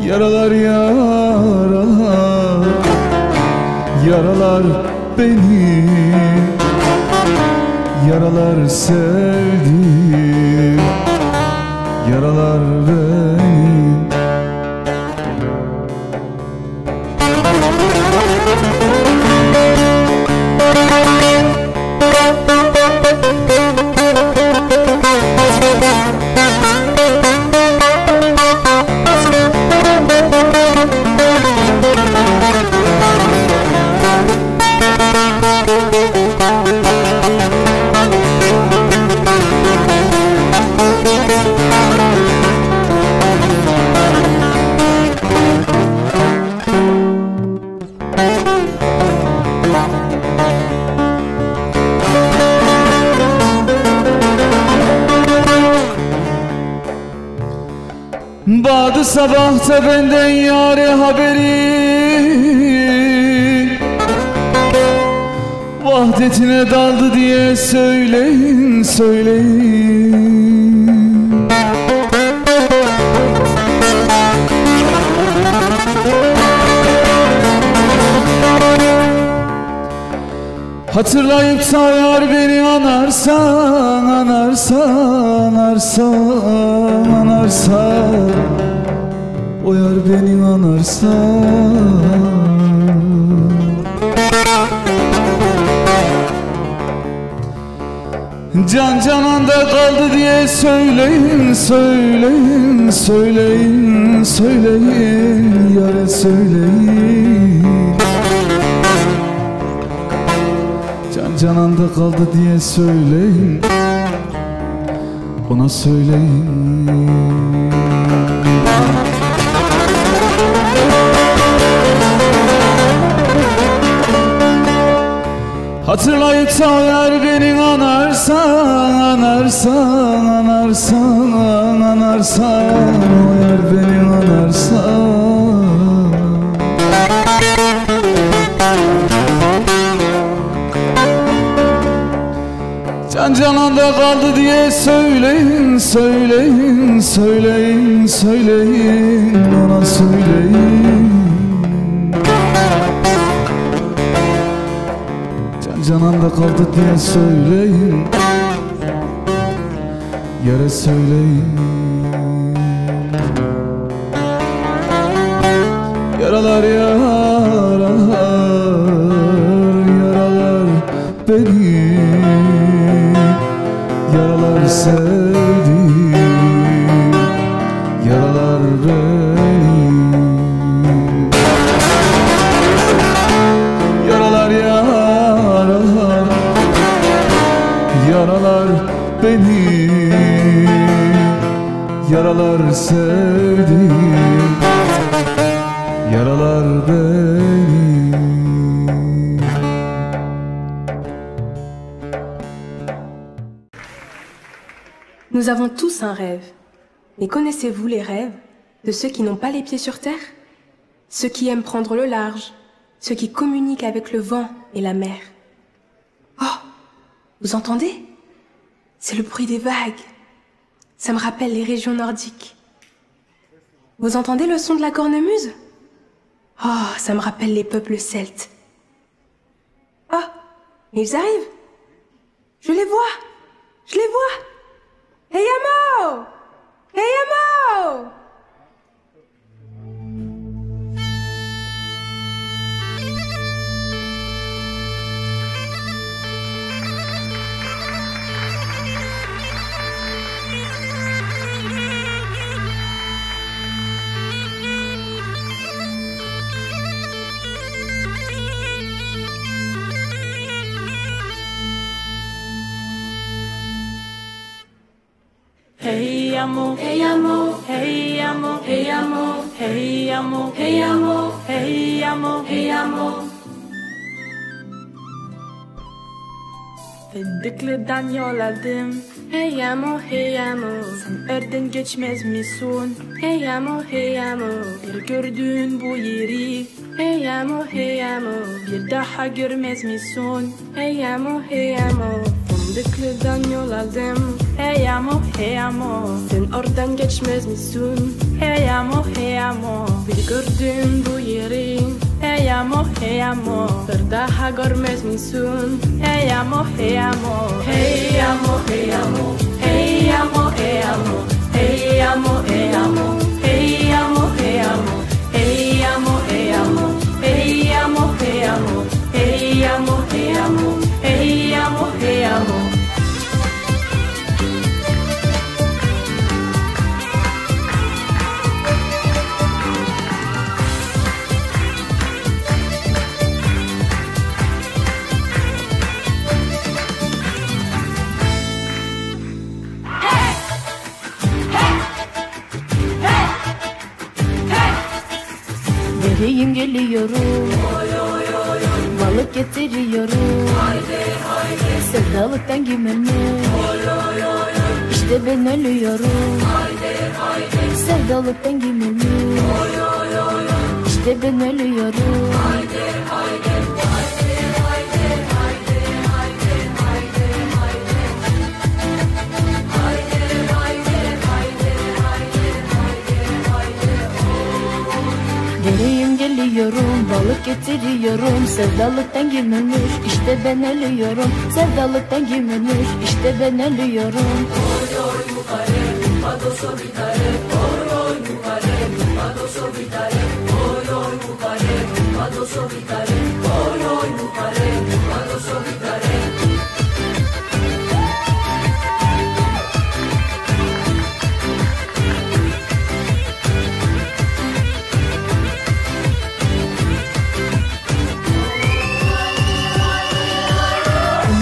Yaralar yaralar Yaralar beni Yaralar sevdim Yaralar beni Badı sabahta benden yare haberi Vahdetine daldı diye söyleyin söyleyin Hatırlayıp sayar beni anarsan, anarsan, anarsan, anarsan Oyar beni anarsan Can cananda kaldı diye söyleyin söyleyin söyleyin söyleyin yare söyleyin Can cananda kaldı diye söyleyin ona söyleyin Hatırlayıp da yar beni anarsan Anarsan, anarsan, anarsan O yar beni anarsan Can cananda kaldı diye söyleyin, söyleyin, söyleyin, söyleyin Ona söyleyin Can cananda kaldı diye söyleyin Yere söyleyin Yaralar yarar Yaralar beni Yaralar sevdi Yaralar beni Yaralar yaralar Yaralar beni Yaralar sevdi Yaralar beni Nous avons tous un rêve. Mais connaissez-vous les rêves de ceux qui n'ont pas les pieds sur terre Ceux qui aiment prendre le large, ceux qui communiquent avec le vent et la mer. Oh Vous entendez C'est le bruit des vagues. Ça me rappelle les régions nordiques. Vous entendez le son de la cornemuse Oh, ça me rappelle les peuples celtes. Oh Ils arrivent Je les vois Je les vois Hey Amo! Hey Amo! Hey amo, hey amo, hey amo, hey amo, hey amo, hey amo, hey amo, hey amo. Fındıklıdan yol aldım. Hey amo, hey amo. Sen erden geçmez misin? Hey amo, hey amo. Bir gördün bu yeri. Hey amo, hey amo. Bir daha görmez misin? Hey amo, hey amo. Fındıklıdan yol aldım. Hey amo, hey amo. Sen oradan geçmez misin? Hey amo, hey amo. Bir gördün bu yeri. Hey amo, hey amo, verdaha görmez misin? Hey amo, hey amo, hey amo, hey amo, hey amo, hey amo, hey amo, hey amo, hey amo, hey amo, hey amo, hey amo, hey amo, hey amo, hey amo, hey amo, hey amo, hey amo. Vereyim geliyorum Balık getiriyorum Sevdalıktan kimim İşte ben ölüyorum Sevdalıktan kimim İşte ben ölüyorum Geleyim geliyorum balık getiriyorum Sevdalıktan girmemiş işte ben ölüyorum Sevdalıktan girmemiş işte ben ölüyorum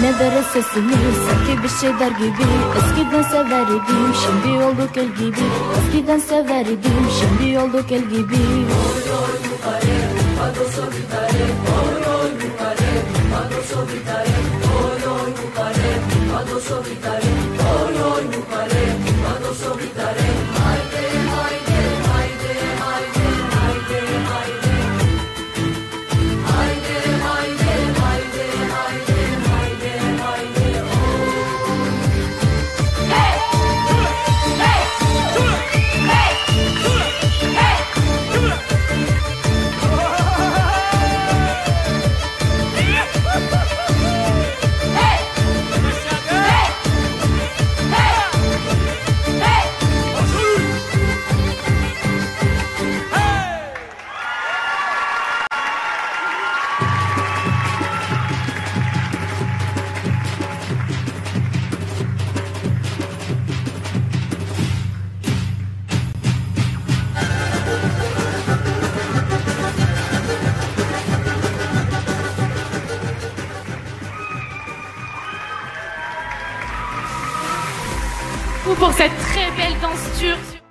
Duyguları sesini sanki bir şey der gibi Eskiden sever idim şimdi olduk el gibi Eskiden sever idim şimdi olduk el gibi Ou pour cette très belle danse turque.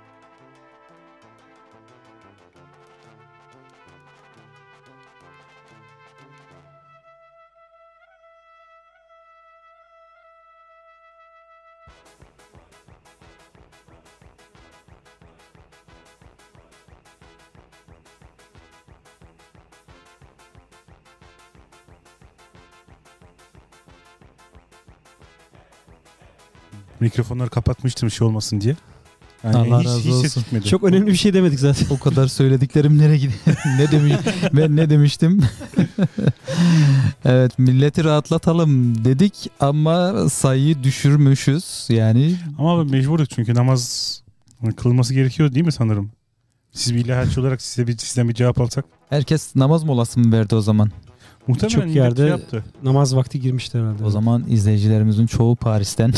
Mikrofonları kapatmıştım şey olmasın diye. Yani Allah hiç- razı hiç ses olsun. gitmedi. Çok önemli bir şey demedik zaten. O kadar söylediklerim nereye gidiyor? ne demiş? ben ne demiştim? evet milleti rahatlatalım dedik ama sayıyı düşürmüşüz. Yani Ama mecburduk çünkü namaz kılması gerekiyor değil mi sanırım? Siz bir ilahiyatçı olarak size bir, sizden bir cevap alsak. herkes namaz molası mı verdi o zaman? Muhtemelen Birçok millet şey yerde yaptı. namaz vakti girmişti herhalde. O zaman izleyicilerimizin çoğu Paris'ten.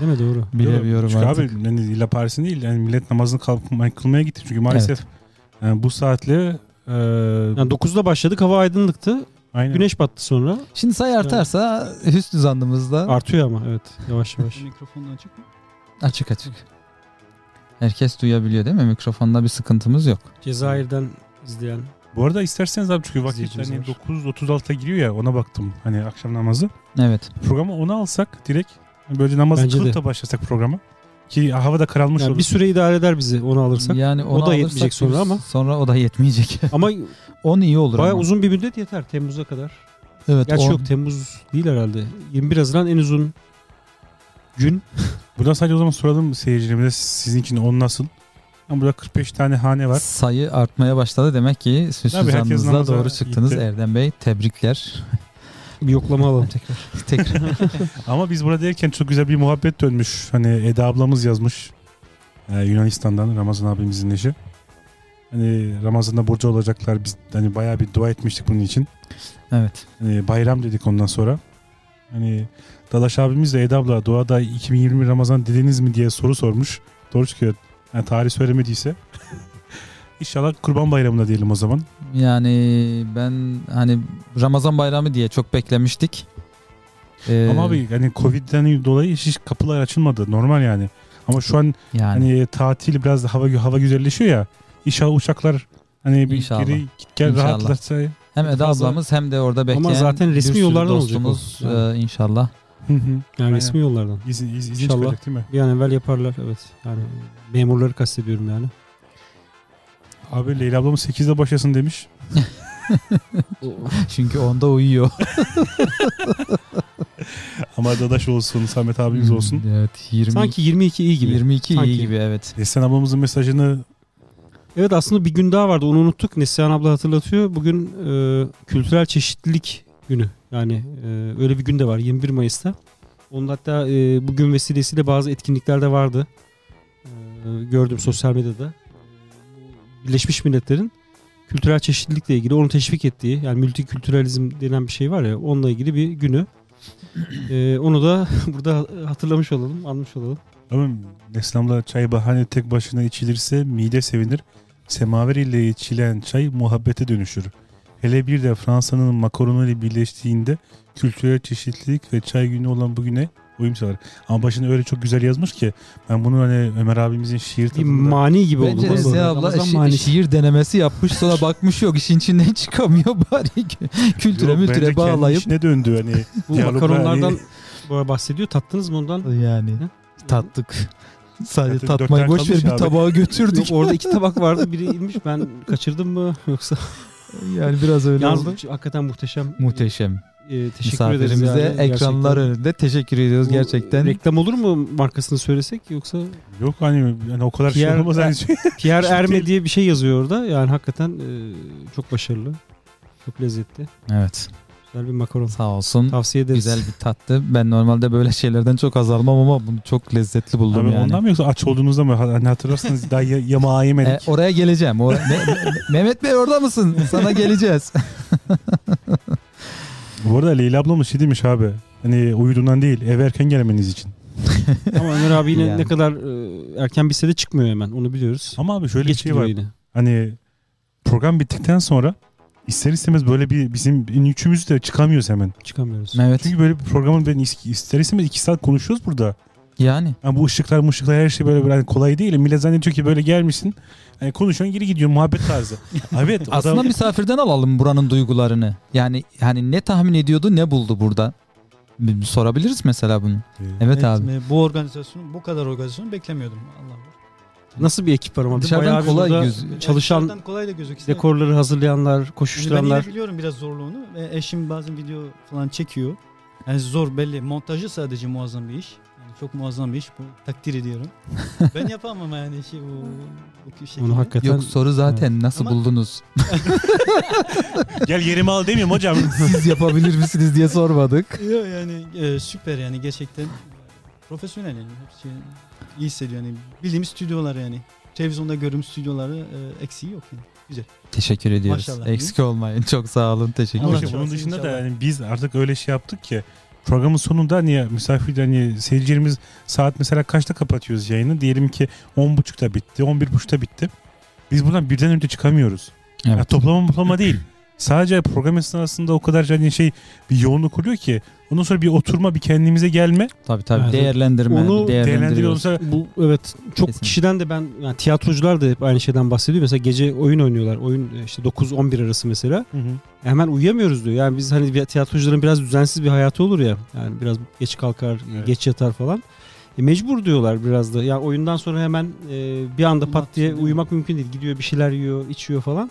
Değil mi doğru? Bilemiyorum Çünkü artık. abi yani illa Paris'in değil yani millet namazını kalkmaya, kılmaya gitti. Çünkü maalesef yani bu saatle e, Yani 9'da başladık hava aydınlıktı. aynen. Güneş battı sonra. Şimdi sayı artarsa hüsnü zannımızda Artıyor ama evet yavaş yavaş. Mikrofonun açık mı? açık açık. Herkes duyabiliyor değil mi? Mikrofonda bir sıkıntımız yok. Cezayir'den izleyen Bu arada isterseniz abi çünkü vakit İzleyicimiz hani var. 9.36'a giriyor ya ona baktım. Hani akşam namazı. Evet. Programı ona alsak direkt böyle namazı Bence de. kılıp da başlasak programa. Ki hava da karalmış yani olur. bir süre idare eder bizi onu alırsak. Yani O ona da yetmeyecek alırsak sonra biz- ama. Sonra o da yetmeyecek. Ama 10 iyi olur bayağı ama. uzun bir müddet yeter Temmuz'a kadar. Evet, Gerçi on- yok Temmuz değil herhalde. 21 Haziran en uzun gün. Buradan sadece o zaman soralım seyircilerimize sizinkini on nasıl? Yani burada 45 tane hane var. Sayı artmaya başladı demek ki Tabii, herkes Süsüzan'ınızda namaza doğru çıktınız gitti. Erdem Bey. Tebrikler. Bir yoklama alalım tekrar. Tekrar. Ama biz buradayken çok güzel bir muhabbet dönmüş. Hani Eda ablamız yazmış. Ee, Yunanistan'dan Ramazan abimizin eşi. Hani Ramazan'da borcu olacaklar. Biz hani bayağı bir dua etmiştik bunun için. evet. Hani bayram dedik ondan sonra. Hani Dalaş abimiz de Eda abla duada 2020 Ramazan dediniz mi diye soru sormuş. Doğru çıkıyor. Yani tarih söylemediyse. İnşallah Kurban Bayramı'nda diyelim o zaman. Yani ben hani Ramazan bayramı diye çok beklemiştik. Ee, Ama abi hani Covid'den dolayı hiç kapılar açılmadı. Normal yani. Ama şu an yani Hani tatil biraz da hava hava güzelleşiyor ya. İnşallah uçaklar hani bir İnşallah. geri git gel İnşallah. rahatlatsa. Hı hem Eda fazla- ablamız hem de orada bekleyen zaten bir resmi sürü yollardan olacak o. dostumuz Yani. e, inşallah. hı. Yani Aynen. resmi yollardan. İzin, iz, izin İnşallah. çıkacak değil mi? Bir an evvel yaparlar evet. Yani memurları kastediyorum yani. Abi Leyla ablamın 8'de başlasın demiş. Çünkü onda uyuyor. Ama Dadaş olsun, Samet abimiz Hmm. olsun. evet 20 Sanki 22 iyi gibi. 22 Sanki. iyi gibi evet. Desen ablamızın mesajını Evet aslında bir gün daha vardı onu unuttuk. Neslihan abla hatırlatıyor. Bugün e, kültürel çeşitlilik günü. Yani e, öyle bir gün de var 21 Mayıs'ta. Onun hatta e, bugün vesilesiyle bazı etkinlikler de vardı. E, gördüm sosyal medyada. Birleşmiş Milletler'in kültürel çeşitlilikle ilgili onu teşvik ettiği yani multikültüralizm denen bir şey var ya onunla ilgili bir günü. E, onu da burada hatırlamış olalım, anmış olalım. Ama Neslam'la çay bahane tek başına içilirse mide sevinir. Semaver ile içilen çay muhabbete dönüşür. Hele bir de Fransa'nın makaronu ile birleştiğinde kültürel çeşitlilik ve çay günü olan bugüne uyum sağlar. Ama başını öyle çok güzel yazmış ki ben bunu hani Ömer abimizin şiir tadında... mani gibi Bence oldu. Ezgi abla şi- şiir denemesi yapmış sonra bakmış yok işin içinden çıkamıyor bari ki- kültüre Yok, bence mültüre kendi bağlayıp. işine döndü hani. Bu Diyaloglar makaronlardan hani- bu bahsediyor. Tattınız mı ondan? Yani tattık. Sadece Zaten tatmayı dörtten boş ver kalmış bir abi. tabağa götürdük. Yok, orada iki tabak vardı. Biri inmiş. Ben kaçırdım mı yoksa? Yani biraz öyle Yalnız oldu. hakikaten muhteşem. Muhteşem. Ee, teşekkür ederiz. Misafirimize yani, ekranlar gerçekten. önünde teşekkür ediyoruz Bu gerçekten. Reklam olur mu markasını söylesek yoksa? Yok hani yani o kadar şey Pierre- olmaz hani. Pierre Şu Erme değil. diye bir şey yazıyor orada. Yani hakikaten e, çok başarılı. Çok lezzetli. Evet. Güzel bir makaron. Sağ olsun. Tavsiye ederiz. Güzel bir tattı. Ben normalde böyle şeylerden çok az almam ama bunu çok lezzetli buldum Abi yani. Ondan mı yoksa aç olduğunuzda mı? Hani hatırlarsınız daha ya- yamağı yemedik. E, oraya geleceğim. O- Me- Me- Mehmet Bey orada mısın? Sana geleceğiz. Bu arada Leyla ablamız şey demiş abi. Hani uyuduğundan değil eve erken gelmeniz için. Ama Ömer abi yine Yani. ne kadar e, erken bitse de çıkmıyor hemen. Onu biliyoruz. Ama abi şöyle Geç bir şey gidiyor var. yine. Hani program bittikten sonra ister istemez böyle bir bizim üçümüz de çıkamıyoruz hemen. Çıkamıyoruz. Evet. Çünkü böyle bir programın ben is- ister istemez iki saat konuşuyoruz burada. Yani. Yani bu ışıklar ışıklar her şey böyle, böyle kolay değil. Millet zannediyor ki böyle gelmişsin. Hani konuşuyorsun geri gidiyor muhabbet tarzı. evet. o da- Aslında misafirden alalım buranın duygularını. Yani hani ne tahmin ediyordu ne buldu burada? Bir- bir sorabiliriz mesela bunu. Evet, abi. e, Bu organizasyonu, bu kadar organizasyonu beklemiyordum. Allah Nasıl bir ekip var ama? Dışarıdan Bayağı bir kolay burada göz- Yani Çalışan dışarıdan kolay da gözüksün. dekorları hazırlayanlar, Yani ben yine koşuşturanlar. biliyorum biraz zorluğunu. E, eşim bazen video falan çekiyor. Yani zor belli. Montajı sadece muazzam bir iş. Yani çok muazzam bir iş. Bu takdir ediyorum. ben yapamam yani işi bu, bu şekilde. Onu hakikaten Yok soru zaten nasıl buldunuz? Gel yerimi al demiyorum hocam. Siz yapabilir misiniz diye sormadık. Yok yani e, süper yani gerçekten profesyonel yani hepsi iyi hissediyor yani bildiğimiz stüdyolar yani televizyonda gördüğümüz stüdyoları e, eksiği yok yani güzel. Teşekkür ediyoruz. Maşallah. Eksik olmayın. Çok sağ olun. Teşekkür Ama ederim. işte bunun olsun dışında da inşallah. yani biz artık öyle şey yaptık ki programın sonunda hani misafir hani seyircilerimiz saat mesela kaçta kapatıyoruz yayını? Diyelim ki 10.30'da bitti, 11.30'da bitti. Biz buradan birden önce çıkamıyoruz. Evet. Yani toplama toplama değil. Sadece program esnasında o kadar hani şey bir yoğunluk oluyor ki ondan sonra bir oturma, bir kendimize gelme. Tabii tabii. Evet. Değerlendirme. Onu değerlendiriyoruz. Değerlendiriyorsa Bu evet çok Kesinlikle. kişiden de ben yani tiyatrocular da hep aynı şeyden bahsediyor. Mesela gece oyun oynuyorlar. Oyun e, işte 9-11 arası mesela. Hı hı. Hemen uyuyamıyoruz diyor. Yani biz hani bir- tiyatrocuların biraz düzensiz bir hayatı olur ya. Yani biraz geç kalkar, Evet. geç yatar falan. E, mecbur diyorlar biraz da. Yani oyundan sonra hemen e, bir anda pat diye uyumak mümkün değil. Gidiyor bir şeyler yiyor, içiyor falan.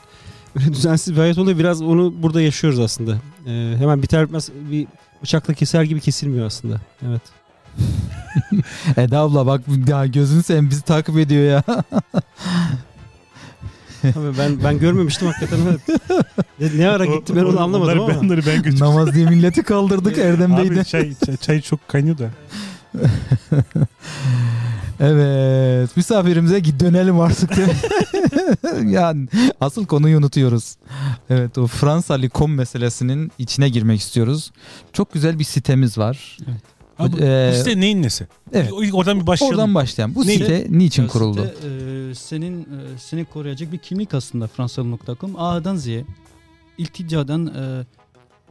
Böyle düzensiz bir hayat oluyor. Biraz onu burada yaşıyoruz aslında. E, hemen biter bitmez bir bıçakla keser gibi kesilmiyor aslında. Evet. Eda abla bak daha gözün sen bizi takip ediyor ya. Tabii ben ben görmemiştim hakikaten evet. Ne, ne ara gitti ben O- onu o- anlamadım onları, ama. Onları ben götürdüm. Namaz diye milleti kaldırdık Erdem'deydi. Ee, Abi şey- çay, çay, çay çok kaynıyor da. Evet. Misafirimize git dönelim artık. değil mi? yani asıl konuyu unutuyoruz. Evet o Fransa Likom meselesinin içine girmek istiyoruz. Çok güzel bir sitemiz var. Abi, Ee, bu site neyin nesi? evet. O- Oradan bir başlayalım. Oradan başlayalım. Bu Neydi? site niçin Ya kuruldu? site, e, senin e, seni koruyacak bir kimlik aslında Fransalı.com A'dan Z'ye ilticadan e,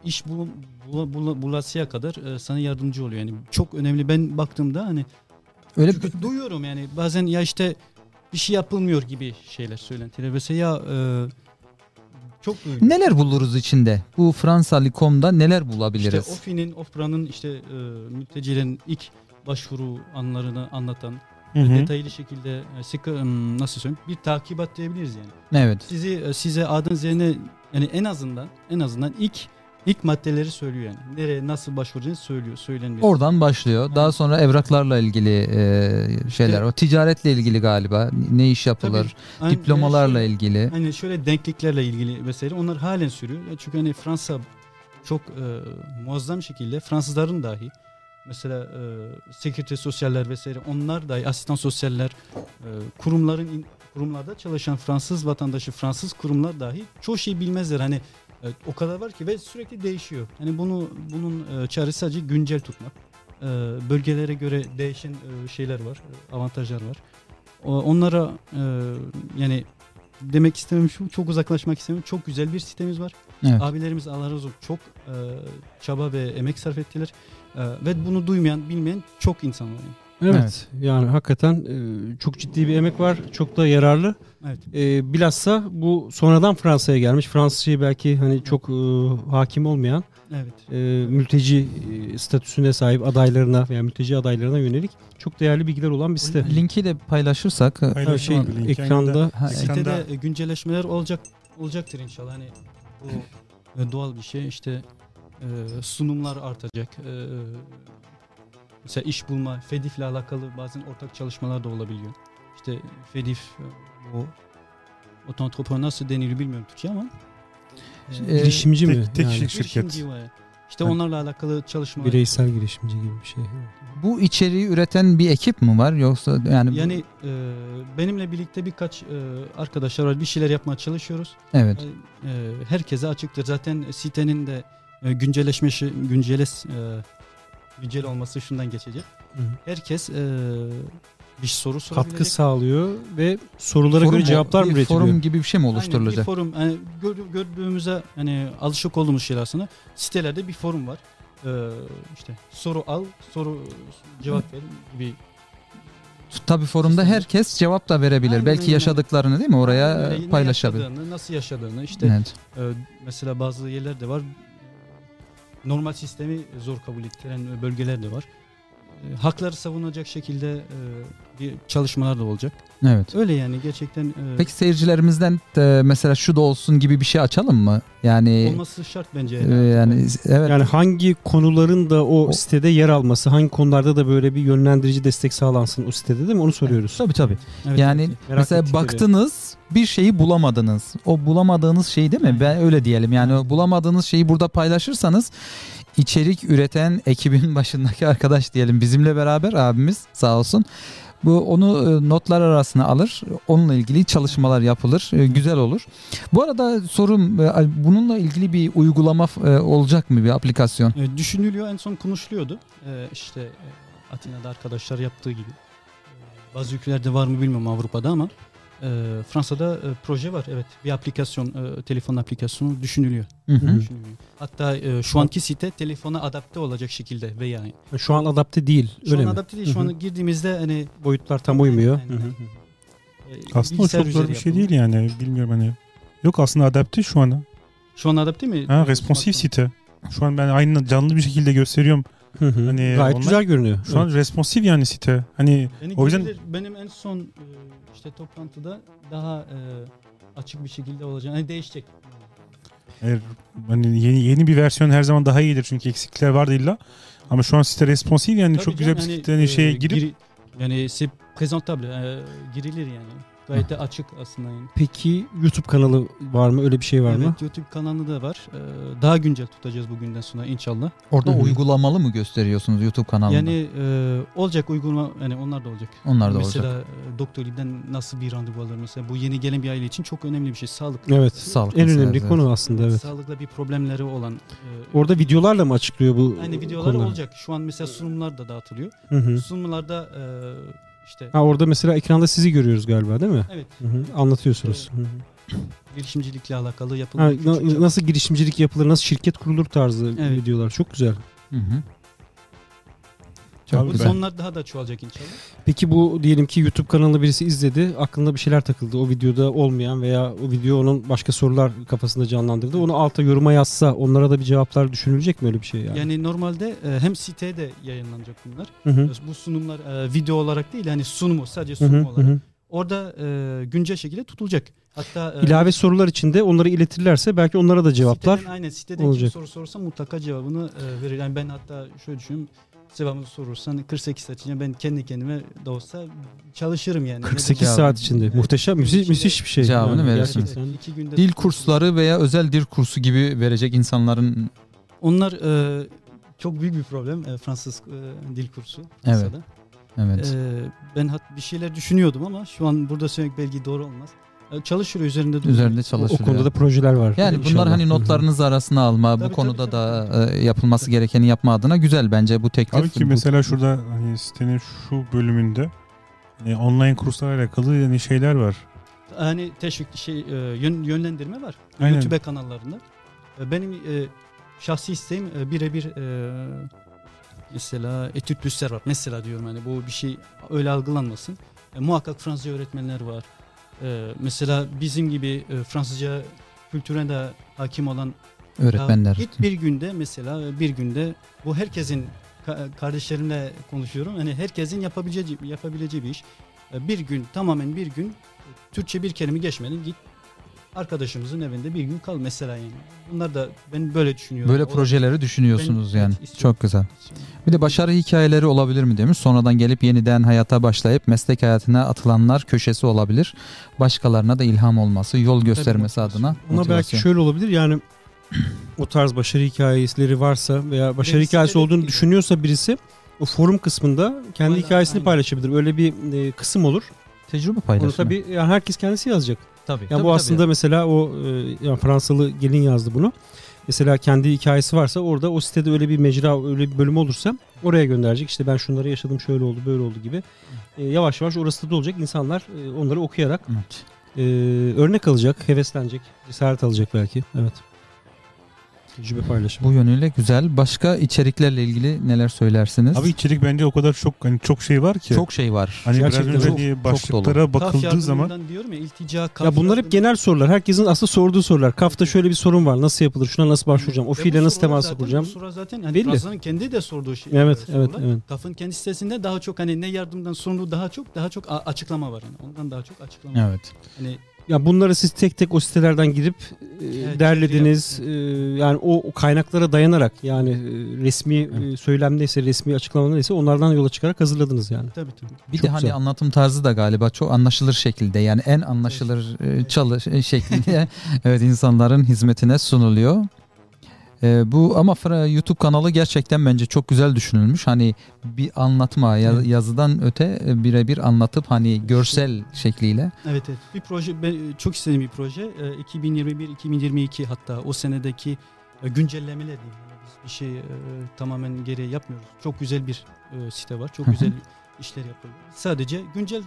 iş bul, bula- bula- bulasıya kadar e, sana yardımcı oluyor yani çok önemli ben baktığımda hani Öyle Çünkü duyuyorum yani bazen ya işte bir şey yapılmıyor gibi şeyler söylentiler. Mesela ya e, çok duyuyorum. neler buluruz içinde? Bu Fransa Likom'da neler İşte bulabiliriz? OFİ'nin, OFRA'nın işte e, mültecilerin ilk başvuru anlarını anlatan Hı hı. detaylı şekilde e, sıkı, ım, nasıl söyleyeyim bir takibat diyebiliriz yani. evet. Sizi e, size adın üzerine yani en azından en azından ilk ilk maddeleri söylüyor yani. Nereye nasıl başvuracağını söylüyor, söyleniyor. Oradan başlıyor. Daha sonra evraklarla ilgili e, şeyler. O ticaretle ilgili galiba. Ne iş yapılır? Aynı- Diplomalarla yani şöyle- ilgili. Hani şöyle denkliklerle ilgili vesaire onlar halen sürüyor. Ya Çünkü hani Fransa çok e, muazzam şekilde Fransızların dahi mesela e, sekreter sosyaller vesaire onlar dahi asistan sosyaller e, kurumların in- kurumlarda çalışan Fransız vatandaşı Fransız kurumlar dahi çoğu şey bilmezler. Hani e, o kadar var ki ve sürekli değişiyor. Hani bunu bunun e, çaresi sadece güncel tutmak. E, bölgelere göre değişen e, şeyler var, e, avantajlar var. O- Onlara e, yani demek istemem şu çok uzaklaşmak istemiyorum. Çok güzel bir sitemiz var. Evet. Abilerimiz Allah razı olsun çok e, çaba ve emek sarf ettiler. E, ve bunu duymayan bilmeyen çok insan var. yani. Evet. Yani hakikaten e, çok ciddi bir emek var. Çok da yararlı. Evet. E, bilhassa bu sonradan Fransa'ya gelmiş. Fransızcayı belki hani çok e, hakim olmayan Evet. e, mülteci e, statüsüne sahip adaylarına veya mülteci adaylarına yönelik çok değerli bilgiler olan bir site. şey? Linki de paylaşırsak e, Her şey ekranda. Ha, Sitede e, güncelleşmeler olacak olacaktır inşallah. Hani bu e, doğal bir şey. İşte e, sunumlar artacak. E, mesela iş bulma, FEDIF'le alakalı bazen ortak çalışmalar da olabiliyor. İşte FEDIF e, bu otantrepreneur nasıl deniliyor bilmiyorum Türkçe ama E, girişimci mi? tek- tek Yani şey- kişilik şirket. girişimci var. İşte onlarla alakalı çalışmalar. bireysel girişimci gibi bir şey. Bu içeriği üreten bir ekip mi var yoksa yani, yani Yani e, benimle birlikte birkaç e, arkadaşlar var. Bir şeyler yapmaya çalışıyoruz. evet. E, e, herkese açıktır. Zaten sitenin de e, güncelleşmesi, günceles, e, güncel olması şundan geçecek. Hı. Herkes e, bir soru sorabilir. Katkı sağlıyor ve sorulara Forum- göre cevaplar mı bir üretiliyor? Forum gibi bir şey mi oluşturulacak? Aynen, bir forum. Yani gör- gördüğümüze hani alışık olduğumuz şeyler aslında. Sitelerde bir forum var. E, işte soru al, soru cevap ver gibi. Tabii forumda herkes cevap da verebilir. Aynen, Belki aynen. yaşadıklarını değil mi oraya Böyle ne paylaşabilir. yaşadığını, Nasıl yaşadığını işte Evet. Ee, mesela bazı yerler de var. Normal sistemi zor kabul ettiren bölgeler de var. Ee, Hakları savunacak şekilde e, bir çalışmalar da olacak. Evet. Öyle yani gerçekten e, Peki seyircilerimizden de mesela şu da olsun gibi bir şey açalım mı? Yani olması şart bence. e, yani evet Yani hangi konuların da o, O- sitede yer alması, hangi konularda da böyle bir yönlendirici destek sağlansın o sitede değil mi? Onu soruyoruz. tabii tabii. Evet, yani evet. Merak mesela ettikleri. baktınız bir şeyi bulamadınız. O bulamadığınız şey değil mi? Ben öyle diyelim. Yani o bulamadığınız şeyi burada paylaşırsanız içerik üreten ekibin başındaki arkadaş diyelim bizimle beraber abimiz sağ olsun. Bu onu e, notlar arasına alır. Onunla ilgili çalışmalar yapılır. E, Güzel olur. Bu arada sorum e, bununla ilgili bir uygulama e, olacak mı bir aplikasyon? E, düşünülüyor en son konuşuluyordu. E, işte e, Atina'da arkadaşlar yaptığı gibi. E, Bazı ülkelerde var mı bilmiyorum Avrupa'da ama e, Fransa'da e, proje var. Evet bir aplikasyon, e, telefon aplikasyonu düşünülüyor. Hı hı. Düşünülüyor. Hatta e, şu anki site telefona adapte olacak şekilde ve yani. Şu an adapte değil. Şu öyle an mi? adapte değil. Şu Hı hı. an girdiğimizde hani Boyutlar tam uymuyor. Aynen, Hı hı. e, Aslında o bilgisayar çok üzeri zor bir şey yapılıyor. değil yani. Bilmiyorum hani. Yok aslında adapte şu an. Şu an adapte mi? Ha, responsif site. Şu an ben aynı canlı bir şekilde gösteriyorum. Hı hı. Hani Gayet onlar- güzel görünüyor. Şu an responsif yani site. Hani Yani O yüzden- gidebilir. benim en son e, işte toplantıda daha e, açık bir şekilde olacak. Hani değişecek. Eğer- hani yeni yeni bir versiyon her zaman daha iyidir çünkü eksiklikler vardı illa. Ama şu an site responsif yani Tabii çok güzel bir canım, site hani e, şeye girip giri- yani c'est présentable e, girilir yani. Gayet de açık aslında yani. Peki YouTube kanalı var mı? Öyle bir şey var mı? Evet YouTube kanalı da var. E, daha güncel tutacağız bugünden sonra inşallah. Orada Hı hı. uygulamalı mı gösteriyorsunuz YouTube kanalında? Yani e, olacak uygulama yani onlar da olacak. onlar da olacak. mesela e, Doktor Li'den nasıl bir randevu alır mesela bu yeni gelen bir aile için çok önemli bir şey sağlık. Evet. Sağlık en meselesi, önemli evet. konu aslında evet. Sağlıkla bir problemleri olan e, Orada videolarla mı açıklıyor bu aynı videolar konuları? olacak. Şu an mesela sunumlar da dağıtılıyor. Hı hı. Sunumlarda e, işte Ha orada mesela ekranda sizi görüyoruz galiba değil mi? evet Hı hı. Anlatıyorsunuz. Hı hı. girişimcilikle alakalı yapılan şey Ha, küçük na- çalışmalar. nasıl girişimcilik yapılır, nasıl şirket kurulur tarzı Evet. videolar. Çok güzel. Hı hı. Abi Bu ben- sonlar daha da çoğalacak inşallah. Peki bu diyelim ki YouTube kanalını birisi izledi. Aklında bir şeyler takıldı. O videoda olmayan veya o video onun başka sorular kafasında canlandırdı. Onu alta yoruma yazsa onlara da bir cevaplar düşünülecek mi öyle bir şey yani? Yani normalde e, hem siteye de yayınlanacak bunlar. Hı hı. Bu sunumlar e, video olarak değil hani sunumu sadece Hı sunum hı, olarak. hı hı. Orada e, güncel şekilde tutulacak. Hatta e, İlave sorular için de onları iletirlerse belki onlara da cevaplar. Siteden, aynen siteden olacak. kim soru sorsa mutlaka cevabını e, verir. Yani ben hatta şöyle düşünüyorum. Cevabını sorursan 48 saat içinde ben kendi kendime de olsa çalışırım yani. 48 Cevabı- saat içinde. Muhteşem, müthiş, müthiş bir şey. Cevabını Yani verirsin. gerçekten. iki günde Dil kursları veya özel dil kursu gibi verecek insanların Onlar e, çok büyük bir problem e, Fransız e, dil kursu. Fransa'da. evet. E, ben hat bir şeyler düşünüyordum ama şu an burada söylemek belki doğru olmaz. E, çalışır üzerinde duruyor. üzerinde O, o çalışılıyor. konuda da projeler var. yani bunlar İnşallah. Hı hani şey hı. notlarınız arasına alma, Tabii, bu tabii, konuda tabii, da e, yapılması gerekeni yapma adına güzel bence bu teklif. Tabii ki Bu- mesela şurada hani sitenin şu bölümünde e, online kurslarla alakalı yani hani şeyler var. hani teşvik şey e, yön- yönlendirme var. Aynen. YouTube kanallarında. E, Benim e, şahsi isteğim e, birebir e, mesela etüt büstler var. Mesela diyorum hani bu bir şey öyle algılanmasın. E, muhakkak Fransızca öğretmenler var. E, mesela bizim gibi e, Fransızca kültüre de hakim olan Öğretmenler. Ya Git bir günde mesela bir günde bu herkesin ka- kardeşlerimle konuşuyorum. Hani herkesin yapabileceği yapabileceği bir iş. E, Bir gün tamamen bir gün Türkçe bir kelime geçmeden git arkadaşımızın evinde bir gün kal mesela yani. Bunlar da ben böyle düşünüyorum. Böyle Olabilir. projeleri düşünüyorsunuz Ben- yani. evet, istiyorum. Çok güzel. Bir de başarı hikayeleri olabilir mi demiş. Sonradan gelip yeniden hayata başlayıp meslek hayatına atılanlar köşesi olabilir. Başkalarına da ilham olması, yol göstermesi adına. Ama belki motivasyon. şöyle olabilir yani o tarz başarı hikayeleri varsa veya başarı Birisi hikayesi dedektif olduğunu gibi. düşünüyorsa birisi o forum kısmında kendi Aynen, hikayesini aynen. paylaşabilir. Öyle bir e, kısım olur. tecrübe Onu paylaşımı. tabii yani herkes kendisi yazacak. Tabii. Ya bu aslında mesela o e, yani Fransalı gelin yazdı bunu. Mesela kendi hikayesi varsa orada o sitede öyle bir mecra öyle bir bölüm olursa oraya gönderecek. İşte ben şunları yaşadım şöyle oldu böyle oldu gibi. E, yavaş yavaş orası da olacak. İnsanlar e, onları okuyarak Evet. e, örnek alacak, heveslenecek, cesaret alacak belki. Evet. Tecrübe paylaşımı. Bu yönüyle güzel. Başka içeriklerle ilgili neler söylersiniz? Abi içerik bence o kadar çok hani çok şey var ki. çok şey var. Hani biraz Gerçekten önce çok- hani çok başlıklara Kaf bakıldığı zaman yardımından diyorum ya iltica kaf Ya bunlar hep yardımı- genel sorular. Herkesin aslında sorduğu sorular. Kafta şöyle bir sorun var. Nasıl yapılır? Şuna nasıl başvuracağım? O Ve fiile bu nasıl sorular temas zaten- kuracağım? Bu sorular zaten hani Belli. Fransa'nın kendi de sorduğu şey. Evet, e, evet, sorular. evet. Kafın kendi sitesinde daha çok hani ne yardımdan sorunu daha çok daha çok a- açıklama var yani. Ondan daha çok açıklama. var. Evet. Hani Ya bunları siz tek tek o sitelerden girip e, Evet, şey derlediniz. E, yani o, o kaynaklara dayanarak yani e, resmi e, söylemdeyse, resmi açıklamadaysa onlardan yola çıkarak hazırladınız yani. tabii tabii. Bir Çok de hani güzel. anlatım tarzı da galiba çok anlaşılır şekilde yani en anlaşılır e, çalış şekilde evet insanların hizmetine sunuluyor. E, bu ama Fra- YouTube kanalı gerçekten bence çok güzel düşünülmüş. Hani bir anlatma ya- yazıdan öte e, birebir anlatıp hani görsel şekliyle. Evet evet. Bir proje ben çok istediğim bir proje. E, 2021-2022 hatta o senedeki e, güncellemeler diyeyim. Yani biz bir şey e, tamamen geriye yapmıyoruz. Çok güzel bir e, site var. Çok Hı hı. güzel işler yapılıyor. Sadece güncel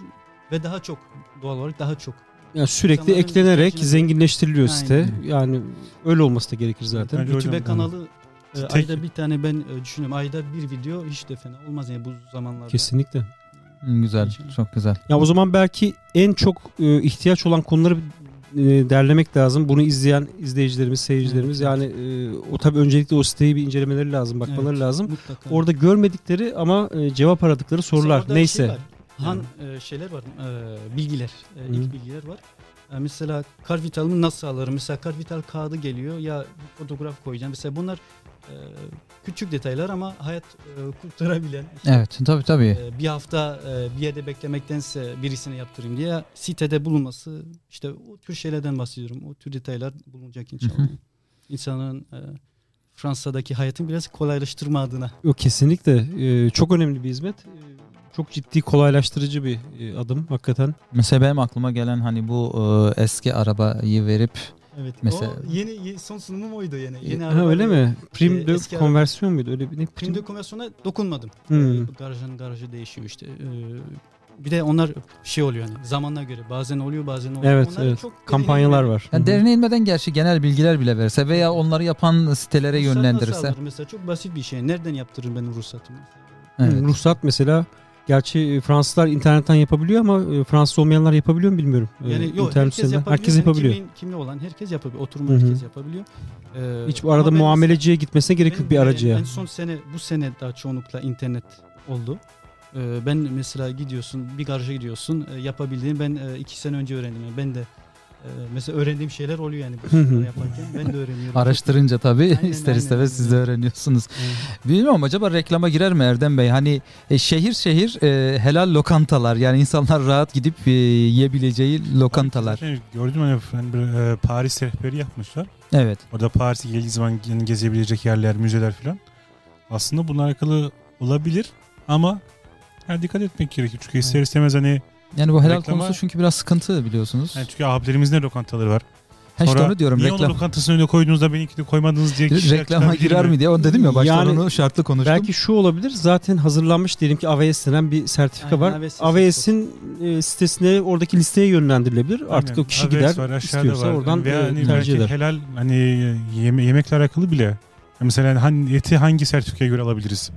ve daha çok doğal olarak daha çok. Yani sürekli İnsanların eklenerek ihtiyacını- zenginleştiriliyor Aynen. site. Yani öyle olması da gerekir zaten. Bence YouTube hocam, kanalı e, Tek- ayda bir tane ben e, düşünüyorum. Ayda bir video hiç de fena olmaz yani bu zamanlarda. Kesinlikle. Hı, Güzel, çok güzel. Ya o zaman belki en çok e, ihtiyaç olan konuları e, derlemek lazım. Bunu izleyen izleyicilerimiz, seyircilerimiz Evet, yani e, o tabii öncelikle o siteyi bir incelemeleri lazım, bakmaları Evet, lazım. Mutlaka. Orada görmedikleri ama e, cevap aradıkları sorular Mesela orada neyse. şey var, Han e, şeyler var, e, bilgiler, e, Hı. ilk bilgiler var. E, mesela karvitalımı nasıl alırım? Mesela karvital kağıdı geliyor ya bir fotoğraf koyacağım. Mesela bunlar e, küçük detaylar ama hayat e, kurtarabilen. işte, Evet, tabii tabii. e, bir hafta e, bir yerde beklemektense birisine yaptırayım diye sitede bulunması işte o tür şeylerden bahsediyorum. O tür detaylar bulunacak inşallah. İnsanın e, Fransa'daki hayatın biraz kolaylaştırma adına. Yok kesinlikle e, çok önemli bir hizmet. E, çok ciddi kolaylaştırıcı bir e, adım hakikaten. Mesela benim aklıma gelen hani bu e, eski arabayı verip Evet. Mesela- O yeni, ye- son sunumum oydu yine. Yeni E, ha, öyle arabayı- mi? Prim e, de eski araba- konversiyon muydu? Öyle bir ne? Prim de konversiyona dokunmadım. Hmm. Ee, bu garajın garajı değişiyor işte. Ee, bir de onlar şey oluyor yani zamanla göre bazen oluyor bazen olmuyor. Evet, Onlar evet. çok kampanyalar var. yani Hı hı. derine inmeden gerçi genel bilgiler bile verse veya onları yapan sitelere Ruhsat nasıl yönlendirirse. alırım Mesela çok basit bir şey. Nereden yaptırırım benim ruhsatımı? Evet. Ruhsat mesela gerçi e, Fransızlar internetten yapabiliyor ama e, Fransız olmayanlar yapabiliyor mu bilmiyorum. E, Yani yok internet herkes üzerinden. yapabiliyor. Herkes Yani yapabiliyor. Kimin, kimli olan herkes yapabiliyor. Oturma Hı hı. herkes yapabiliyor. Ee, Hiç bu arada ama ben muameleciye gitmesine gerek Benim yok bir de aracıya. En son sene bu sene daha çoğunlukla internet oldu. Ee, ben mesela gidiyorsun bir garaja gidiyorsun e, yapabildiğim ben e, iki sene önce öğrendim. Yani ben de e, mesela öğrendiğim şeyler oluyor yani bu Hı hı. bunları yaparken ben de öğreniyorum. E, Araştırınca tabii Aynen, ister aynen, istemez aynen. siz de öğreniyorsunuz. Evet. Bilmiyorum acaba reklama girer mi Erdem Bey? Hani e, şehir şehir e, helal lokantalar yani insanlar rahat gidip e, yiyebileceği lokantalar. Zaten gördüm hani hani bir, e, Paris rehberi yapmışlar. Evet. Orada Paris'e geldiği zaman yani gezebilecek yerler, müzeler falan. Aslında bunlar alakalı olabilir ama yani dikkat etmek gerekiyor. Çünkü ister istemez hani, Yani bu helal Reklama- konusu çünkü biraz sıkıntı biliyorsunuz. yani çünkü abilerimizin de lokantaları var. Ha işte Sonra onu diyorum, Niye reklam. onun lokantasını öyle koyduğunuzda benimkini koymadınız diye kişiler Reklama çıkabilir girer mi? mi diye onu dedim ya başta Yani onu şartlı konuştum. Belki şu olabilir. Zaten hazırlanmış diyelim ki AVS denen bir sertifika Aynen, var. AVS AVS'in e, sitesine oradaki listeye yönlendirilebilir. Artık o kişi Adres gider var, aşağıda istiyorsa var. oradan Veya e, hani tercih belki eder. helal hani yeme- yemekle alakalı bile. Mesela hani eti hangi sertifikaya göre alabiliriz?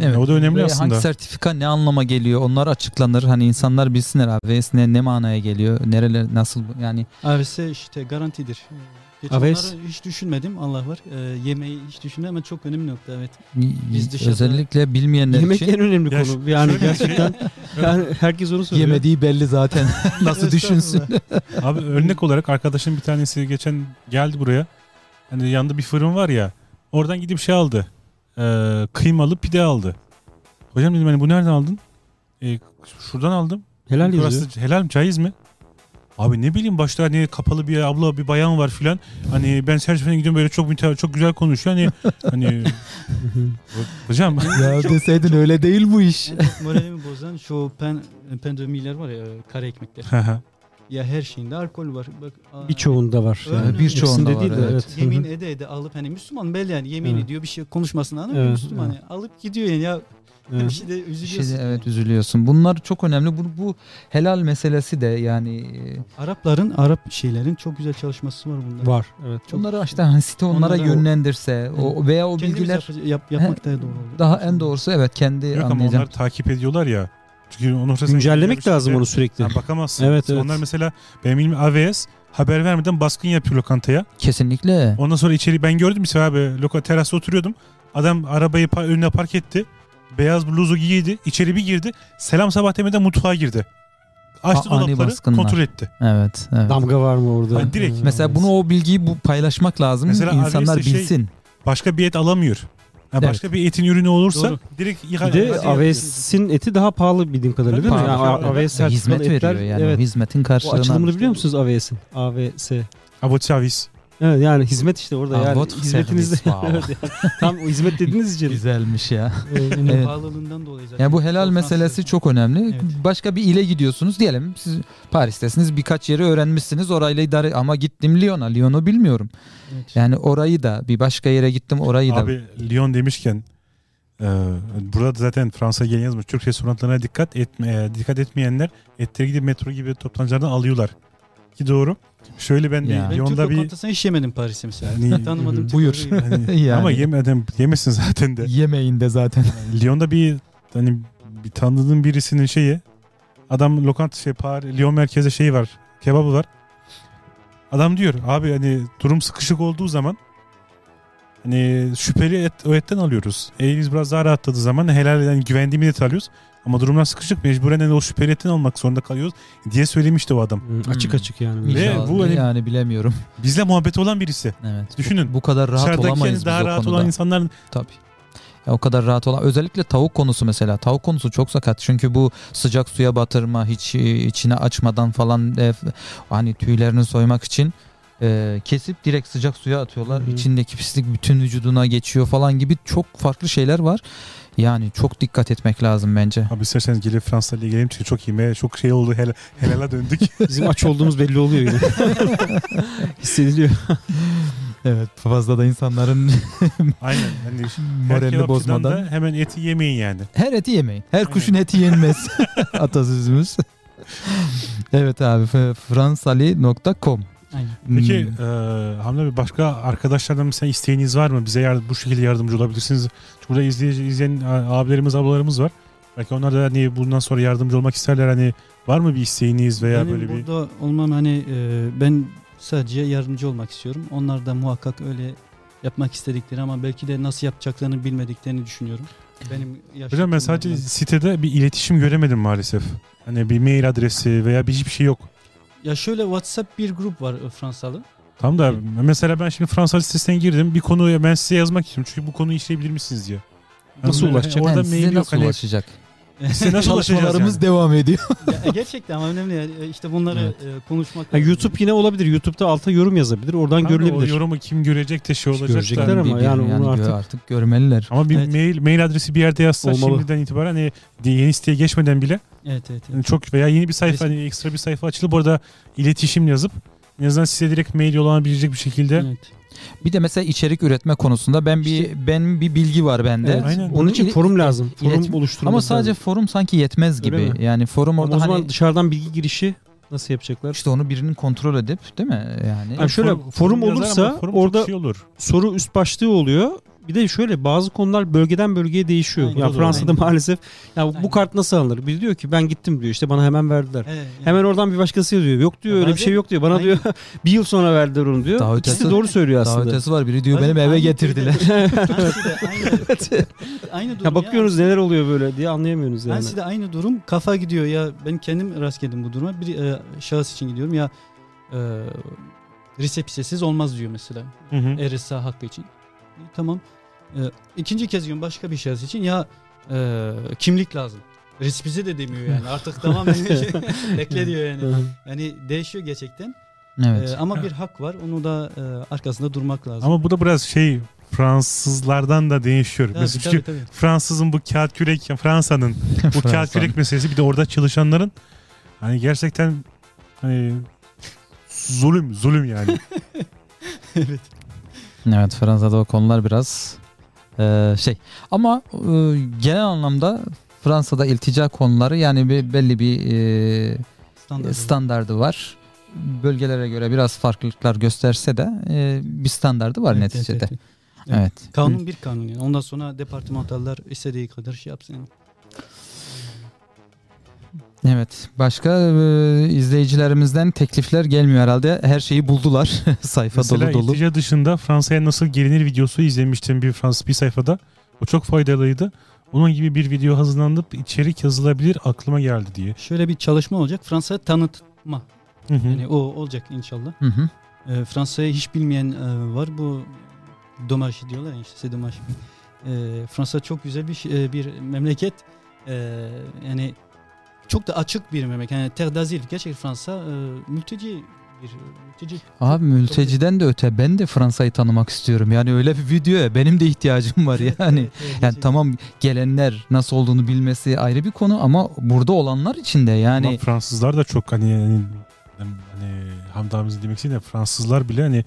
Yani O da önemli Ve aslında. Hangi sertifika ne anlama geliyor? Onlar açıklanır. Hani insanlar bilsinler AVS ne, ne manaya geliyor? Nereler nasıl yani AVS işte garantidir. E, Geçen AVS. onları hiç düşünmedim Allah var. Ee, yemeği hiç düşünmedim ama çok önemli nokta evet. Biz dışarıda- özellikle bilmeyenler Yemek için en önemli Ya konu. şu- Yani şöyle bir şey- gerçekten yani herkes onu söylüyor. yemediği belli zaten. şey- nasıl düşünsün? Abi örnek olarak arkadaşım bir tanesi geçen geldi buraya. Hani yanında bir fırın var ya. Oradan gidip şey aldı. Ee, kıymalı pide aldı. Hocam dedim hani bu nereden aldın? "E, şuradan aldım. Helal Burası yazıyor. helal mi caiz mi? Abi ne bileyim başta hani kapalı bir abla bir bayan var filan. Hani ben her seferinde gidiyorum böyle çok müte- çok güzel konuşuyor. Hani hani hocam ya deseydin öyle değil bu iş. En çok moralimi bozan şu pen, pendömiler var ya kare ekmekler. Hı hı. Ee, ya her şeyinde alkol var. Bak, aa, Birçoğunda var. Öyle mi? Yani Birçoğunda Hepsinde var, değil de, evet. evet. Yemin ede ede alıp hani Müslüman belli yani yemin Evet. ediyor bir şey konuşmasını anlamıyor Evet, Müslüman yani. alıp gidiyor yani ya Evet. bir şey de Bir üzülüyorsun. şey de- evet üzülüyorsun. Bunlar çok önemli. Bu, bu helal meselesi de yani e, Arapların Arap şeylerin çok güzel çalışması var bunda. Var. Evet. Çok şey. onları işte hani site onlara Onlara o- Hani yönlendirse o, veya o Kendimiz bilgiler yapıcı- yap, yapmak da doğru olur. daha en doğrusu evet kendi Yok ama anlayacağım. onlar takip ediyorlar ya. Çünkü onun ortasına Güncellemek girince bir lazım şekilde- onu sürekli. Yani bakamazsın. Evet, evet. Onlar mesela benim bildiğim AVS haber vermeden baskın yapıyor lokantaya. Kesinlikle. Ondan sonra içeri ben gördüm mesela abi loka terasta oturuyordum. Adam arabayı pa- önüne park etti. Beyaz bluzu giydi. içeri bir girdi. Selam sabah demeden mutfağa girdi. Açtı A- ani dolapları baskınlar. kontrol etti. Evet. evet. Damga var mı orada? Yani direkt. Evet. Mesela bunu o bilgiyi bu paylaşmak lazım. Mesela İnsanlar AVS şey- bilsin. Başka bir et alamıyor. Ha, Evet. Başka bir etin ürünü olursa Doğru. direkt Bir ihale de AVS'in eti daha pahalı bildiğim kadarıyla değil mi? Pahalı. Yani A- AVS Ya sertifikalı hizmet etler. veriyor yani. O evet. hizmetin O karşılığını. açılımını almış. biliyor musunuz AVS'in? AVS. Avuç avis. Evet yani hizmet işte orada yani Avot hizmetinizde. servis, wow. Evet, yani. Tam o hizmet dediğiniz için. Güzelmiş ya. Yani Evet. pahalılığından dolayı zaten. Yani bu helal Çok meselesi hassas. çok önemli. Evet. Başka bir ile gidiyorsunuz diyelim. Siz Paris'tesiniz. Birkaç yeri öğrenmişsiniz. Orayla idare ama gittim Lyon'a. Lyon'u bilmiyorum. Evet. Yani orayı da bir başka yere gittim orayı da. Abi Lyon demişken e, burada da zaten Fransa gelen yazmış. Türk restoranlarına dikkat etme e, dikkat etmeyenler etleri gidip metro gibi toplantılardan alıyorlar. Ki doğru. Şöyle ben Ya. bir Ben Türk Lyon'da bir lokantasına hiç yemedim Paris'e mesela. Yani- Tanımadığım Türk Buyur. lokantasına yemedim. hani, Yani. ama yemeden yemesin zaten de. Yemeğinde zaten. Lyon'da bir hani bir tanıdığın birisinin şeyi adam lokanta şey Paris Lyon merkezde şeyi var. Kebabı var. Adam diyor abi hani durum sıkışık olduğu zaman hani şüpheli et, o etten alıyoruz. Elimiz biraz daha rahatladığı zaman helal yani güvendiğimiz et alıyoruz. Ama durumlar sıkışık mecburen hani o şüpheli etten almak zorunda kalıyoruz diye söylemişti o adam. Hmm, Açık açık yani. Ve İnşallah. bu hani- yani bilemiyorum. Bizle muhabbet olan birisi. Evet. Bu- Düşünün. Bu kadar rahat Dışarıdaki olamayız hani biz daha o rahat konuda. olan insanlar Tabii. Ya o kadar rahat olan özellikle tavuk konusu mesela tavuk konusu çok sakat çünkü bu sıcak suya batırma hiç e, içine açmadan falan e, f- hani tüylerini soymak için e, kesip direkt sıcak suya atıyorlar Hı hı. içindeki pislik bütün vücuduna geçiyor falan gibi çok farklı şeyler var yani çok dikkat etmek lazım bence. Abi isterseniz gelip Fransa Ligi'ye gelelim çünkü çok iyi. Çok şey oldu hel helala döndük. Bizim aç olduğumuz belli oluyor yine. Hissediliyor. Evet fazla da insanların Aynen. Hani her moralini kebapçıdan bozmadan. da hemen eti yemeyin yani. Her eti yemeyin. Her kuşun eti yenmez. Atasözümüz. evet abi f- fransali.com Aynen. Hmm, Peki e, Hamdi abi başka arkadaşlardan mesela isteğiniz var mı? Bize yardım, bu şekilde yardımcı olabilirsiniz. Çünkü burada izleyici, izleyen e, abilerimiz, ablalarımız var. Belki onlar da hani bundan sonra yardımcı olmak isterler. Hani var mı bir isteğiniz veya Benim böyle bir... burada olmam hani e, ben sadece yardımcı olmak istiyorum. Onlar da muhakkak öyle yapmak istedikleri ama belki de nasıl yapacaklarını bilmediklerini düşünüyorum. Benim yaşım Hocam ben sadece sitede bir iletişim göremedim maalesef. Hani bir mail adresi veya bir hiçbir şey yok. ya şöyle WhatsApp bir grup var e, Fransalı. Tam da mesela ben şimdi Fransa sitesine girdim. Bir konuya ben size yazmak istiyorum. Çünkü bu konuyu işleyebilir misiniz diye. Hani Nasıl böyle- ulaşacak? Orada Yani mail size yok. nasıl Hani ulaşacak? size nasıl ulaşacağız yani? Çalışmalarımız devam ediyor. Ya, e, gerçekten ama önemli yani. E, işte bunları e, konuşmak. Yani YouTube yine olabilir. YouTube'da alta yorum yazabilir. Oradan Abi görülebilir. O yorumu kim görecek de şey olacak görecekler da. ama Bir- bir- yani onu gö- artık- görmeliler. Ama bir Evet. mail mail adresi bir yerde yazsa Olmalı. şimdiden itibaren hani di- yeni siteye geçmeden bile Evet evet. evet. hani çok veya yeni bir sayfa hani ekstra bir sayfa açılıp orada iletişim yazıp En azından size direkt mail yollanabilecek bir şekilde. Bir de mesela içerik üretme konusunda ben bir ben bir bilgi var bende. Evet, aynen. Onun için forum lazım. Forum oluşturması Ama sadece lazım. forum sanki yetmez Öyle gibi. mi? Yani forum Ama orada o zaman hani dışarıdan bilgi girişi nasıl yapacaklar? İşte onu birinin kontrol edip değil mi? Yani Yani şöyle forum, olursa orada şey soru üst başlığı oluyor. Bir de şöyle bazı konular bölgeden bölgeye değişiyor. Aynen. ya Doğru, Fransa'da aynen. maalesef ya bu kart nasıl alınır? Biri diyor ki ben gittim diyor. işte bana hemen verdiler. Hemen oradan bir başkası yazıyor. Yok diyor Ya öyle bir bazen- şey yok diyor. Bana Aynen. diyor bir yıl sonra verdiler onu diyor. Daha İkisi ötesi- de doğru söylüyor daha aslında. ötesi var. Biri diyor, benim eve aynı getirdiler. şeyde- Aynı şeyde, aynı- Evet. Aynı durum ya ya. bakıyorsunuz neler oluyor böyle diye anlayamıyorsunuz yani. Ben size aynı durum kafa gidiyor ya ben kendim rast geldim bu duruma bir e, şahıs için gidiyorum ya e, resepsiyesiz olmaz diyor mesela Hı hı. RSA hakkı için E, tamam E, ikinci kez gidiyorum başka bir şahıs için ya e, kimlik lazım resepsiye de demiyor yani artık tamamen bekle diyor Hı yani hı. yani değişiyor gerçekten Evet. E, ama bir hak var onu da e, arkasında durmak lazım Ama bu da biraz şey Fransızlardan da değişiyor. Tabii, Mesela tabii, çünkü tabii. Fransızın bu kağıt kürek Fransa'nın bu kağıt Fransa'nın. kürek meselesi bir de orada çalışanların hani gerçekten hani zulüm zulüm yani. Evet Fransa'da o konular biraz eee, şey. Ama eee, genel anlamda Fransa'da iltica konuları yani bir, belli bir eee, Standardı. standardı var. Bölgelere göre biraz farklılıklar gösterse de eee, bir standardı var Evet, neticede. evet, Evet. evet. Kanun bir kanun yani. Ondan sonra departmantaller istediği kadar şey yapsın. yani. Evet. Başka eee, izleyicilerimizden teklifler gelmiyor herhalde. Her şeyi buldular. Sayfa Mesela dolu dolu. İltica dışında Fransa'ya nasıl gelinir videosu izlemiştim bir Fransız bir sayfada. O çok faydalıydı. Onun gibi bir video hazırlanıp içerik yazılabilir aklıma geldi diye. Şöyle bir çalışma olacak. Fransa tanıtma. Hı hı. Yani o olacak inşallah. Hı hı. Ee, Fransa'yı hiç bilmeyen e, var. Bu domaşı diyorlar ya işte c'est dommage. Ee, Fransa çok güzel bir şey- e, bir memleket. Ee, yani çok da açık bir memleket. Yani terre d'asile. Gerçekten Fransa e, mülteci bir mülteci. Abi mülteciden de öte ben de Fransa'yı tanımak istiyorum. Yani öyle bir videoya benim de ihtiyacım var yani. yani tamam gelenler nasıl olduğunu bilmesi ayrı bir konu ama burada olanlar için de yani Ama Fransızlar da çok hani hani, hani Hamdi abimizin demek istediği de Fransızlar bile hani,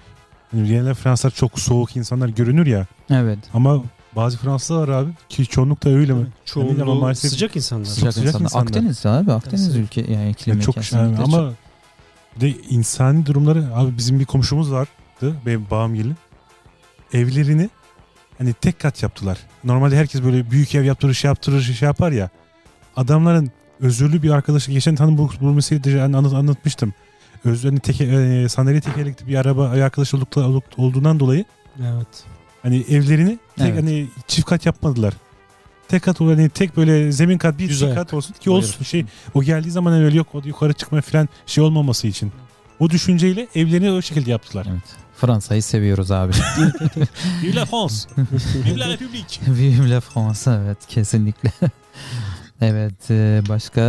hani genelde Fransızlar çok soğuk insanlar görünür ya. Evet. Ama bazı Fransızlar var abi ki çoğunlukla öyle mi? Çoğunluğu Hani ama maalesef- sıcak insanlar. Çok sıcak, insanlar. Akdeniz abi Akdeniz Tabii. ülke yani iklimi Yani çok şey kesinlikle ama bir de insani durumları abi bizim bir komşumuz vardı benim babam gelin. Evlerini hani tek kat yaptılar. Normalde herkes böyle büyük ev yaptırır, şey yaptırır, şey yapar ya. Adamların özürlü bir arkadaşı geçen tanım bu, bu meseleyi de hani anlat, anlatmıştım. Özürlü hani teke, e, sandalye tekerlekli bir araba arkadaş oldukla, olduk- olduğundan dolayı Evet. hani evlerini tek Evet. hani çift kat yapmadılar. Tek kat olan hani tek böyle zemin kat bir Düz çift ayak. kat olsun ki olsun şey o geldiği zaman hani öyle yok o yukarı çıkma falan şey olmaması için. O düşünceyle evlerini o şekilde yaptılar. Evet. Fransa'yı seviyoruz abi. Vive la France. Vive la République. Vive la France evet kesinlikle. evet e, başka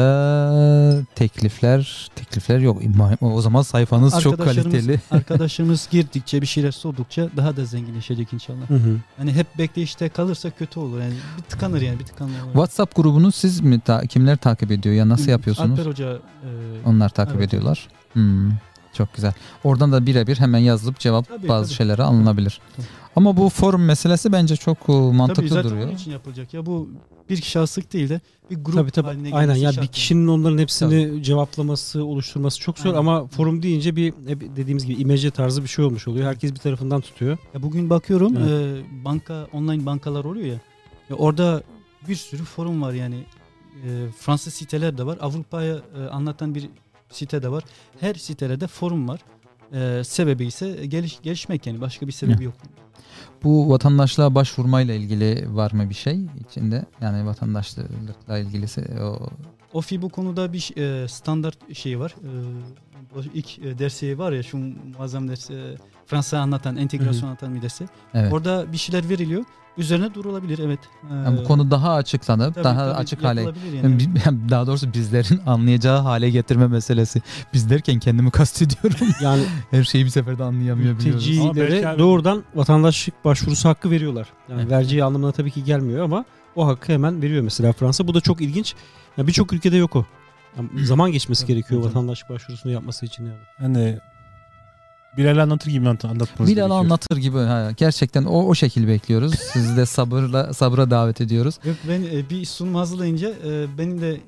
teklifler teklifler yok. İma- O zaman sayfanız çok Arkadaşlarımız- kaliteli. arkadaşlarımız girdikçe bir şeyler sordukça daha da zenginleşecek inşallah. Hı hı. Hani hep bekleyişte kalırsa kötü olur yani. Bir tıkanır yani bir tıkanır. WhatsApp grubunu siz mi ta- kimler takip ediyor ya nasıl yapıyorsunuz? Alper Hoca. e, Onlar takip evet. ediyorlar. Hmm, çok güzel. Oradan da birebir hemen yazılıp cevap Tabii, bazı tabii. şeylere alınabilir. Ama bu forum meselesi bence çok e, mantıklı Tabii zaten duruyor. onun için yapılacak. Ya bu bir şahslık değil de bir grup Tabii tabii. haline Aynen gelmesi ya şart bir yani. kişinin onların hepsini cevaplaması, oluşturması çok zor Aynen. ama forum deyince bir hep dediğimiz gibi imece tarzı bir şey olmuş oluyor. Herkes bir tarafından tutuyor. Ya bugün bakıyorum Evet. e, banka online bankalar oluyor ya. ya orada bir sürü forum var yani. E, Fransız siteler de var. Avrupa'ya e, anlatan bir site de var. Her sitelerde forum var. E, sebebi ise geliş, gelişmek yani başka bir sebebi Ya. yok. Bu vatandaşlığa başvurmayla ilgili var mı bir şey içinde? Yani vatandaşlıkla ilgilisi o Ofi bu konuda bir ş- e, standart şey var. E, o ilk e, dersi var ya şu muazzam ders e, Fransa anlatan, Hı entegrasyon hı. anlatan bir dersi. Evet. Orada bir şeyler veriliyor. Üzerine durulabilir evet. E, yani bu konu daha açıklanıp tabii, daha tabii, açık hale yapılabilir yani. Yani bi- yani daha doğrusu bizlerin anlayacağı hale getirme meselesi. Biz derken kendimi kastediyorum. Yani her şeyi bir seferde anlayamıyor Ama biliyoruz. belki Mültecilere abi- doğrudan vatandaşlık başvurusu hakkı veriyorlar. Yani Evet. vereceği anlamına tabii ki gelmiyor ama o hakkı hemen veriyor mesela Fransa. Bu da çok ilginç. Yani Birçok Hmm. ülkede yok o. Yani zaman geçmesi gerekiyor vatandaşlık başvurusunu yapması için yani. Hani Bilal'e anlatır gibi anlat- anlatmanız Bilal'ı gerekiyor. anlatır gibi. Ha, gerçekten o, o şekil bekliyoruz. Sizi de sabırla, sabra davet ediyoruz. Yok ben e, bir sunum hazırlayınca e, benim de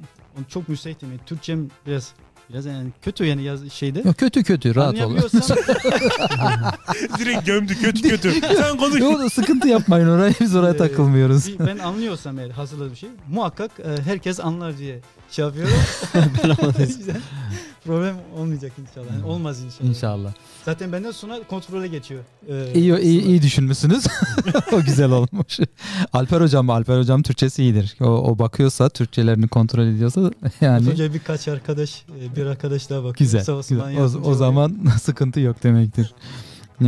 çok müsaitim. Yani Türkçem biraz biraz yani kötü yani yaz şeyde. Yok, kötü kötü, rahat ol. Anlayabiliyorsam- Direkt gömdü kötü kötü. Sen konuş. Yok da sıkıntı yapmayın oraya biz oraya Ee, takılmıyoruz. bir- ben anlıyorsam eğer hazırladığım bir şey muhakkak e, herkes anlar diye şey yapıyorum. O yüzden Problem olmayacak inşallah. Yani olmaz inşallah. İnşallah. Zaten benden sonra kontrole geçiyor. Ee, İyi, iyi, iyi düşünmüşsünüz. o güzel olmuş. Alper hocam, Alper hocam Türkçesi iyidir. O, o bakıyorsa, Türkçelerini kontrol ediyorsa yani Önce birkaç arkadaş, e, bir arkadaş daha bakıyor. güzel. Sağ olsun güzel. bana O, yardımcı o oluyor. zaman sıkıntı yok demektir.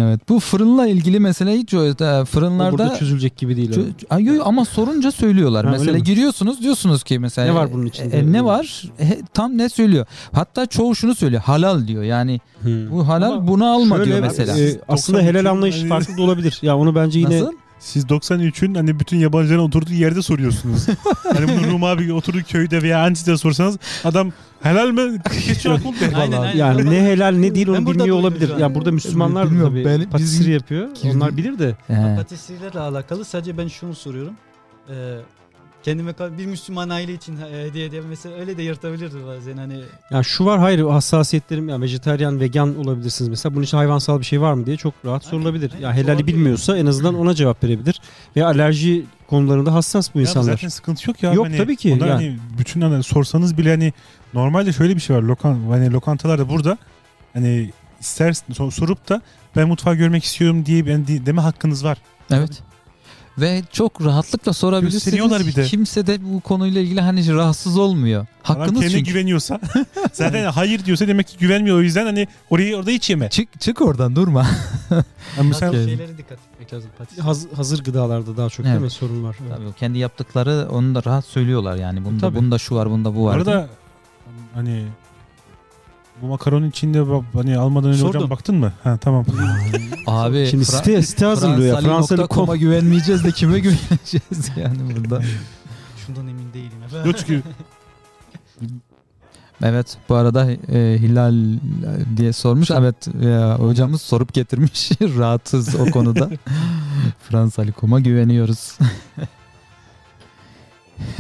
Evet. Bu fırınla ilgili mesele hiç o- e, fırınlarda burada çözülecek gibi değil. Çö- Ay, yo, yo, ama sorunca söylüyorlar. Ha, öyle mesela mi? giriyorsunuz diyorsunuz ki mesela Ne var bunun içinde? e, ne var? E, tam ne söylüyor? Hatta çoğu şunu söylüyor. Halal diyor. Yani bu halal bunu alma Hmm. Şöyle, diyor mesela. e, aslında 93 helal anlayışı hani- farklı da olabilir. Ya onu bence yine Nasıl? Siz 93'ün hani bütün yabancıların oturduğu yerde soruyorsunuz. hani bunu Rum abi oturduğu köyde veya Antis'te sorsanız adam helal mi? Hiç yok mu? der. Aynen, aynen. yani ne helal ne değil Ben onu burada bilmiyor duydum olabilir. şu an. Ya burada Müslümanlar da Bilmiyorum, tabii ben- biz- patisserie yapıyor. Onlar bilir de. He. Patislerle alakalı sadece ben şunu soruyorum. Ee, kendime kal- bir Müslüman aile için e, hediye edeyim. Mesela öyle de yırtabilirdi bazen hani. Ya şu var hayır hassasiyetlerim ya vejetaryen vegan olabilirsiniz mesela bunun için hayvansal bir şey var mı diye çok rahat sorulabilir. aynen, ya helali sorabilir. bilmiyorsa en azından ona cevap verebilir. Ve alerji konularında hassas bu Ya insanlar. Zaten sıkıntı yok ya. Yok, tabii ki. Onlar Yani. hani bütün hani sorsanız bile hani normalde şöyle bir şey var. Lokan, hani lokantalarda burada hani istersin so- sorup da ben mutfağı görmek istiyorum diye ben de- deme hakkınız var. Evet. Ve çok rahatlıkla sorabilirsiniz. Gösteriyorlar bir de. Kimse de bu konuyla ilgili hani rahatsız olmuyor. Adam Hakkınız kendine çünkü. güveniyorsa zaten hayır diyorsa demek ki güvenmiyor o yüzden hani orayı orada hiç yeme. Çık çık oradan durma. Yani Bazı mesela şeylere dikkat etmek lazım patis. Haz- hazır gıdalarda daha çok Evet. değil mi sorun var? Evet. Tabii, kendi yaptıkları onu da rahat söylüyorlar yani. Bunda Tabii. bunda şu var, bunda bu Bu var. arada hani bu makaronun içinde ba- hani almadan önce Sordum. hocam baktın mı? Ha tamam. Abi Şimdi Fra- site, site hazırlıyor ya. Fransa.com Fransali.com'a güvenmeyeceğiz de kime güveneceğiz yani burada. Şundan emin değilim. Yok çünkü Evet bu arada e, Hilal diye sormuş. Evet e, hocamız sorup getirmiş. Rahatsız o konuda. Fransa Likom'a güveniyoruz.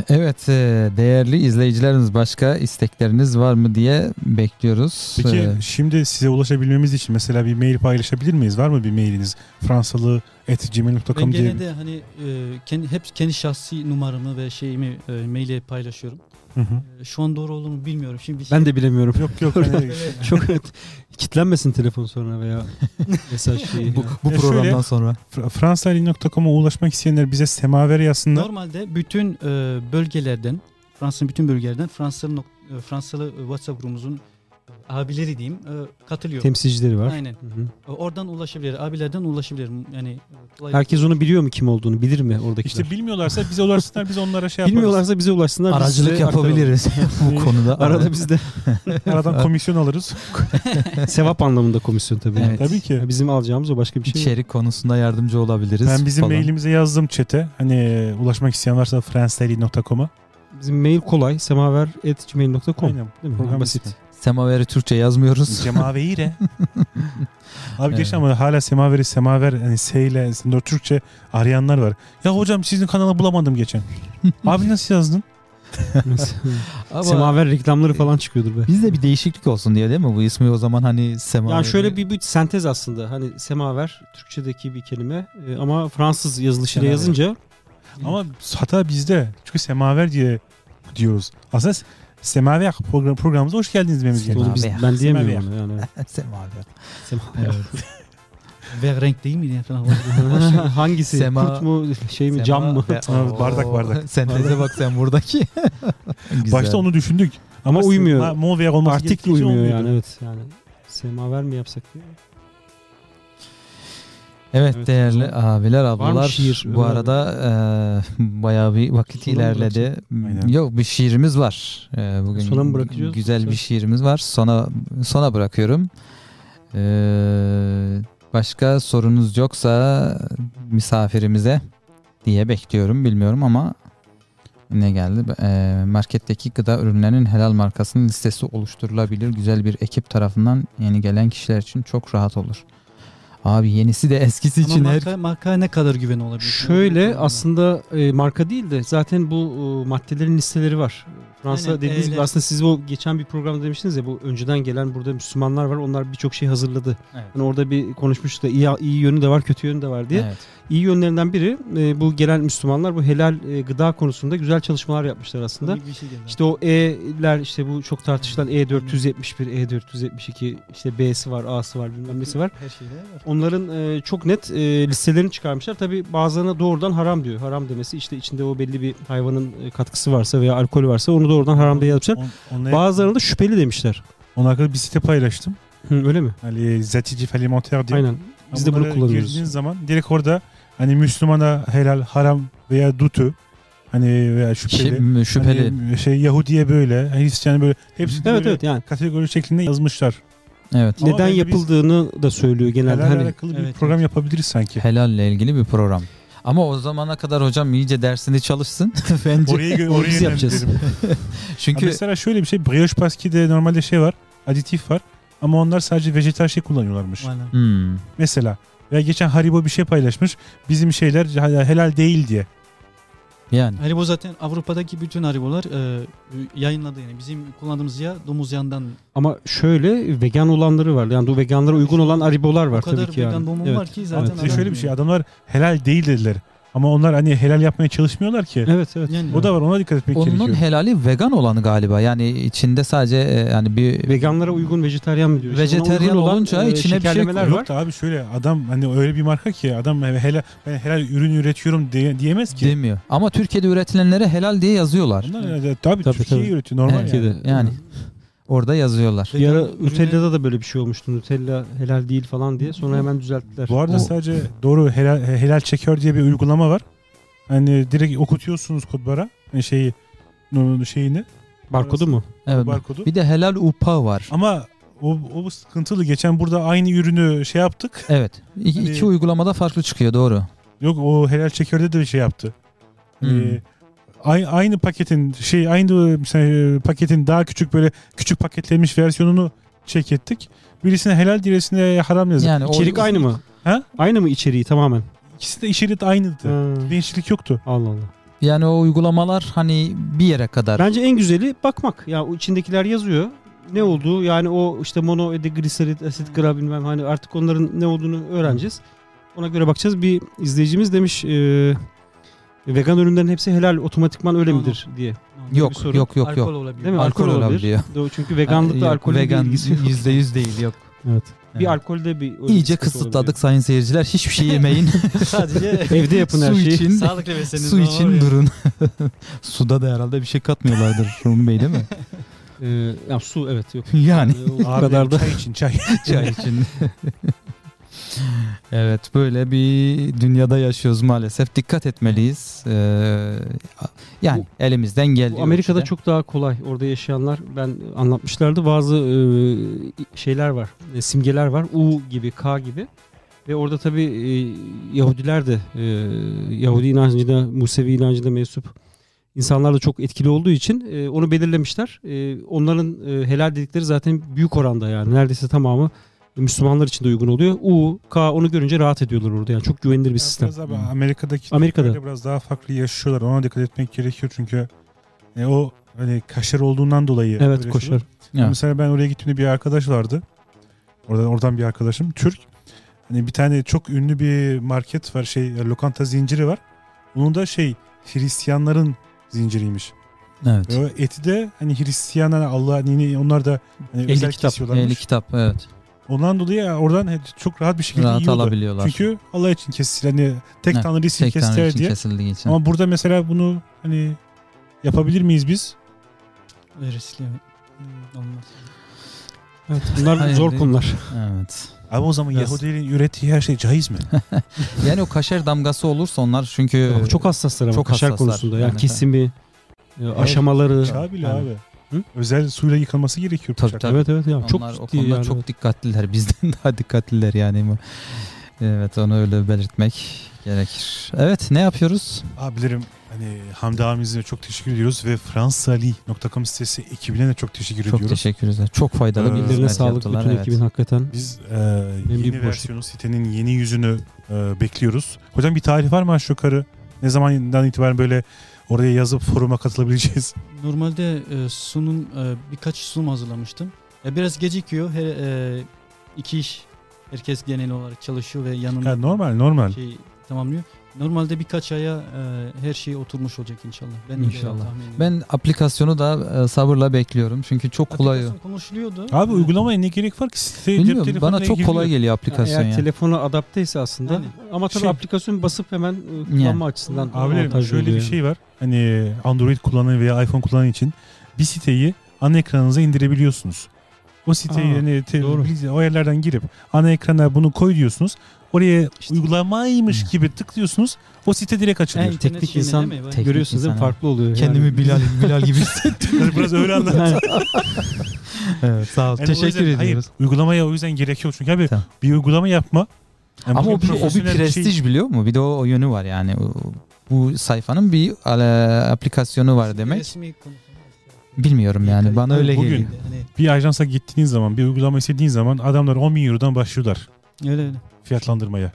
evet e, değerli izleyicilerimiz başka istekleriniz var mı diye bekliyoruz. Peki E, şimdi size ulaşabilmemiz için mesela bir mail paylaşabilir miyiz? Var mı bir mailiniz? Fransalı Ben diye. gene de hani e, kendi, hep kendi şahsi numaramı ve şeyimi e, maile paylaşıyorum. Hı hı. E, şu an doğru olur mu bilmiyorum. Şimdi bir şey- ben de bilemiyorum. Yok yok. hani- çok kitlenmesin telefon sonra veya mesaj şeyi. bu, bu Ya programdan şöyle- sonra. Fra- Fransalin.com'a ulaşmak isteyenler bize semaver yazsınlar. Normalde bütün e, bölgelerden, Fransa'nın bütün bölgelerinden Fransalı, nok- e, Fransalı WhatsApp grubumuzun abileri diyeyim e, katılıyor. Temsilcileri var. Aynen. Hı E, hı. Oradan ulaşabilir, abilerden ulaşabilir. Yani e, kolay- Herkes onu biliyor mu kim olduğunu bilir mi oradakiler? İşte bilmiyorlarsa bize ulaşsınlar biz onlara şey yaparız. Bilmiyorlarsa bize ulaşsınlar. biz Aracılık size aktaralım. yapabiliriz bu konuda. şey Arada biz de Aradan komisyon alırız. sevap anlamında komisyon tabii. Evet. Tabii ki. Ya Bizim alacağımız o başka bir şey. yok. içerik konusunda yardımcı olabiliriz. Ben bizim falan. mailimize yazdım çete. Hani e, ulaşmak isteyen varsa fransalin.com'a. Bizim mail kolay semaver@gmail.com Aynen. değil mi? Program Basit. ismi. Semaveri Türkçe yazmıyoruz. Cemaveire. Abi Evet. geçen ama hala semaveri semaver hani S ile aslında Türkçe arayanlar var. Ya hocam sizin kanalı bulamadım geçen. Abi nasıl yazdın? Ama- semaver reklamları falan çıkıyordur be. Bizde bir değişiklik olsun diye değil mi? Bu ismi o zaman hani Sema. Yani şöyle bir, bir sentez aslında. Hani semaver Türkçedeki bir kelime e, ama Fransız yazılışıyla Semaver. yazınca Ama hata bizde. Çünkü semaver diye diyoruz. Aslında s- semaver program, programımıza hoş geldiniz dememiz gerekiyor. onu biz, Semaver. ben diyemiyorum onu yani. Sema diyor. Semaver. Ve renk değil miydi? Falan. Hangisi? Sema- Kurt mu şey mi cam mı? Aa, bardak, bardak. Senteze bak sen buradaki. Güzel. Başta onu düşündük. Ama, Ama uymuyor. sema- Mover olması Artık gerektiği için uymuyor olmuyordu. yani evet yani. Semaver mi yapsak diye. Evet, Evet, o değerli abiler ablalar. şiir? bu Öyle arada e, bayağı bir vakit Sona mı ilerledi. Aynen. Yok bir şiirimiz var. E, bugün Sona mı gü- bırakacağız? güzel bir Söyle. şiirimiz var. Sona sona bırakıyorum. E, başka sorunuz yoksa misafirimize diye bekliyorum. Bilmiyorum ama ne geldi? Eee, marketteki gıda ürünlerinin helal markasının listesi oluşturulabilir. Güzel bir ekip tarafından yeni gelen kişiler için çok rahat olur. Abi yenisi de eskisi Ama için her marka, markaya ne kadar güven olabilir? Şöyle aslında e, marka değil de zaten bu e, maddelerin listeleri var. Fransa Aynen, dediğiniz öyle. gibi aslında siz bu geçen bir programda demiştiniz ya bu önceden gelen burada Müslümanlar var onlar birçok şey hazırladı. Evet. Hani orada bir konuşmuştuk da iyi, iyi yönü de var kötü yönü de var diye. Evet. İyi yönlerinden biri e, bu gelen Müslümanlar bu helal e, gıda konusunda güzel çalışmalar yapmışlar aslında. Komik bir şey geldi. İşte o E'ler işte bu çok tartışılan E E471, E472 işte B'si var, A'sı var bilmem nesi var. Her şeyde var. Onların e, çok net e, listelerini çıkarmışlar. Tabi bazılarına doğrudan haram diyor. Haram demesi işte içinde o belli bir hayvanın e, katkısı varsa veya alkol varsa onu doğrudan haram diye yazmışlar. On- onunla- Bazılarına da şüpheli demişler. Onunla alakalı bir site paylaştım. Hı, öyle mi? Hani zatitif alimenter diye. Aynen. Biz de bunu Bunlara kullanıyoruz. Girdiğiniz zaman direkt orada hani Müslümana helal, haram veya dutu hani veya şüpheli. Şi- şüpheli. Hani şey Yahudiye böyle, Hristiyan böyle. Hepsi Evet, böyle evet, yani. kategori şeklinde yazmışlar. evet. Ama Neden bence biz yapıldığını da söylüyor genelde. Helal Hani alakalı bir Evet, program yapabiliriz sanki. Helalle ilgili bir program. Ama o zamana kadar hocam iyice dersini çalışsın bence. Oraya, gö- Onu oraya biz yapacağız. yönlendirelim. Ha, Çünkü Mesela şöyle bir şey. Brioche Pasqui'de normalde şey var. Aditif var. Ama onlar sadece vejetal şey kullanıyorlarmış. Aynen. Hmm, Mesela. Ya geçen Haribo bir şey paylaşmış. Bizim şeyler hala helal değil diye. yani Haribo Hani zaten Avrupa'daki bütün Haribo'lar e, yayınladı yani. Bizim kullandığımız yağ domuz yağından Ama şöyle vegan olanları var. Yani bu veganlara uygun olan aribolar var o kadar tabii ki vegan yani. bombom evet. var ki Bir zaten. de adam- şöyle bir şey. Adamlar helal değil dediler. Ama onlar hani helal yapmaya çalışmıyorlar ki. Evet evet. Yani O da var. Ona dikkat etmek onun gerekiyor. helali vegan olanı galiba. Yani içinde sadece e, yani bir Veganlara uygun vejetaryen mi diyoruz? Vejetaryen olunca içine bir şey e, şekerlemeler Yok var. da abi şöyle adam hani öyle bir marka ki adam he- helal, ben helal ürün üretiyorum diye, diyemez ki. demiyor. Ama Türkiye'de üretilenlere helal diye yazıyorlar. Onlar tabii, tabii, Tabii, Türkiye tabii. üretiyor normal Evet. yani. Türkiye'de. Yani orada yazıyorlar. Bir ara Vegan Nutella'da da böyle bir şey olmuştu. Nutella helal değil falan diye. Sonra hemen düzelttiler. Bu arada O- sadece doğru helal, helal çekiyor diye bir uygulama var. Hani direkt okutuyorsunuz kodlara hani şeyi n- şeyini barkodu mu? Evet. barkodu. Bir de helal upa var. Ama o, o sıkıntılı. Geçen burada aynı ürünü şey yaptık. Evet. İki, Hani- iki uygulamada farklı çıkıyor doğru. Yok o helal çekiyorda da bir şey yaptı. Hani Hmm. ay- aynı paketin şey aynı mesela, e, paketin daha küçük böyle küçük paketlenmiş versiyonunu çek ettik. Birisine helal diğerisine haram yazdık. Yani o- İçerik aynı mı? Ha? Aynı mı içeriği tamamen? İkisi de içerit aynıydı. Ha. Değişiklik yoktu. Allah Allah. Yani o uygulamalar hani bir yere kadar. Bence en güzeli bakmak. Ya o içindekiler yazıyor. Ne olduğu yani o işte mono gliserit asit gra bilmem hani artık onların ne olduğunu öğreneceğiz. Ona göre bakacağız. Bir izleyicimiz demiş e, vegan ürünlerin hepsi helal otomatikman öyle No, no. midir diye. bir yok sorun. yok yok Alkol yok. olabiliyor. Değil mi? Alkol Alkol, olabilir. olabiliyor. Doğru, Çünkü veganlıkla Yok, alkolün vegan bir ilgisi yok. yüzde yüz değil yok. Evet. Evet. Bir alkolde bir öyle İyice sıkıntı olabilir. kısıtladık sayın seyirciler. Hiçbir şey yemeyin. Sadece Evde yapın her Su şeyi. için sağlıklı beslenin. Su ne için olur ya. durun. Suda da herhalde bir şey katmıyorlardır Rumi Bey değil mi? Ee, ya su evet yok. Yani Ee, o Abi, kadar da çay için çay. çay için. evet böyle bir dünyada yaşıyoruz maalesef. Dikkat etmeliyiz. Ee, yani elimizden geldiği Bu Amerika'da ölçüde. çok daha kolay. Orada yaşayanlar ben anlatmışlardı. Bazı e, şeyler var. e, simgeler var. U gibi, K gibi. Ve orada tabii e, Yahudiler de e, Yahudi inancına, Musevi inancına mensup insanlar da çok etkili olduğu için e, onu belirlemişler. E, onların e, helal dedikleri zaten büyük oranda yani neredeyse tamamı Müslümanlar için de uygun oluyor. U, K onu görünce rahat ediyorlar orada. Yani çok güvenilir bir sistem. Biraz abi Amerika'daki Amerika'da. Türklerle biraz daha farklı yaşıyorlar. Ona dikkat etmek gerekiyor çünkü e, o hani kaşar olduğundan dolayı. Evet öyle şey koşar. Evet. Mesela ben oraya gittiğimde bir arkadaş vardı. Oradan, oradan bir arkadaşım Türk. Hani bir tane çok ünlü bir market var şey e, lokanta zinciri var. Onun da şey Hristiyanların zinciriymiş. Evet. Ve o eti de hani Hristiyan hani Allah hani onlar da hani Ehli özel kitap, kesiyorlarmış. Ehli kitap evet. Ondan dolayı oradan he- çok rahat bir şekilde Rahat yiyordu. alabiliyorlar. Çünkü Allah için kesilir hani tek Evet, tanrı için tek tanrı kestiler için diye. kesildiği için. Ama burada mesela bunu hani yapabilir miyiz biz? Evet, riskli. Hmm, Olmaz. Evet, bunlar Hayır, zor değil. konular. Evet. Abi o zaman Biraz- Yahudilerin ürettiği her şey caiz mi? Yani o kaşer damgası olursa onlar çünkü Yok, çok hassaslar ama çok kaşar hassaslar. konusunda. Yani Yani- kesimi, e, aşamaları. Abi Yani- abi. Hı? Özel suyla yıkanması gerekiyor. Tabii, bıçak. tabii. Evet evet yani onlar çok o ciddi konuda yani. çok dikkatliler. Bizden daha dikkatliler yani. Evet onu öyle belirtmek gerekir. Evet ne yapıyoruz? Abilerim Hani Hamdi abimize çok teşekkür ediyoruz ve fransali.com sitesi ekibine de çok teşekkür Çok ediyoruz. teşekkür ederiz. Çok faydalı bir Ee, Ellerine hizmet sağlık yaptılar, bütün evet. ekibin hakikaten. Biz e, bir yeni boşluk. versiyonu sitenin yeni yüzünü e, bekliyoruz. Hocam bir tarih var mı aşağı yukarı? Ne zamandan itibaren böyle oraya yazıp foruma katılabileceğiz? Normalde e, sunum e, birkaç sunum hazırlamıştım. E, biraz gecikiyor. Her e, iki iş herkes genel olarak çalışıyor ve yanında Ha, normal normal. şey tamamlıyor. Normalde birkaç aya e, her şey oturmuş olacak inşallah. Ben öyle İnşallah. tahmin ediyorum. Ben aplikasyonu da e, sabırla bekliyorum. Çünkü çok kolay. Aplikasyon konuşuluyordu. Ee, Abi uygulamaya ne gerek var ki? Siteye cep Şey- Bilmiyorum telefonuna bana çok kolay giriliyor. geliyor Yani aplikasyon eğer ya. telefonu adapteyse aslında. Yani. Ama tabii Şey- aplikasyon basıp hemen e, kullanma Yani. açısından Abilerim avantajlı şöyle oluyor bir yani. şey var. Hani Android kullanan veya iPhone kullanan için bir siteyi ana ekranınıza indirebiliyorsunuz. O siteyi Aa, hani te- doğru. bilgisi- o yerlerden girip ana ekrana bunu koy diyorsunuz. Oraya uygulamaymış gibi tıklıyorsunuz. O site direkt açılıyor. Evet. İnternet Teknik şeyine hani insan değil mi? Teknik görüyorsunuz değil mi? insan, evet. Farklı oluyor. yani. Kendimi Bilal Bilal gibi hissettim. Hani Biraz öyle anlat. evet, sağ ol. Yani o Teşekkür yüzden- ediyoruz. Hayır, uygulamaya o yüzden gerek yok çünkü abi Tamam. bir uygulama yapma. Yani Ama bugün o bir, o bir profesyonel şey- prestij biliyor mu? Bir de o, o yönü var yani. O- Bu sayfanın bir e, aplikasyonu var demek. Resmi konusunda Bilmiyorum yani. Bana öyle Bugün- geliyor. hani bir ajansa gittiğiniz zaman, bir uygulama istediğin zaman adamlar 10 bin eurodan başlıyorlar öyle öyle. fiyatlandırmaya.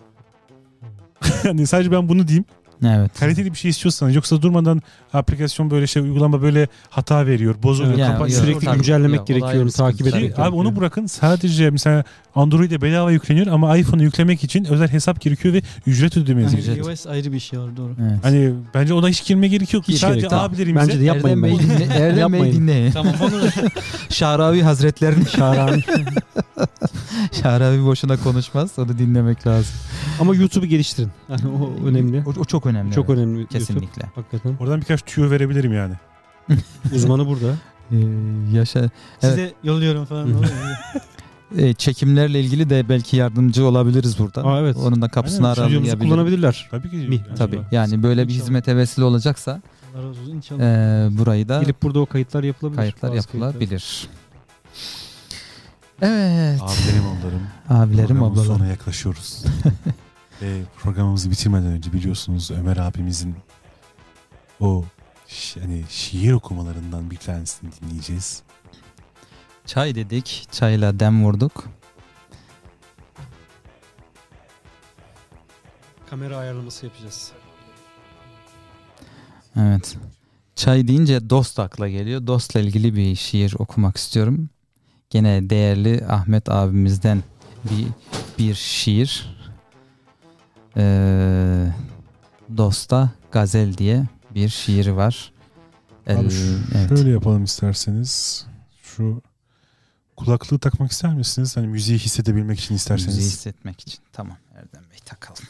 yani sadece ben bunu diyeyim. Evet. Kaliteli bir şey istiyorsanız yoksa durmadan aplikasyon böyle şey uygulama böyle hata veriyor, bozuluyor, Yani kapat- yok, Sürekli tabii, güncellemek yok, olay gerekiyor, bir takip Ki sıkıntı. etmek. Tabii. abi onu bırakın sadece mesela Android'e bedava yükleniyor ama iPhone'u yüklemek için özel hesap gerekiyor ve ücret ödemeniz Hani gerekiyor. iOS ayrı bir şey var doğru. Evet. Hani bence ona hiç girmeye gerek yok. Hiç sadece gerek yok. abilerimize Bence de yapmayın. Erdem Bey bence. dinle. Erdem Bey Yapmayın. dinle. Tamam onu Şarabi Hazretlerini. Şahane. Şarabi boşuna konuşmaz. Onu dinlemek lazım. Ama YouTube'u geliştirin. Yani o önemli. O, o çok önemli. Çok evet. önemli. YouTube. Kesinlikle. Hakikaten. Oradan birkaç tüyo verebilirim yani. Uzmanı burada. Ee, yaşa size yolluyorum falan. Hı. oluyor. e, çekimlerle ilgili de belki yardımcı olabiliriz burada. Aa, evet. Onun da kapısını Aynen, Stüdyomuzu aralayabiliriz. kullanabilirler. Tabii ki. Mi? Yani Tabii. Yani böyle bir İnşallah. hizmete vesile olacaksa Allah razı olsun inşallah. e, burayı da Gelip burada o kayıtlar yapılabilir. kayıtlar Bazı yapılabilir. Evet. Abilerim ablarım. Abilerim, programın ablalarım. Sonuna yaklaşıyoruz. Ve programımızı bitirmeden önce biliyorsunuz Ömer abimizin o şi- hani şiir okumalarından bir tanesini dinleyeceğiz. Çay dedik. Çayla dem vurduk. Kamera ayarlaması yapacağız. Evet. Çay deyince dost akla geliyor. Dostla ilgili bir şiir okumak istiyorum. Gene değerli Ahmet abimizden bir, bir şiir. Ee, Dosta Gazel diye bir şiiri var. El- evet. Şöyle yapalım isterseniz. Şu kulaklığı takmak ister misiniz? Hani müziği hissedebilmek için isterseniz. Müziği hissetmek için. Tamam Erdem Bey takalım.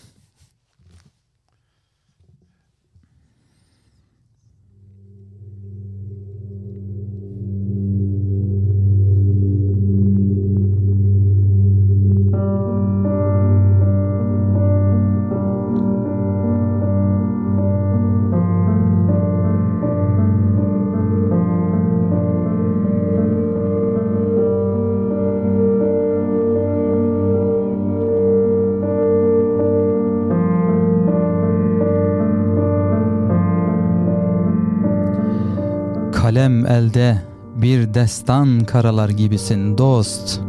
Kalem elde bir destan karalar gibisin dost.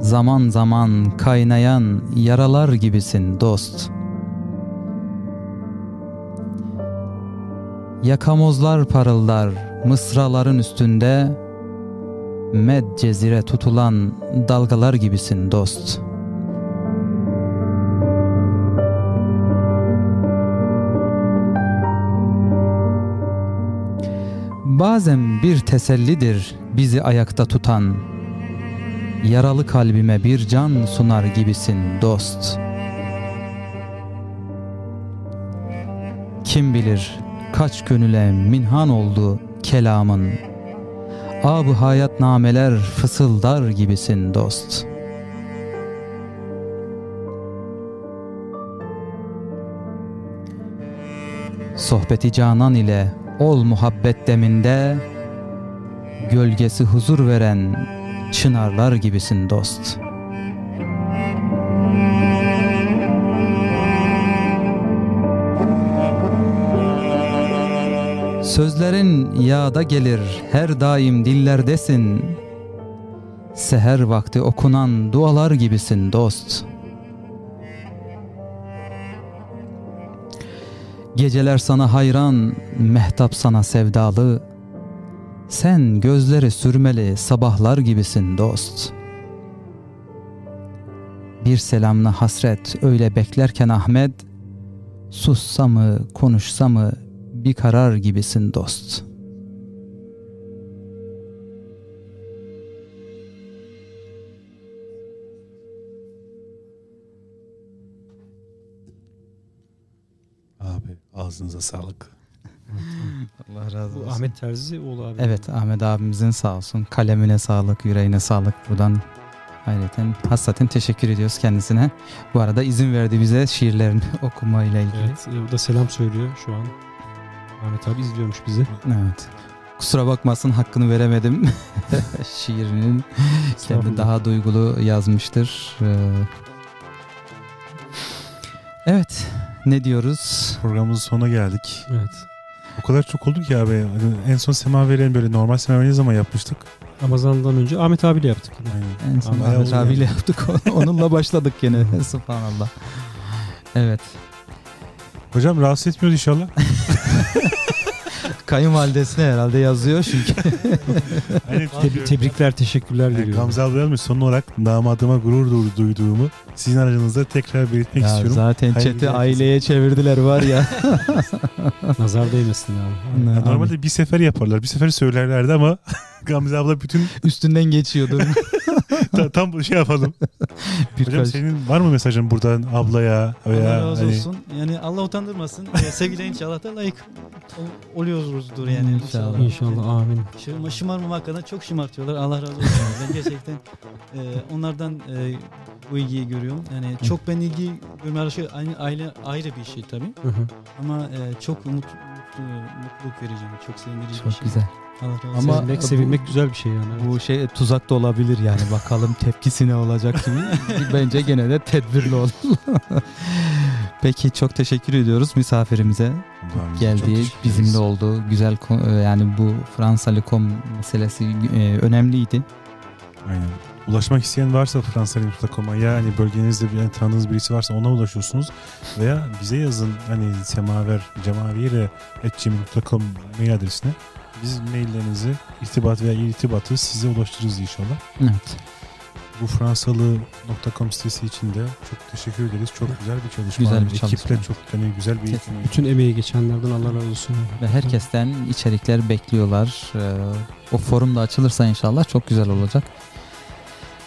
Zaman zaman kaynayan yaralar gibisin dost. Yakamozlar parıldar mısraların üstünde. Med cezire tutulan dalgalar gibisin dost.'' Bazen bir tesellidir bizi ayakta tutan. Yaralı kalbime bir can sunar gibisin dost. Kim bilir kaç gönüle minhan oldu kelamın. Ab hayat nameler fısıldar gibisin dost. Sohbeti canan ile ol muhabbet deminde Gölgesi huzur veren çınarlar gibisin dost. Sözlerin yağda gelir her daim dillerdesin. Seher vakti okunan dualar gibisin dost. Geceler sana hayran, mehtap sana sevdalı. Sen gözleri sürmeli sabahlar gibisin dost. Bir selamla hasret öyle beklerken Ahmet, sussa mı konuşsa mı bir karar gibisin dost. Abi ağzınıza sağlık. Allah razı Bu Ahmet Terzi oğlu abi. Evet Ahmet abimizin sağ olsun. Kalemine sağlık, yüreğine sağlık buradan. Hayreten hassaten teşekkür ediyoruz kendisine. Bu arada izin verdi bize şiirlerini okumayla ilgili. Evet, e, o da selam söylüyor şu an. Ahmet abi izliyormuş bizi. Evet. Kusura bakmasın hakkını veremedim. Şiirinin kendi Estağfurullah. daha duygulu yazmıştır. Ee, Evet ne diyoruz? Programımızın sonuna geldik. Evet. O kadar çok oldu ki abi. Hani En son Semaver'in böyle normal Semaveri ne zaman yapmıştık? Hani Ramazan'dan önce Ahmet abiyle yaptık. yine. En son Bayağı Ahmet oldu abiyle yaptık. Onunla başladık yine. Subhanallah. Evet. Hocam rahatsız etmiyoruz inşallah. Kayınvalidesine herhalde yazıyor çünkü. Aynen Teb- tebrikler, teşekkürler Yani diliyorum. Gamze abla son olarak damadıma gurur du- duyduğumu sizin aracınızda tekrar belirtmek Ya istiyorum. zaten Hayırlı chat'i gelsin. aileye çevirdiler var ya. Nazar değmesin abi. Ne, Ya abi, Normalde bir sefer yaparlar. Bir sefer söylerlerdi ama Gamze abla bütün Üstünden geçiyordu. ta- tam bu şey yapalım. Hocam Birkaç- senin var mı mesajın buradan ablaya veya Allah razı hani- olsun. Yani Allah utandırmasın. Ee, Sevgili inşallah da layık ol- oluyoruzdur yani inşallah. İnşallah amin. Şımarma, şımarmama hakkında çok şımartıyorlar. Allah razı olsun. ben gerçekten e, onlardan e, bu ilgiyi görüyorum. Yani çok ben ilgi görme şey aynı aile ayrı bir şey tabii. Hı hı. Ama e, çok umut mutlu, mutluluk verici, çok sevindirici bir Çok şey. güzel. Allah razı olsun. Ama- sevilmek, sevilmek güzel bir şey yani. Bu şey tuzak da olabilir yani bakalım tepkisi ne olacak gibi. Bence gene de tedbirli olun. Peki çok teşekkür ediyoruz misafirimize Allah'ım, çok geldiği teşekkür ederiz. bizimle olduğu güzel kon- e, yani bu Fransa Likom meselesi e, önemliydi. Aynen. Ulaşmak isteyen varsa fransalim.com'a ya hani bölgenizde bir yani tanıdığınız birisi varsa ona ulaşıyorsunuz veya bize yazın hani semaver cemavire etcim.com mail adresine biz maillerinizi irtibat veya irtibatı size ulaştırırız inşallah. Evet. Bu fransalı.com sitesi için de çok teşekkür ederiz. Çok güzel bir çalışma. Güzel bir çalışma. Ekiple çok hani güzel bir Kesin. Bütün emeği geçenlerden Allah razı olsun. Ve herkesten içerikler bekliyorlar. E, O forum da açılırsa inşallah çok güzel olacak.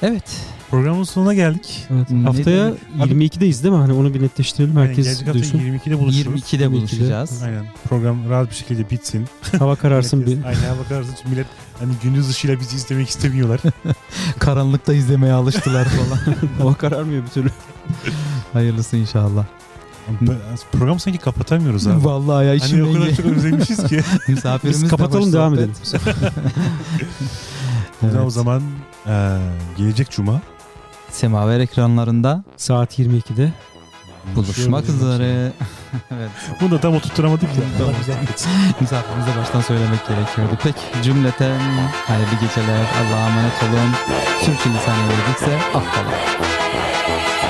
Evet. Programın sonuna geldik. evet. Haftaya 22'deyiz değil mi? Hani onu bir netleştirelim. Herkes Gelecek hafta duysun. 22'de buluşuruz. 22'de buluşacağız. Aynen. Program rahat bir şekilde bitsin. Hava kararsın bir. Herkes Aynaya bakarsın çünkü millet hani gündüz ışığıyla bizi izlemek istemiyorlar. Karanlıkta izlemeye alıştılar falan. Hava kararmıyor bir türlü. Hayırlısı inşallah. Ben- Programı sanki kapatamıyoruz abi. Vallahi ya Hani işim o kadar çok özlemişiz ki. Biz Misafirimiz de kapatalım hoş devam sohbet. edelim. O zaman- O Evet. zaman eee, gelecek cuma Semaver ekranlarında Saat 22'de. buluşmak üzere. evet. bunu da tam oturtamadık ya. Misafirimize baştan söylemek gerekiyordu. Peki cümleten hayırlı geceler. Allah'a emanet olun. Sürçülisan edildikse affola. Hey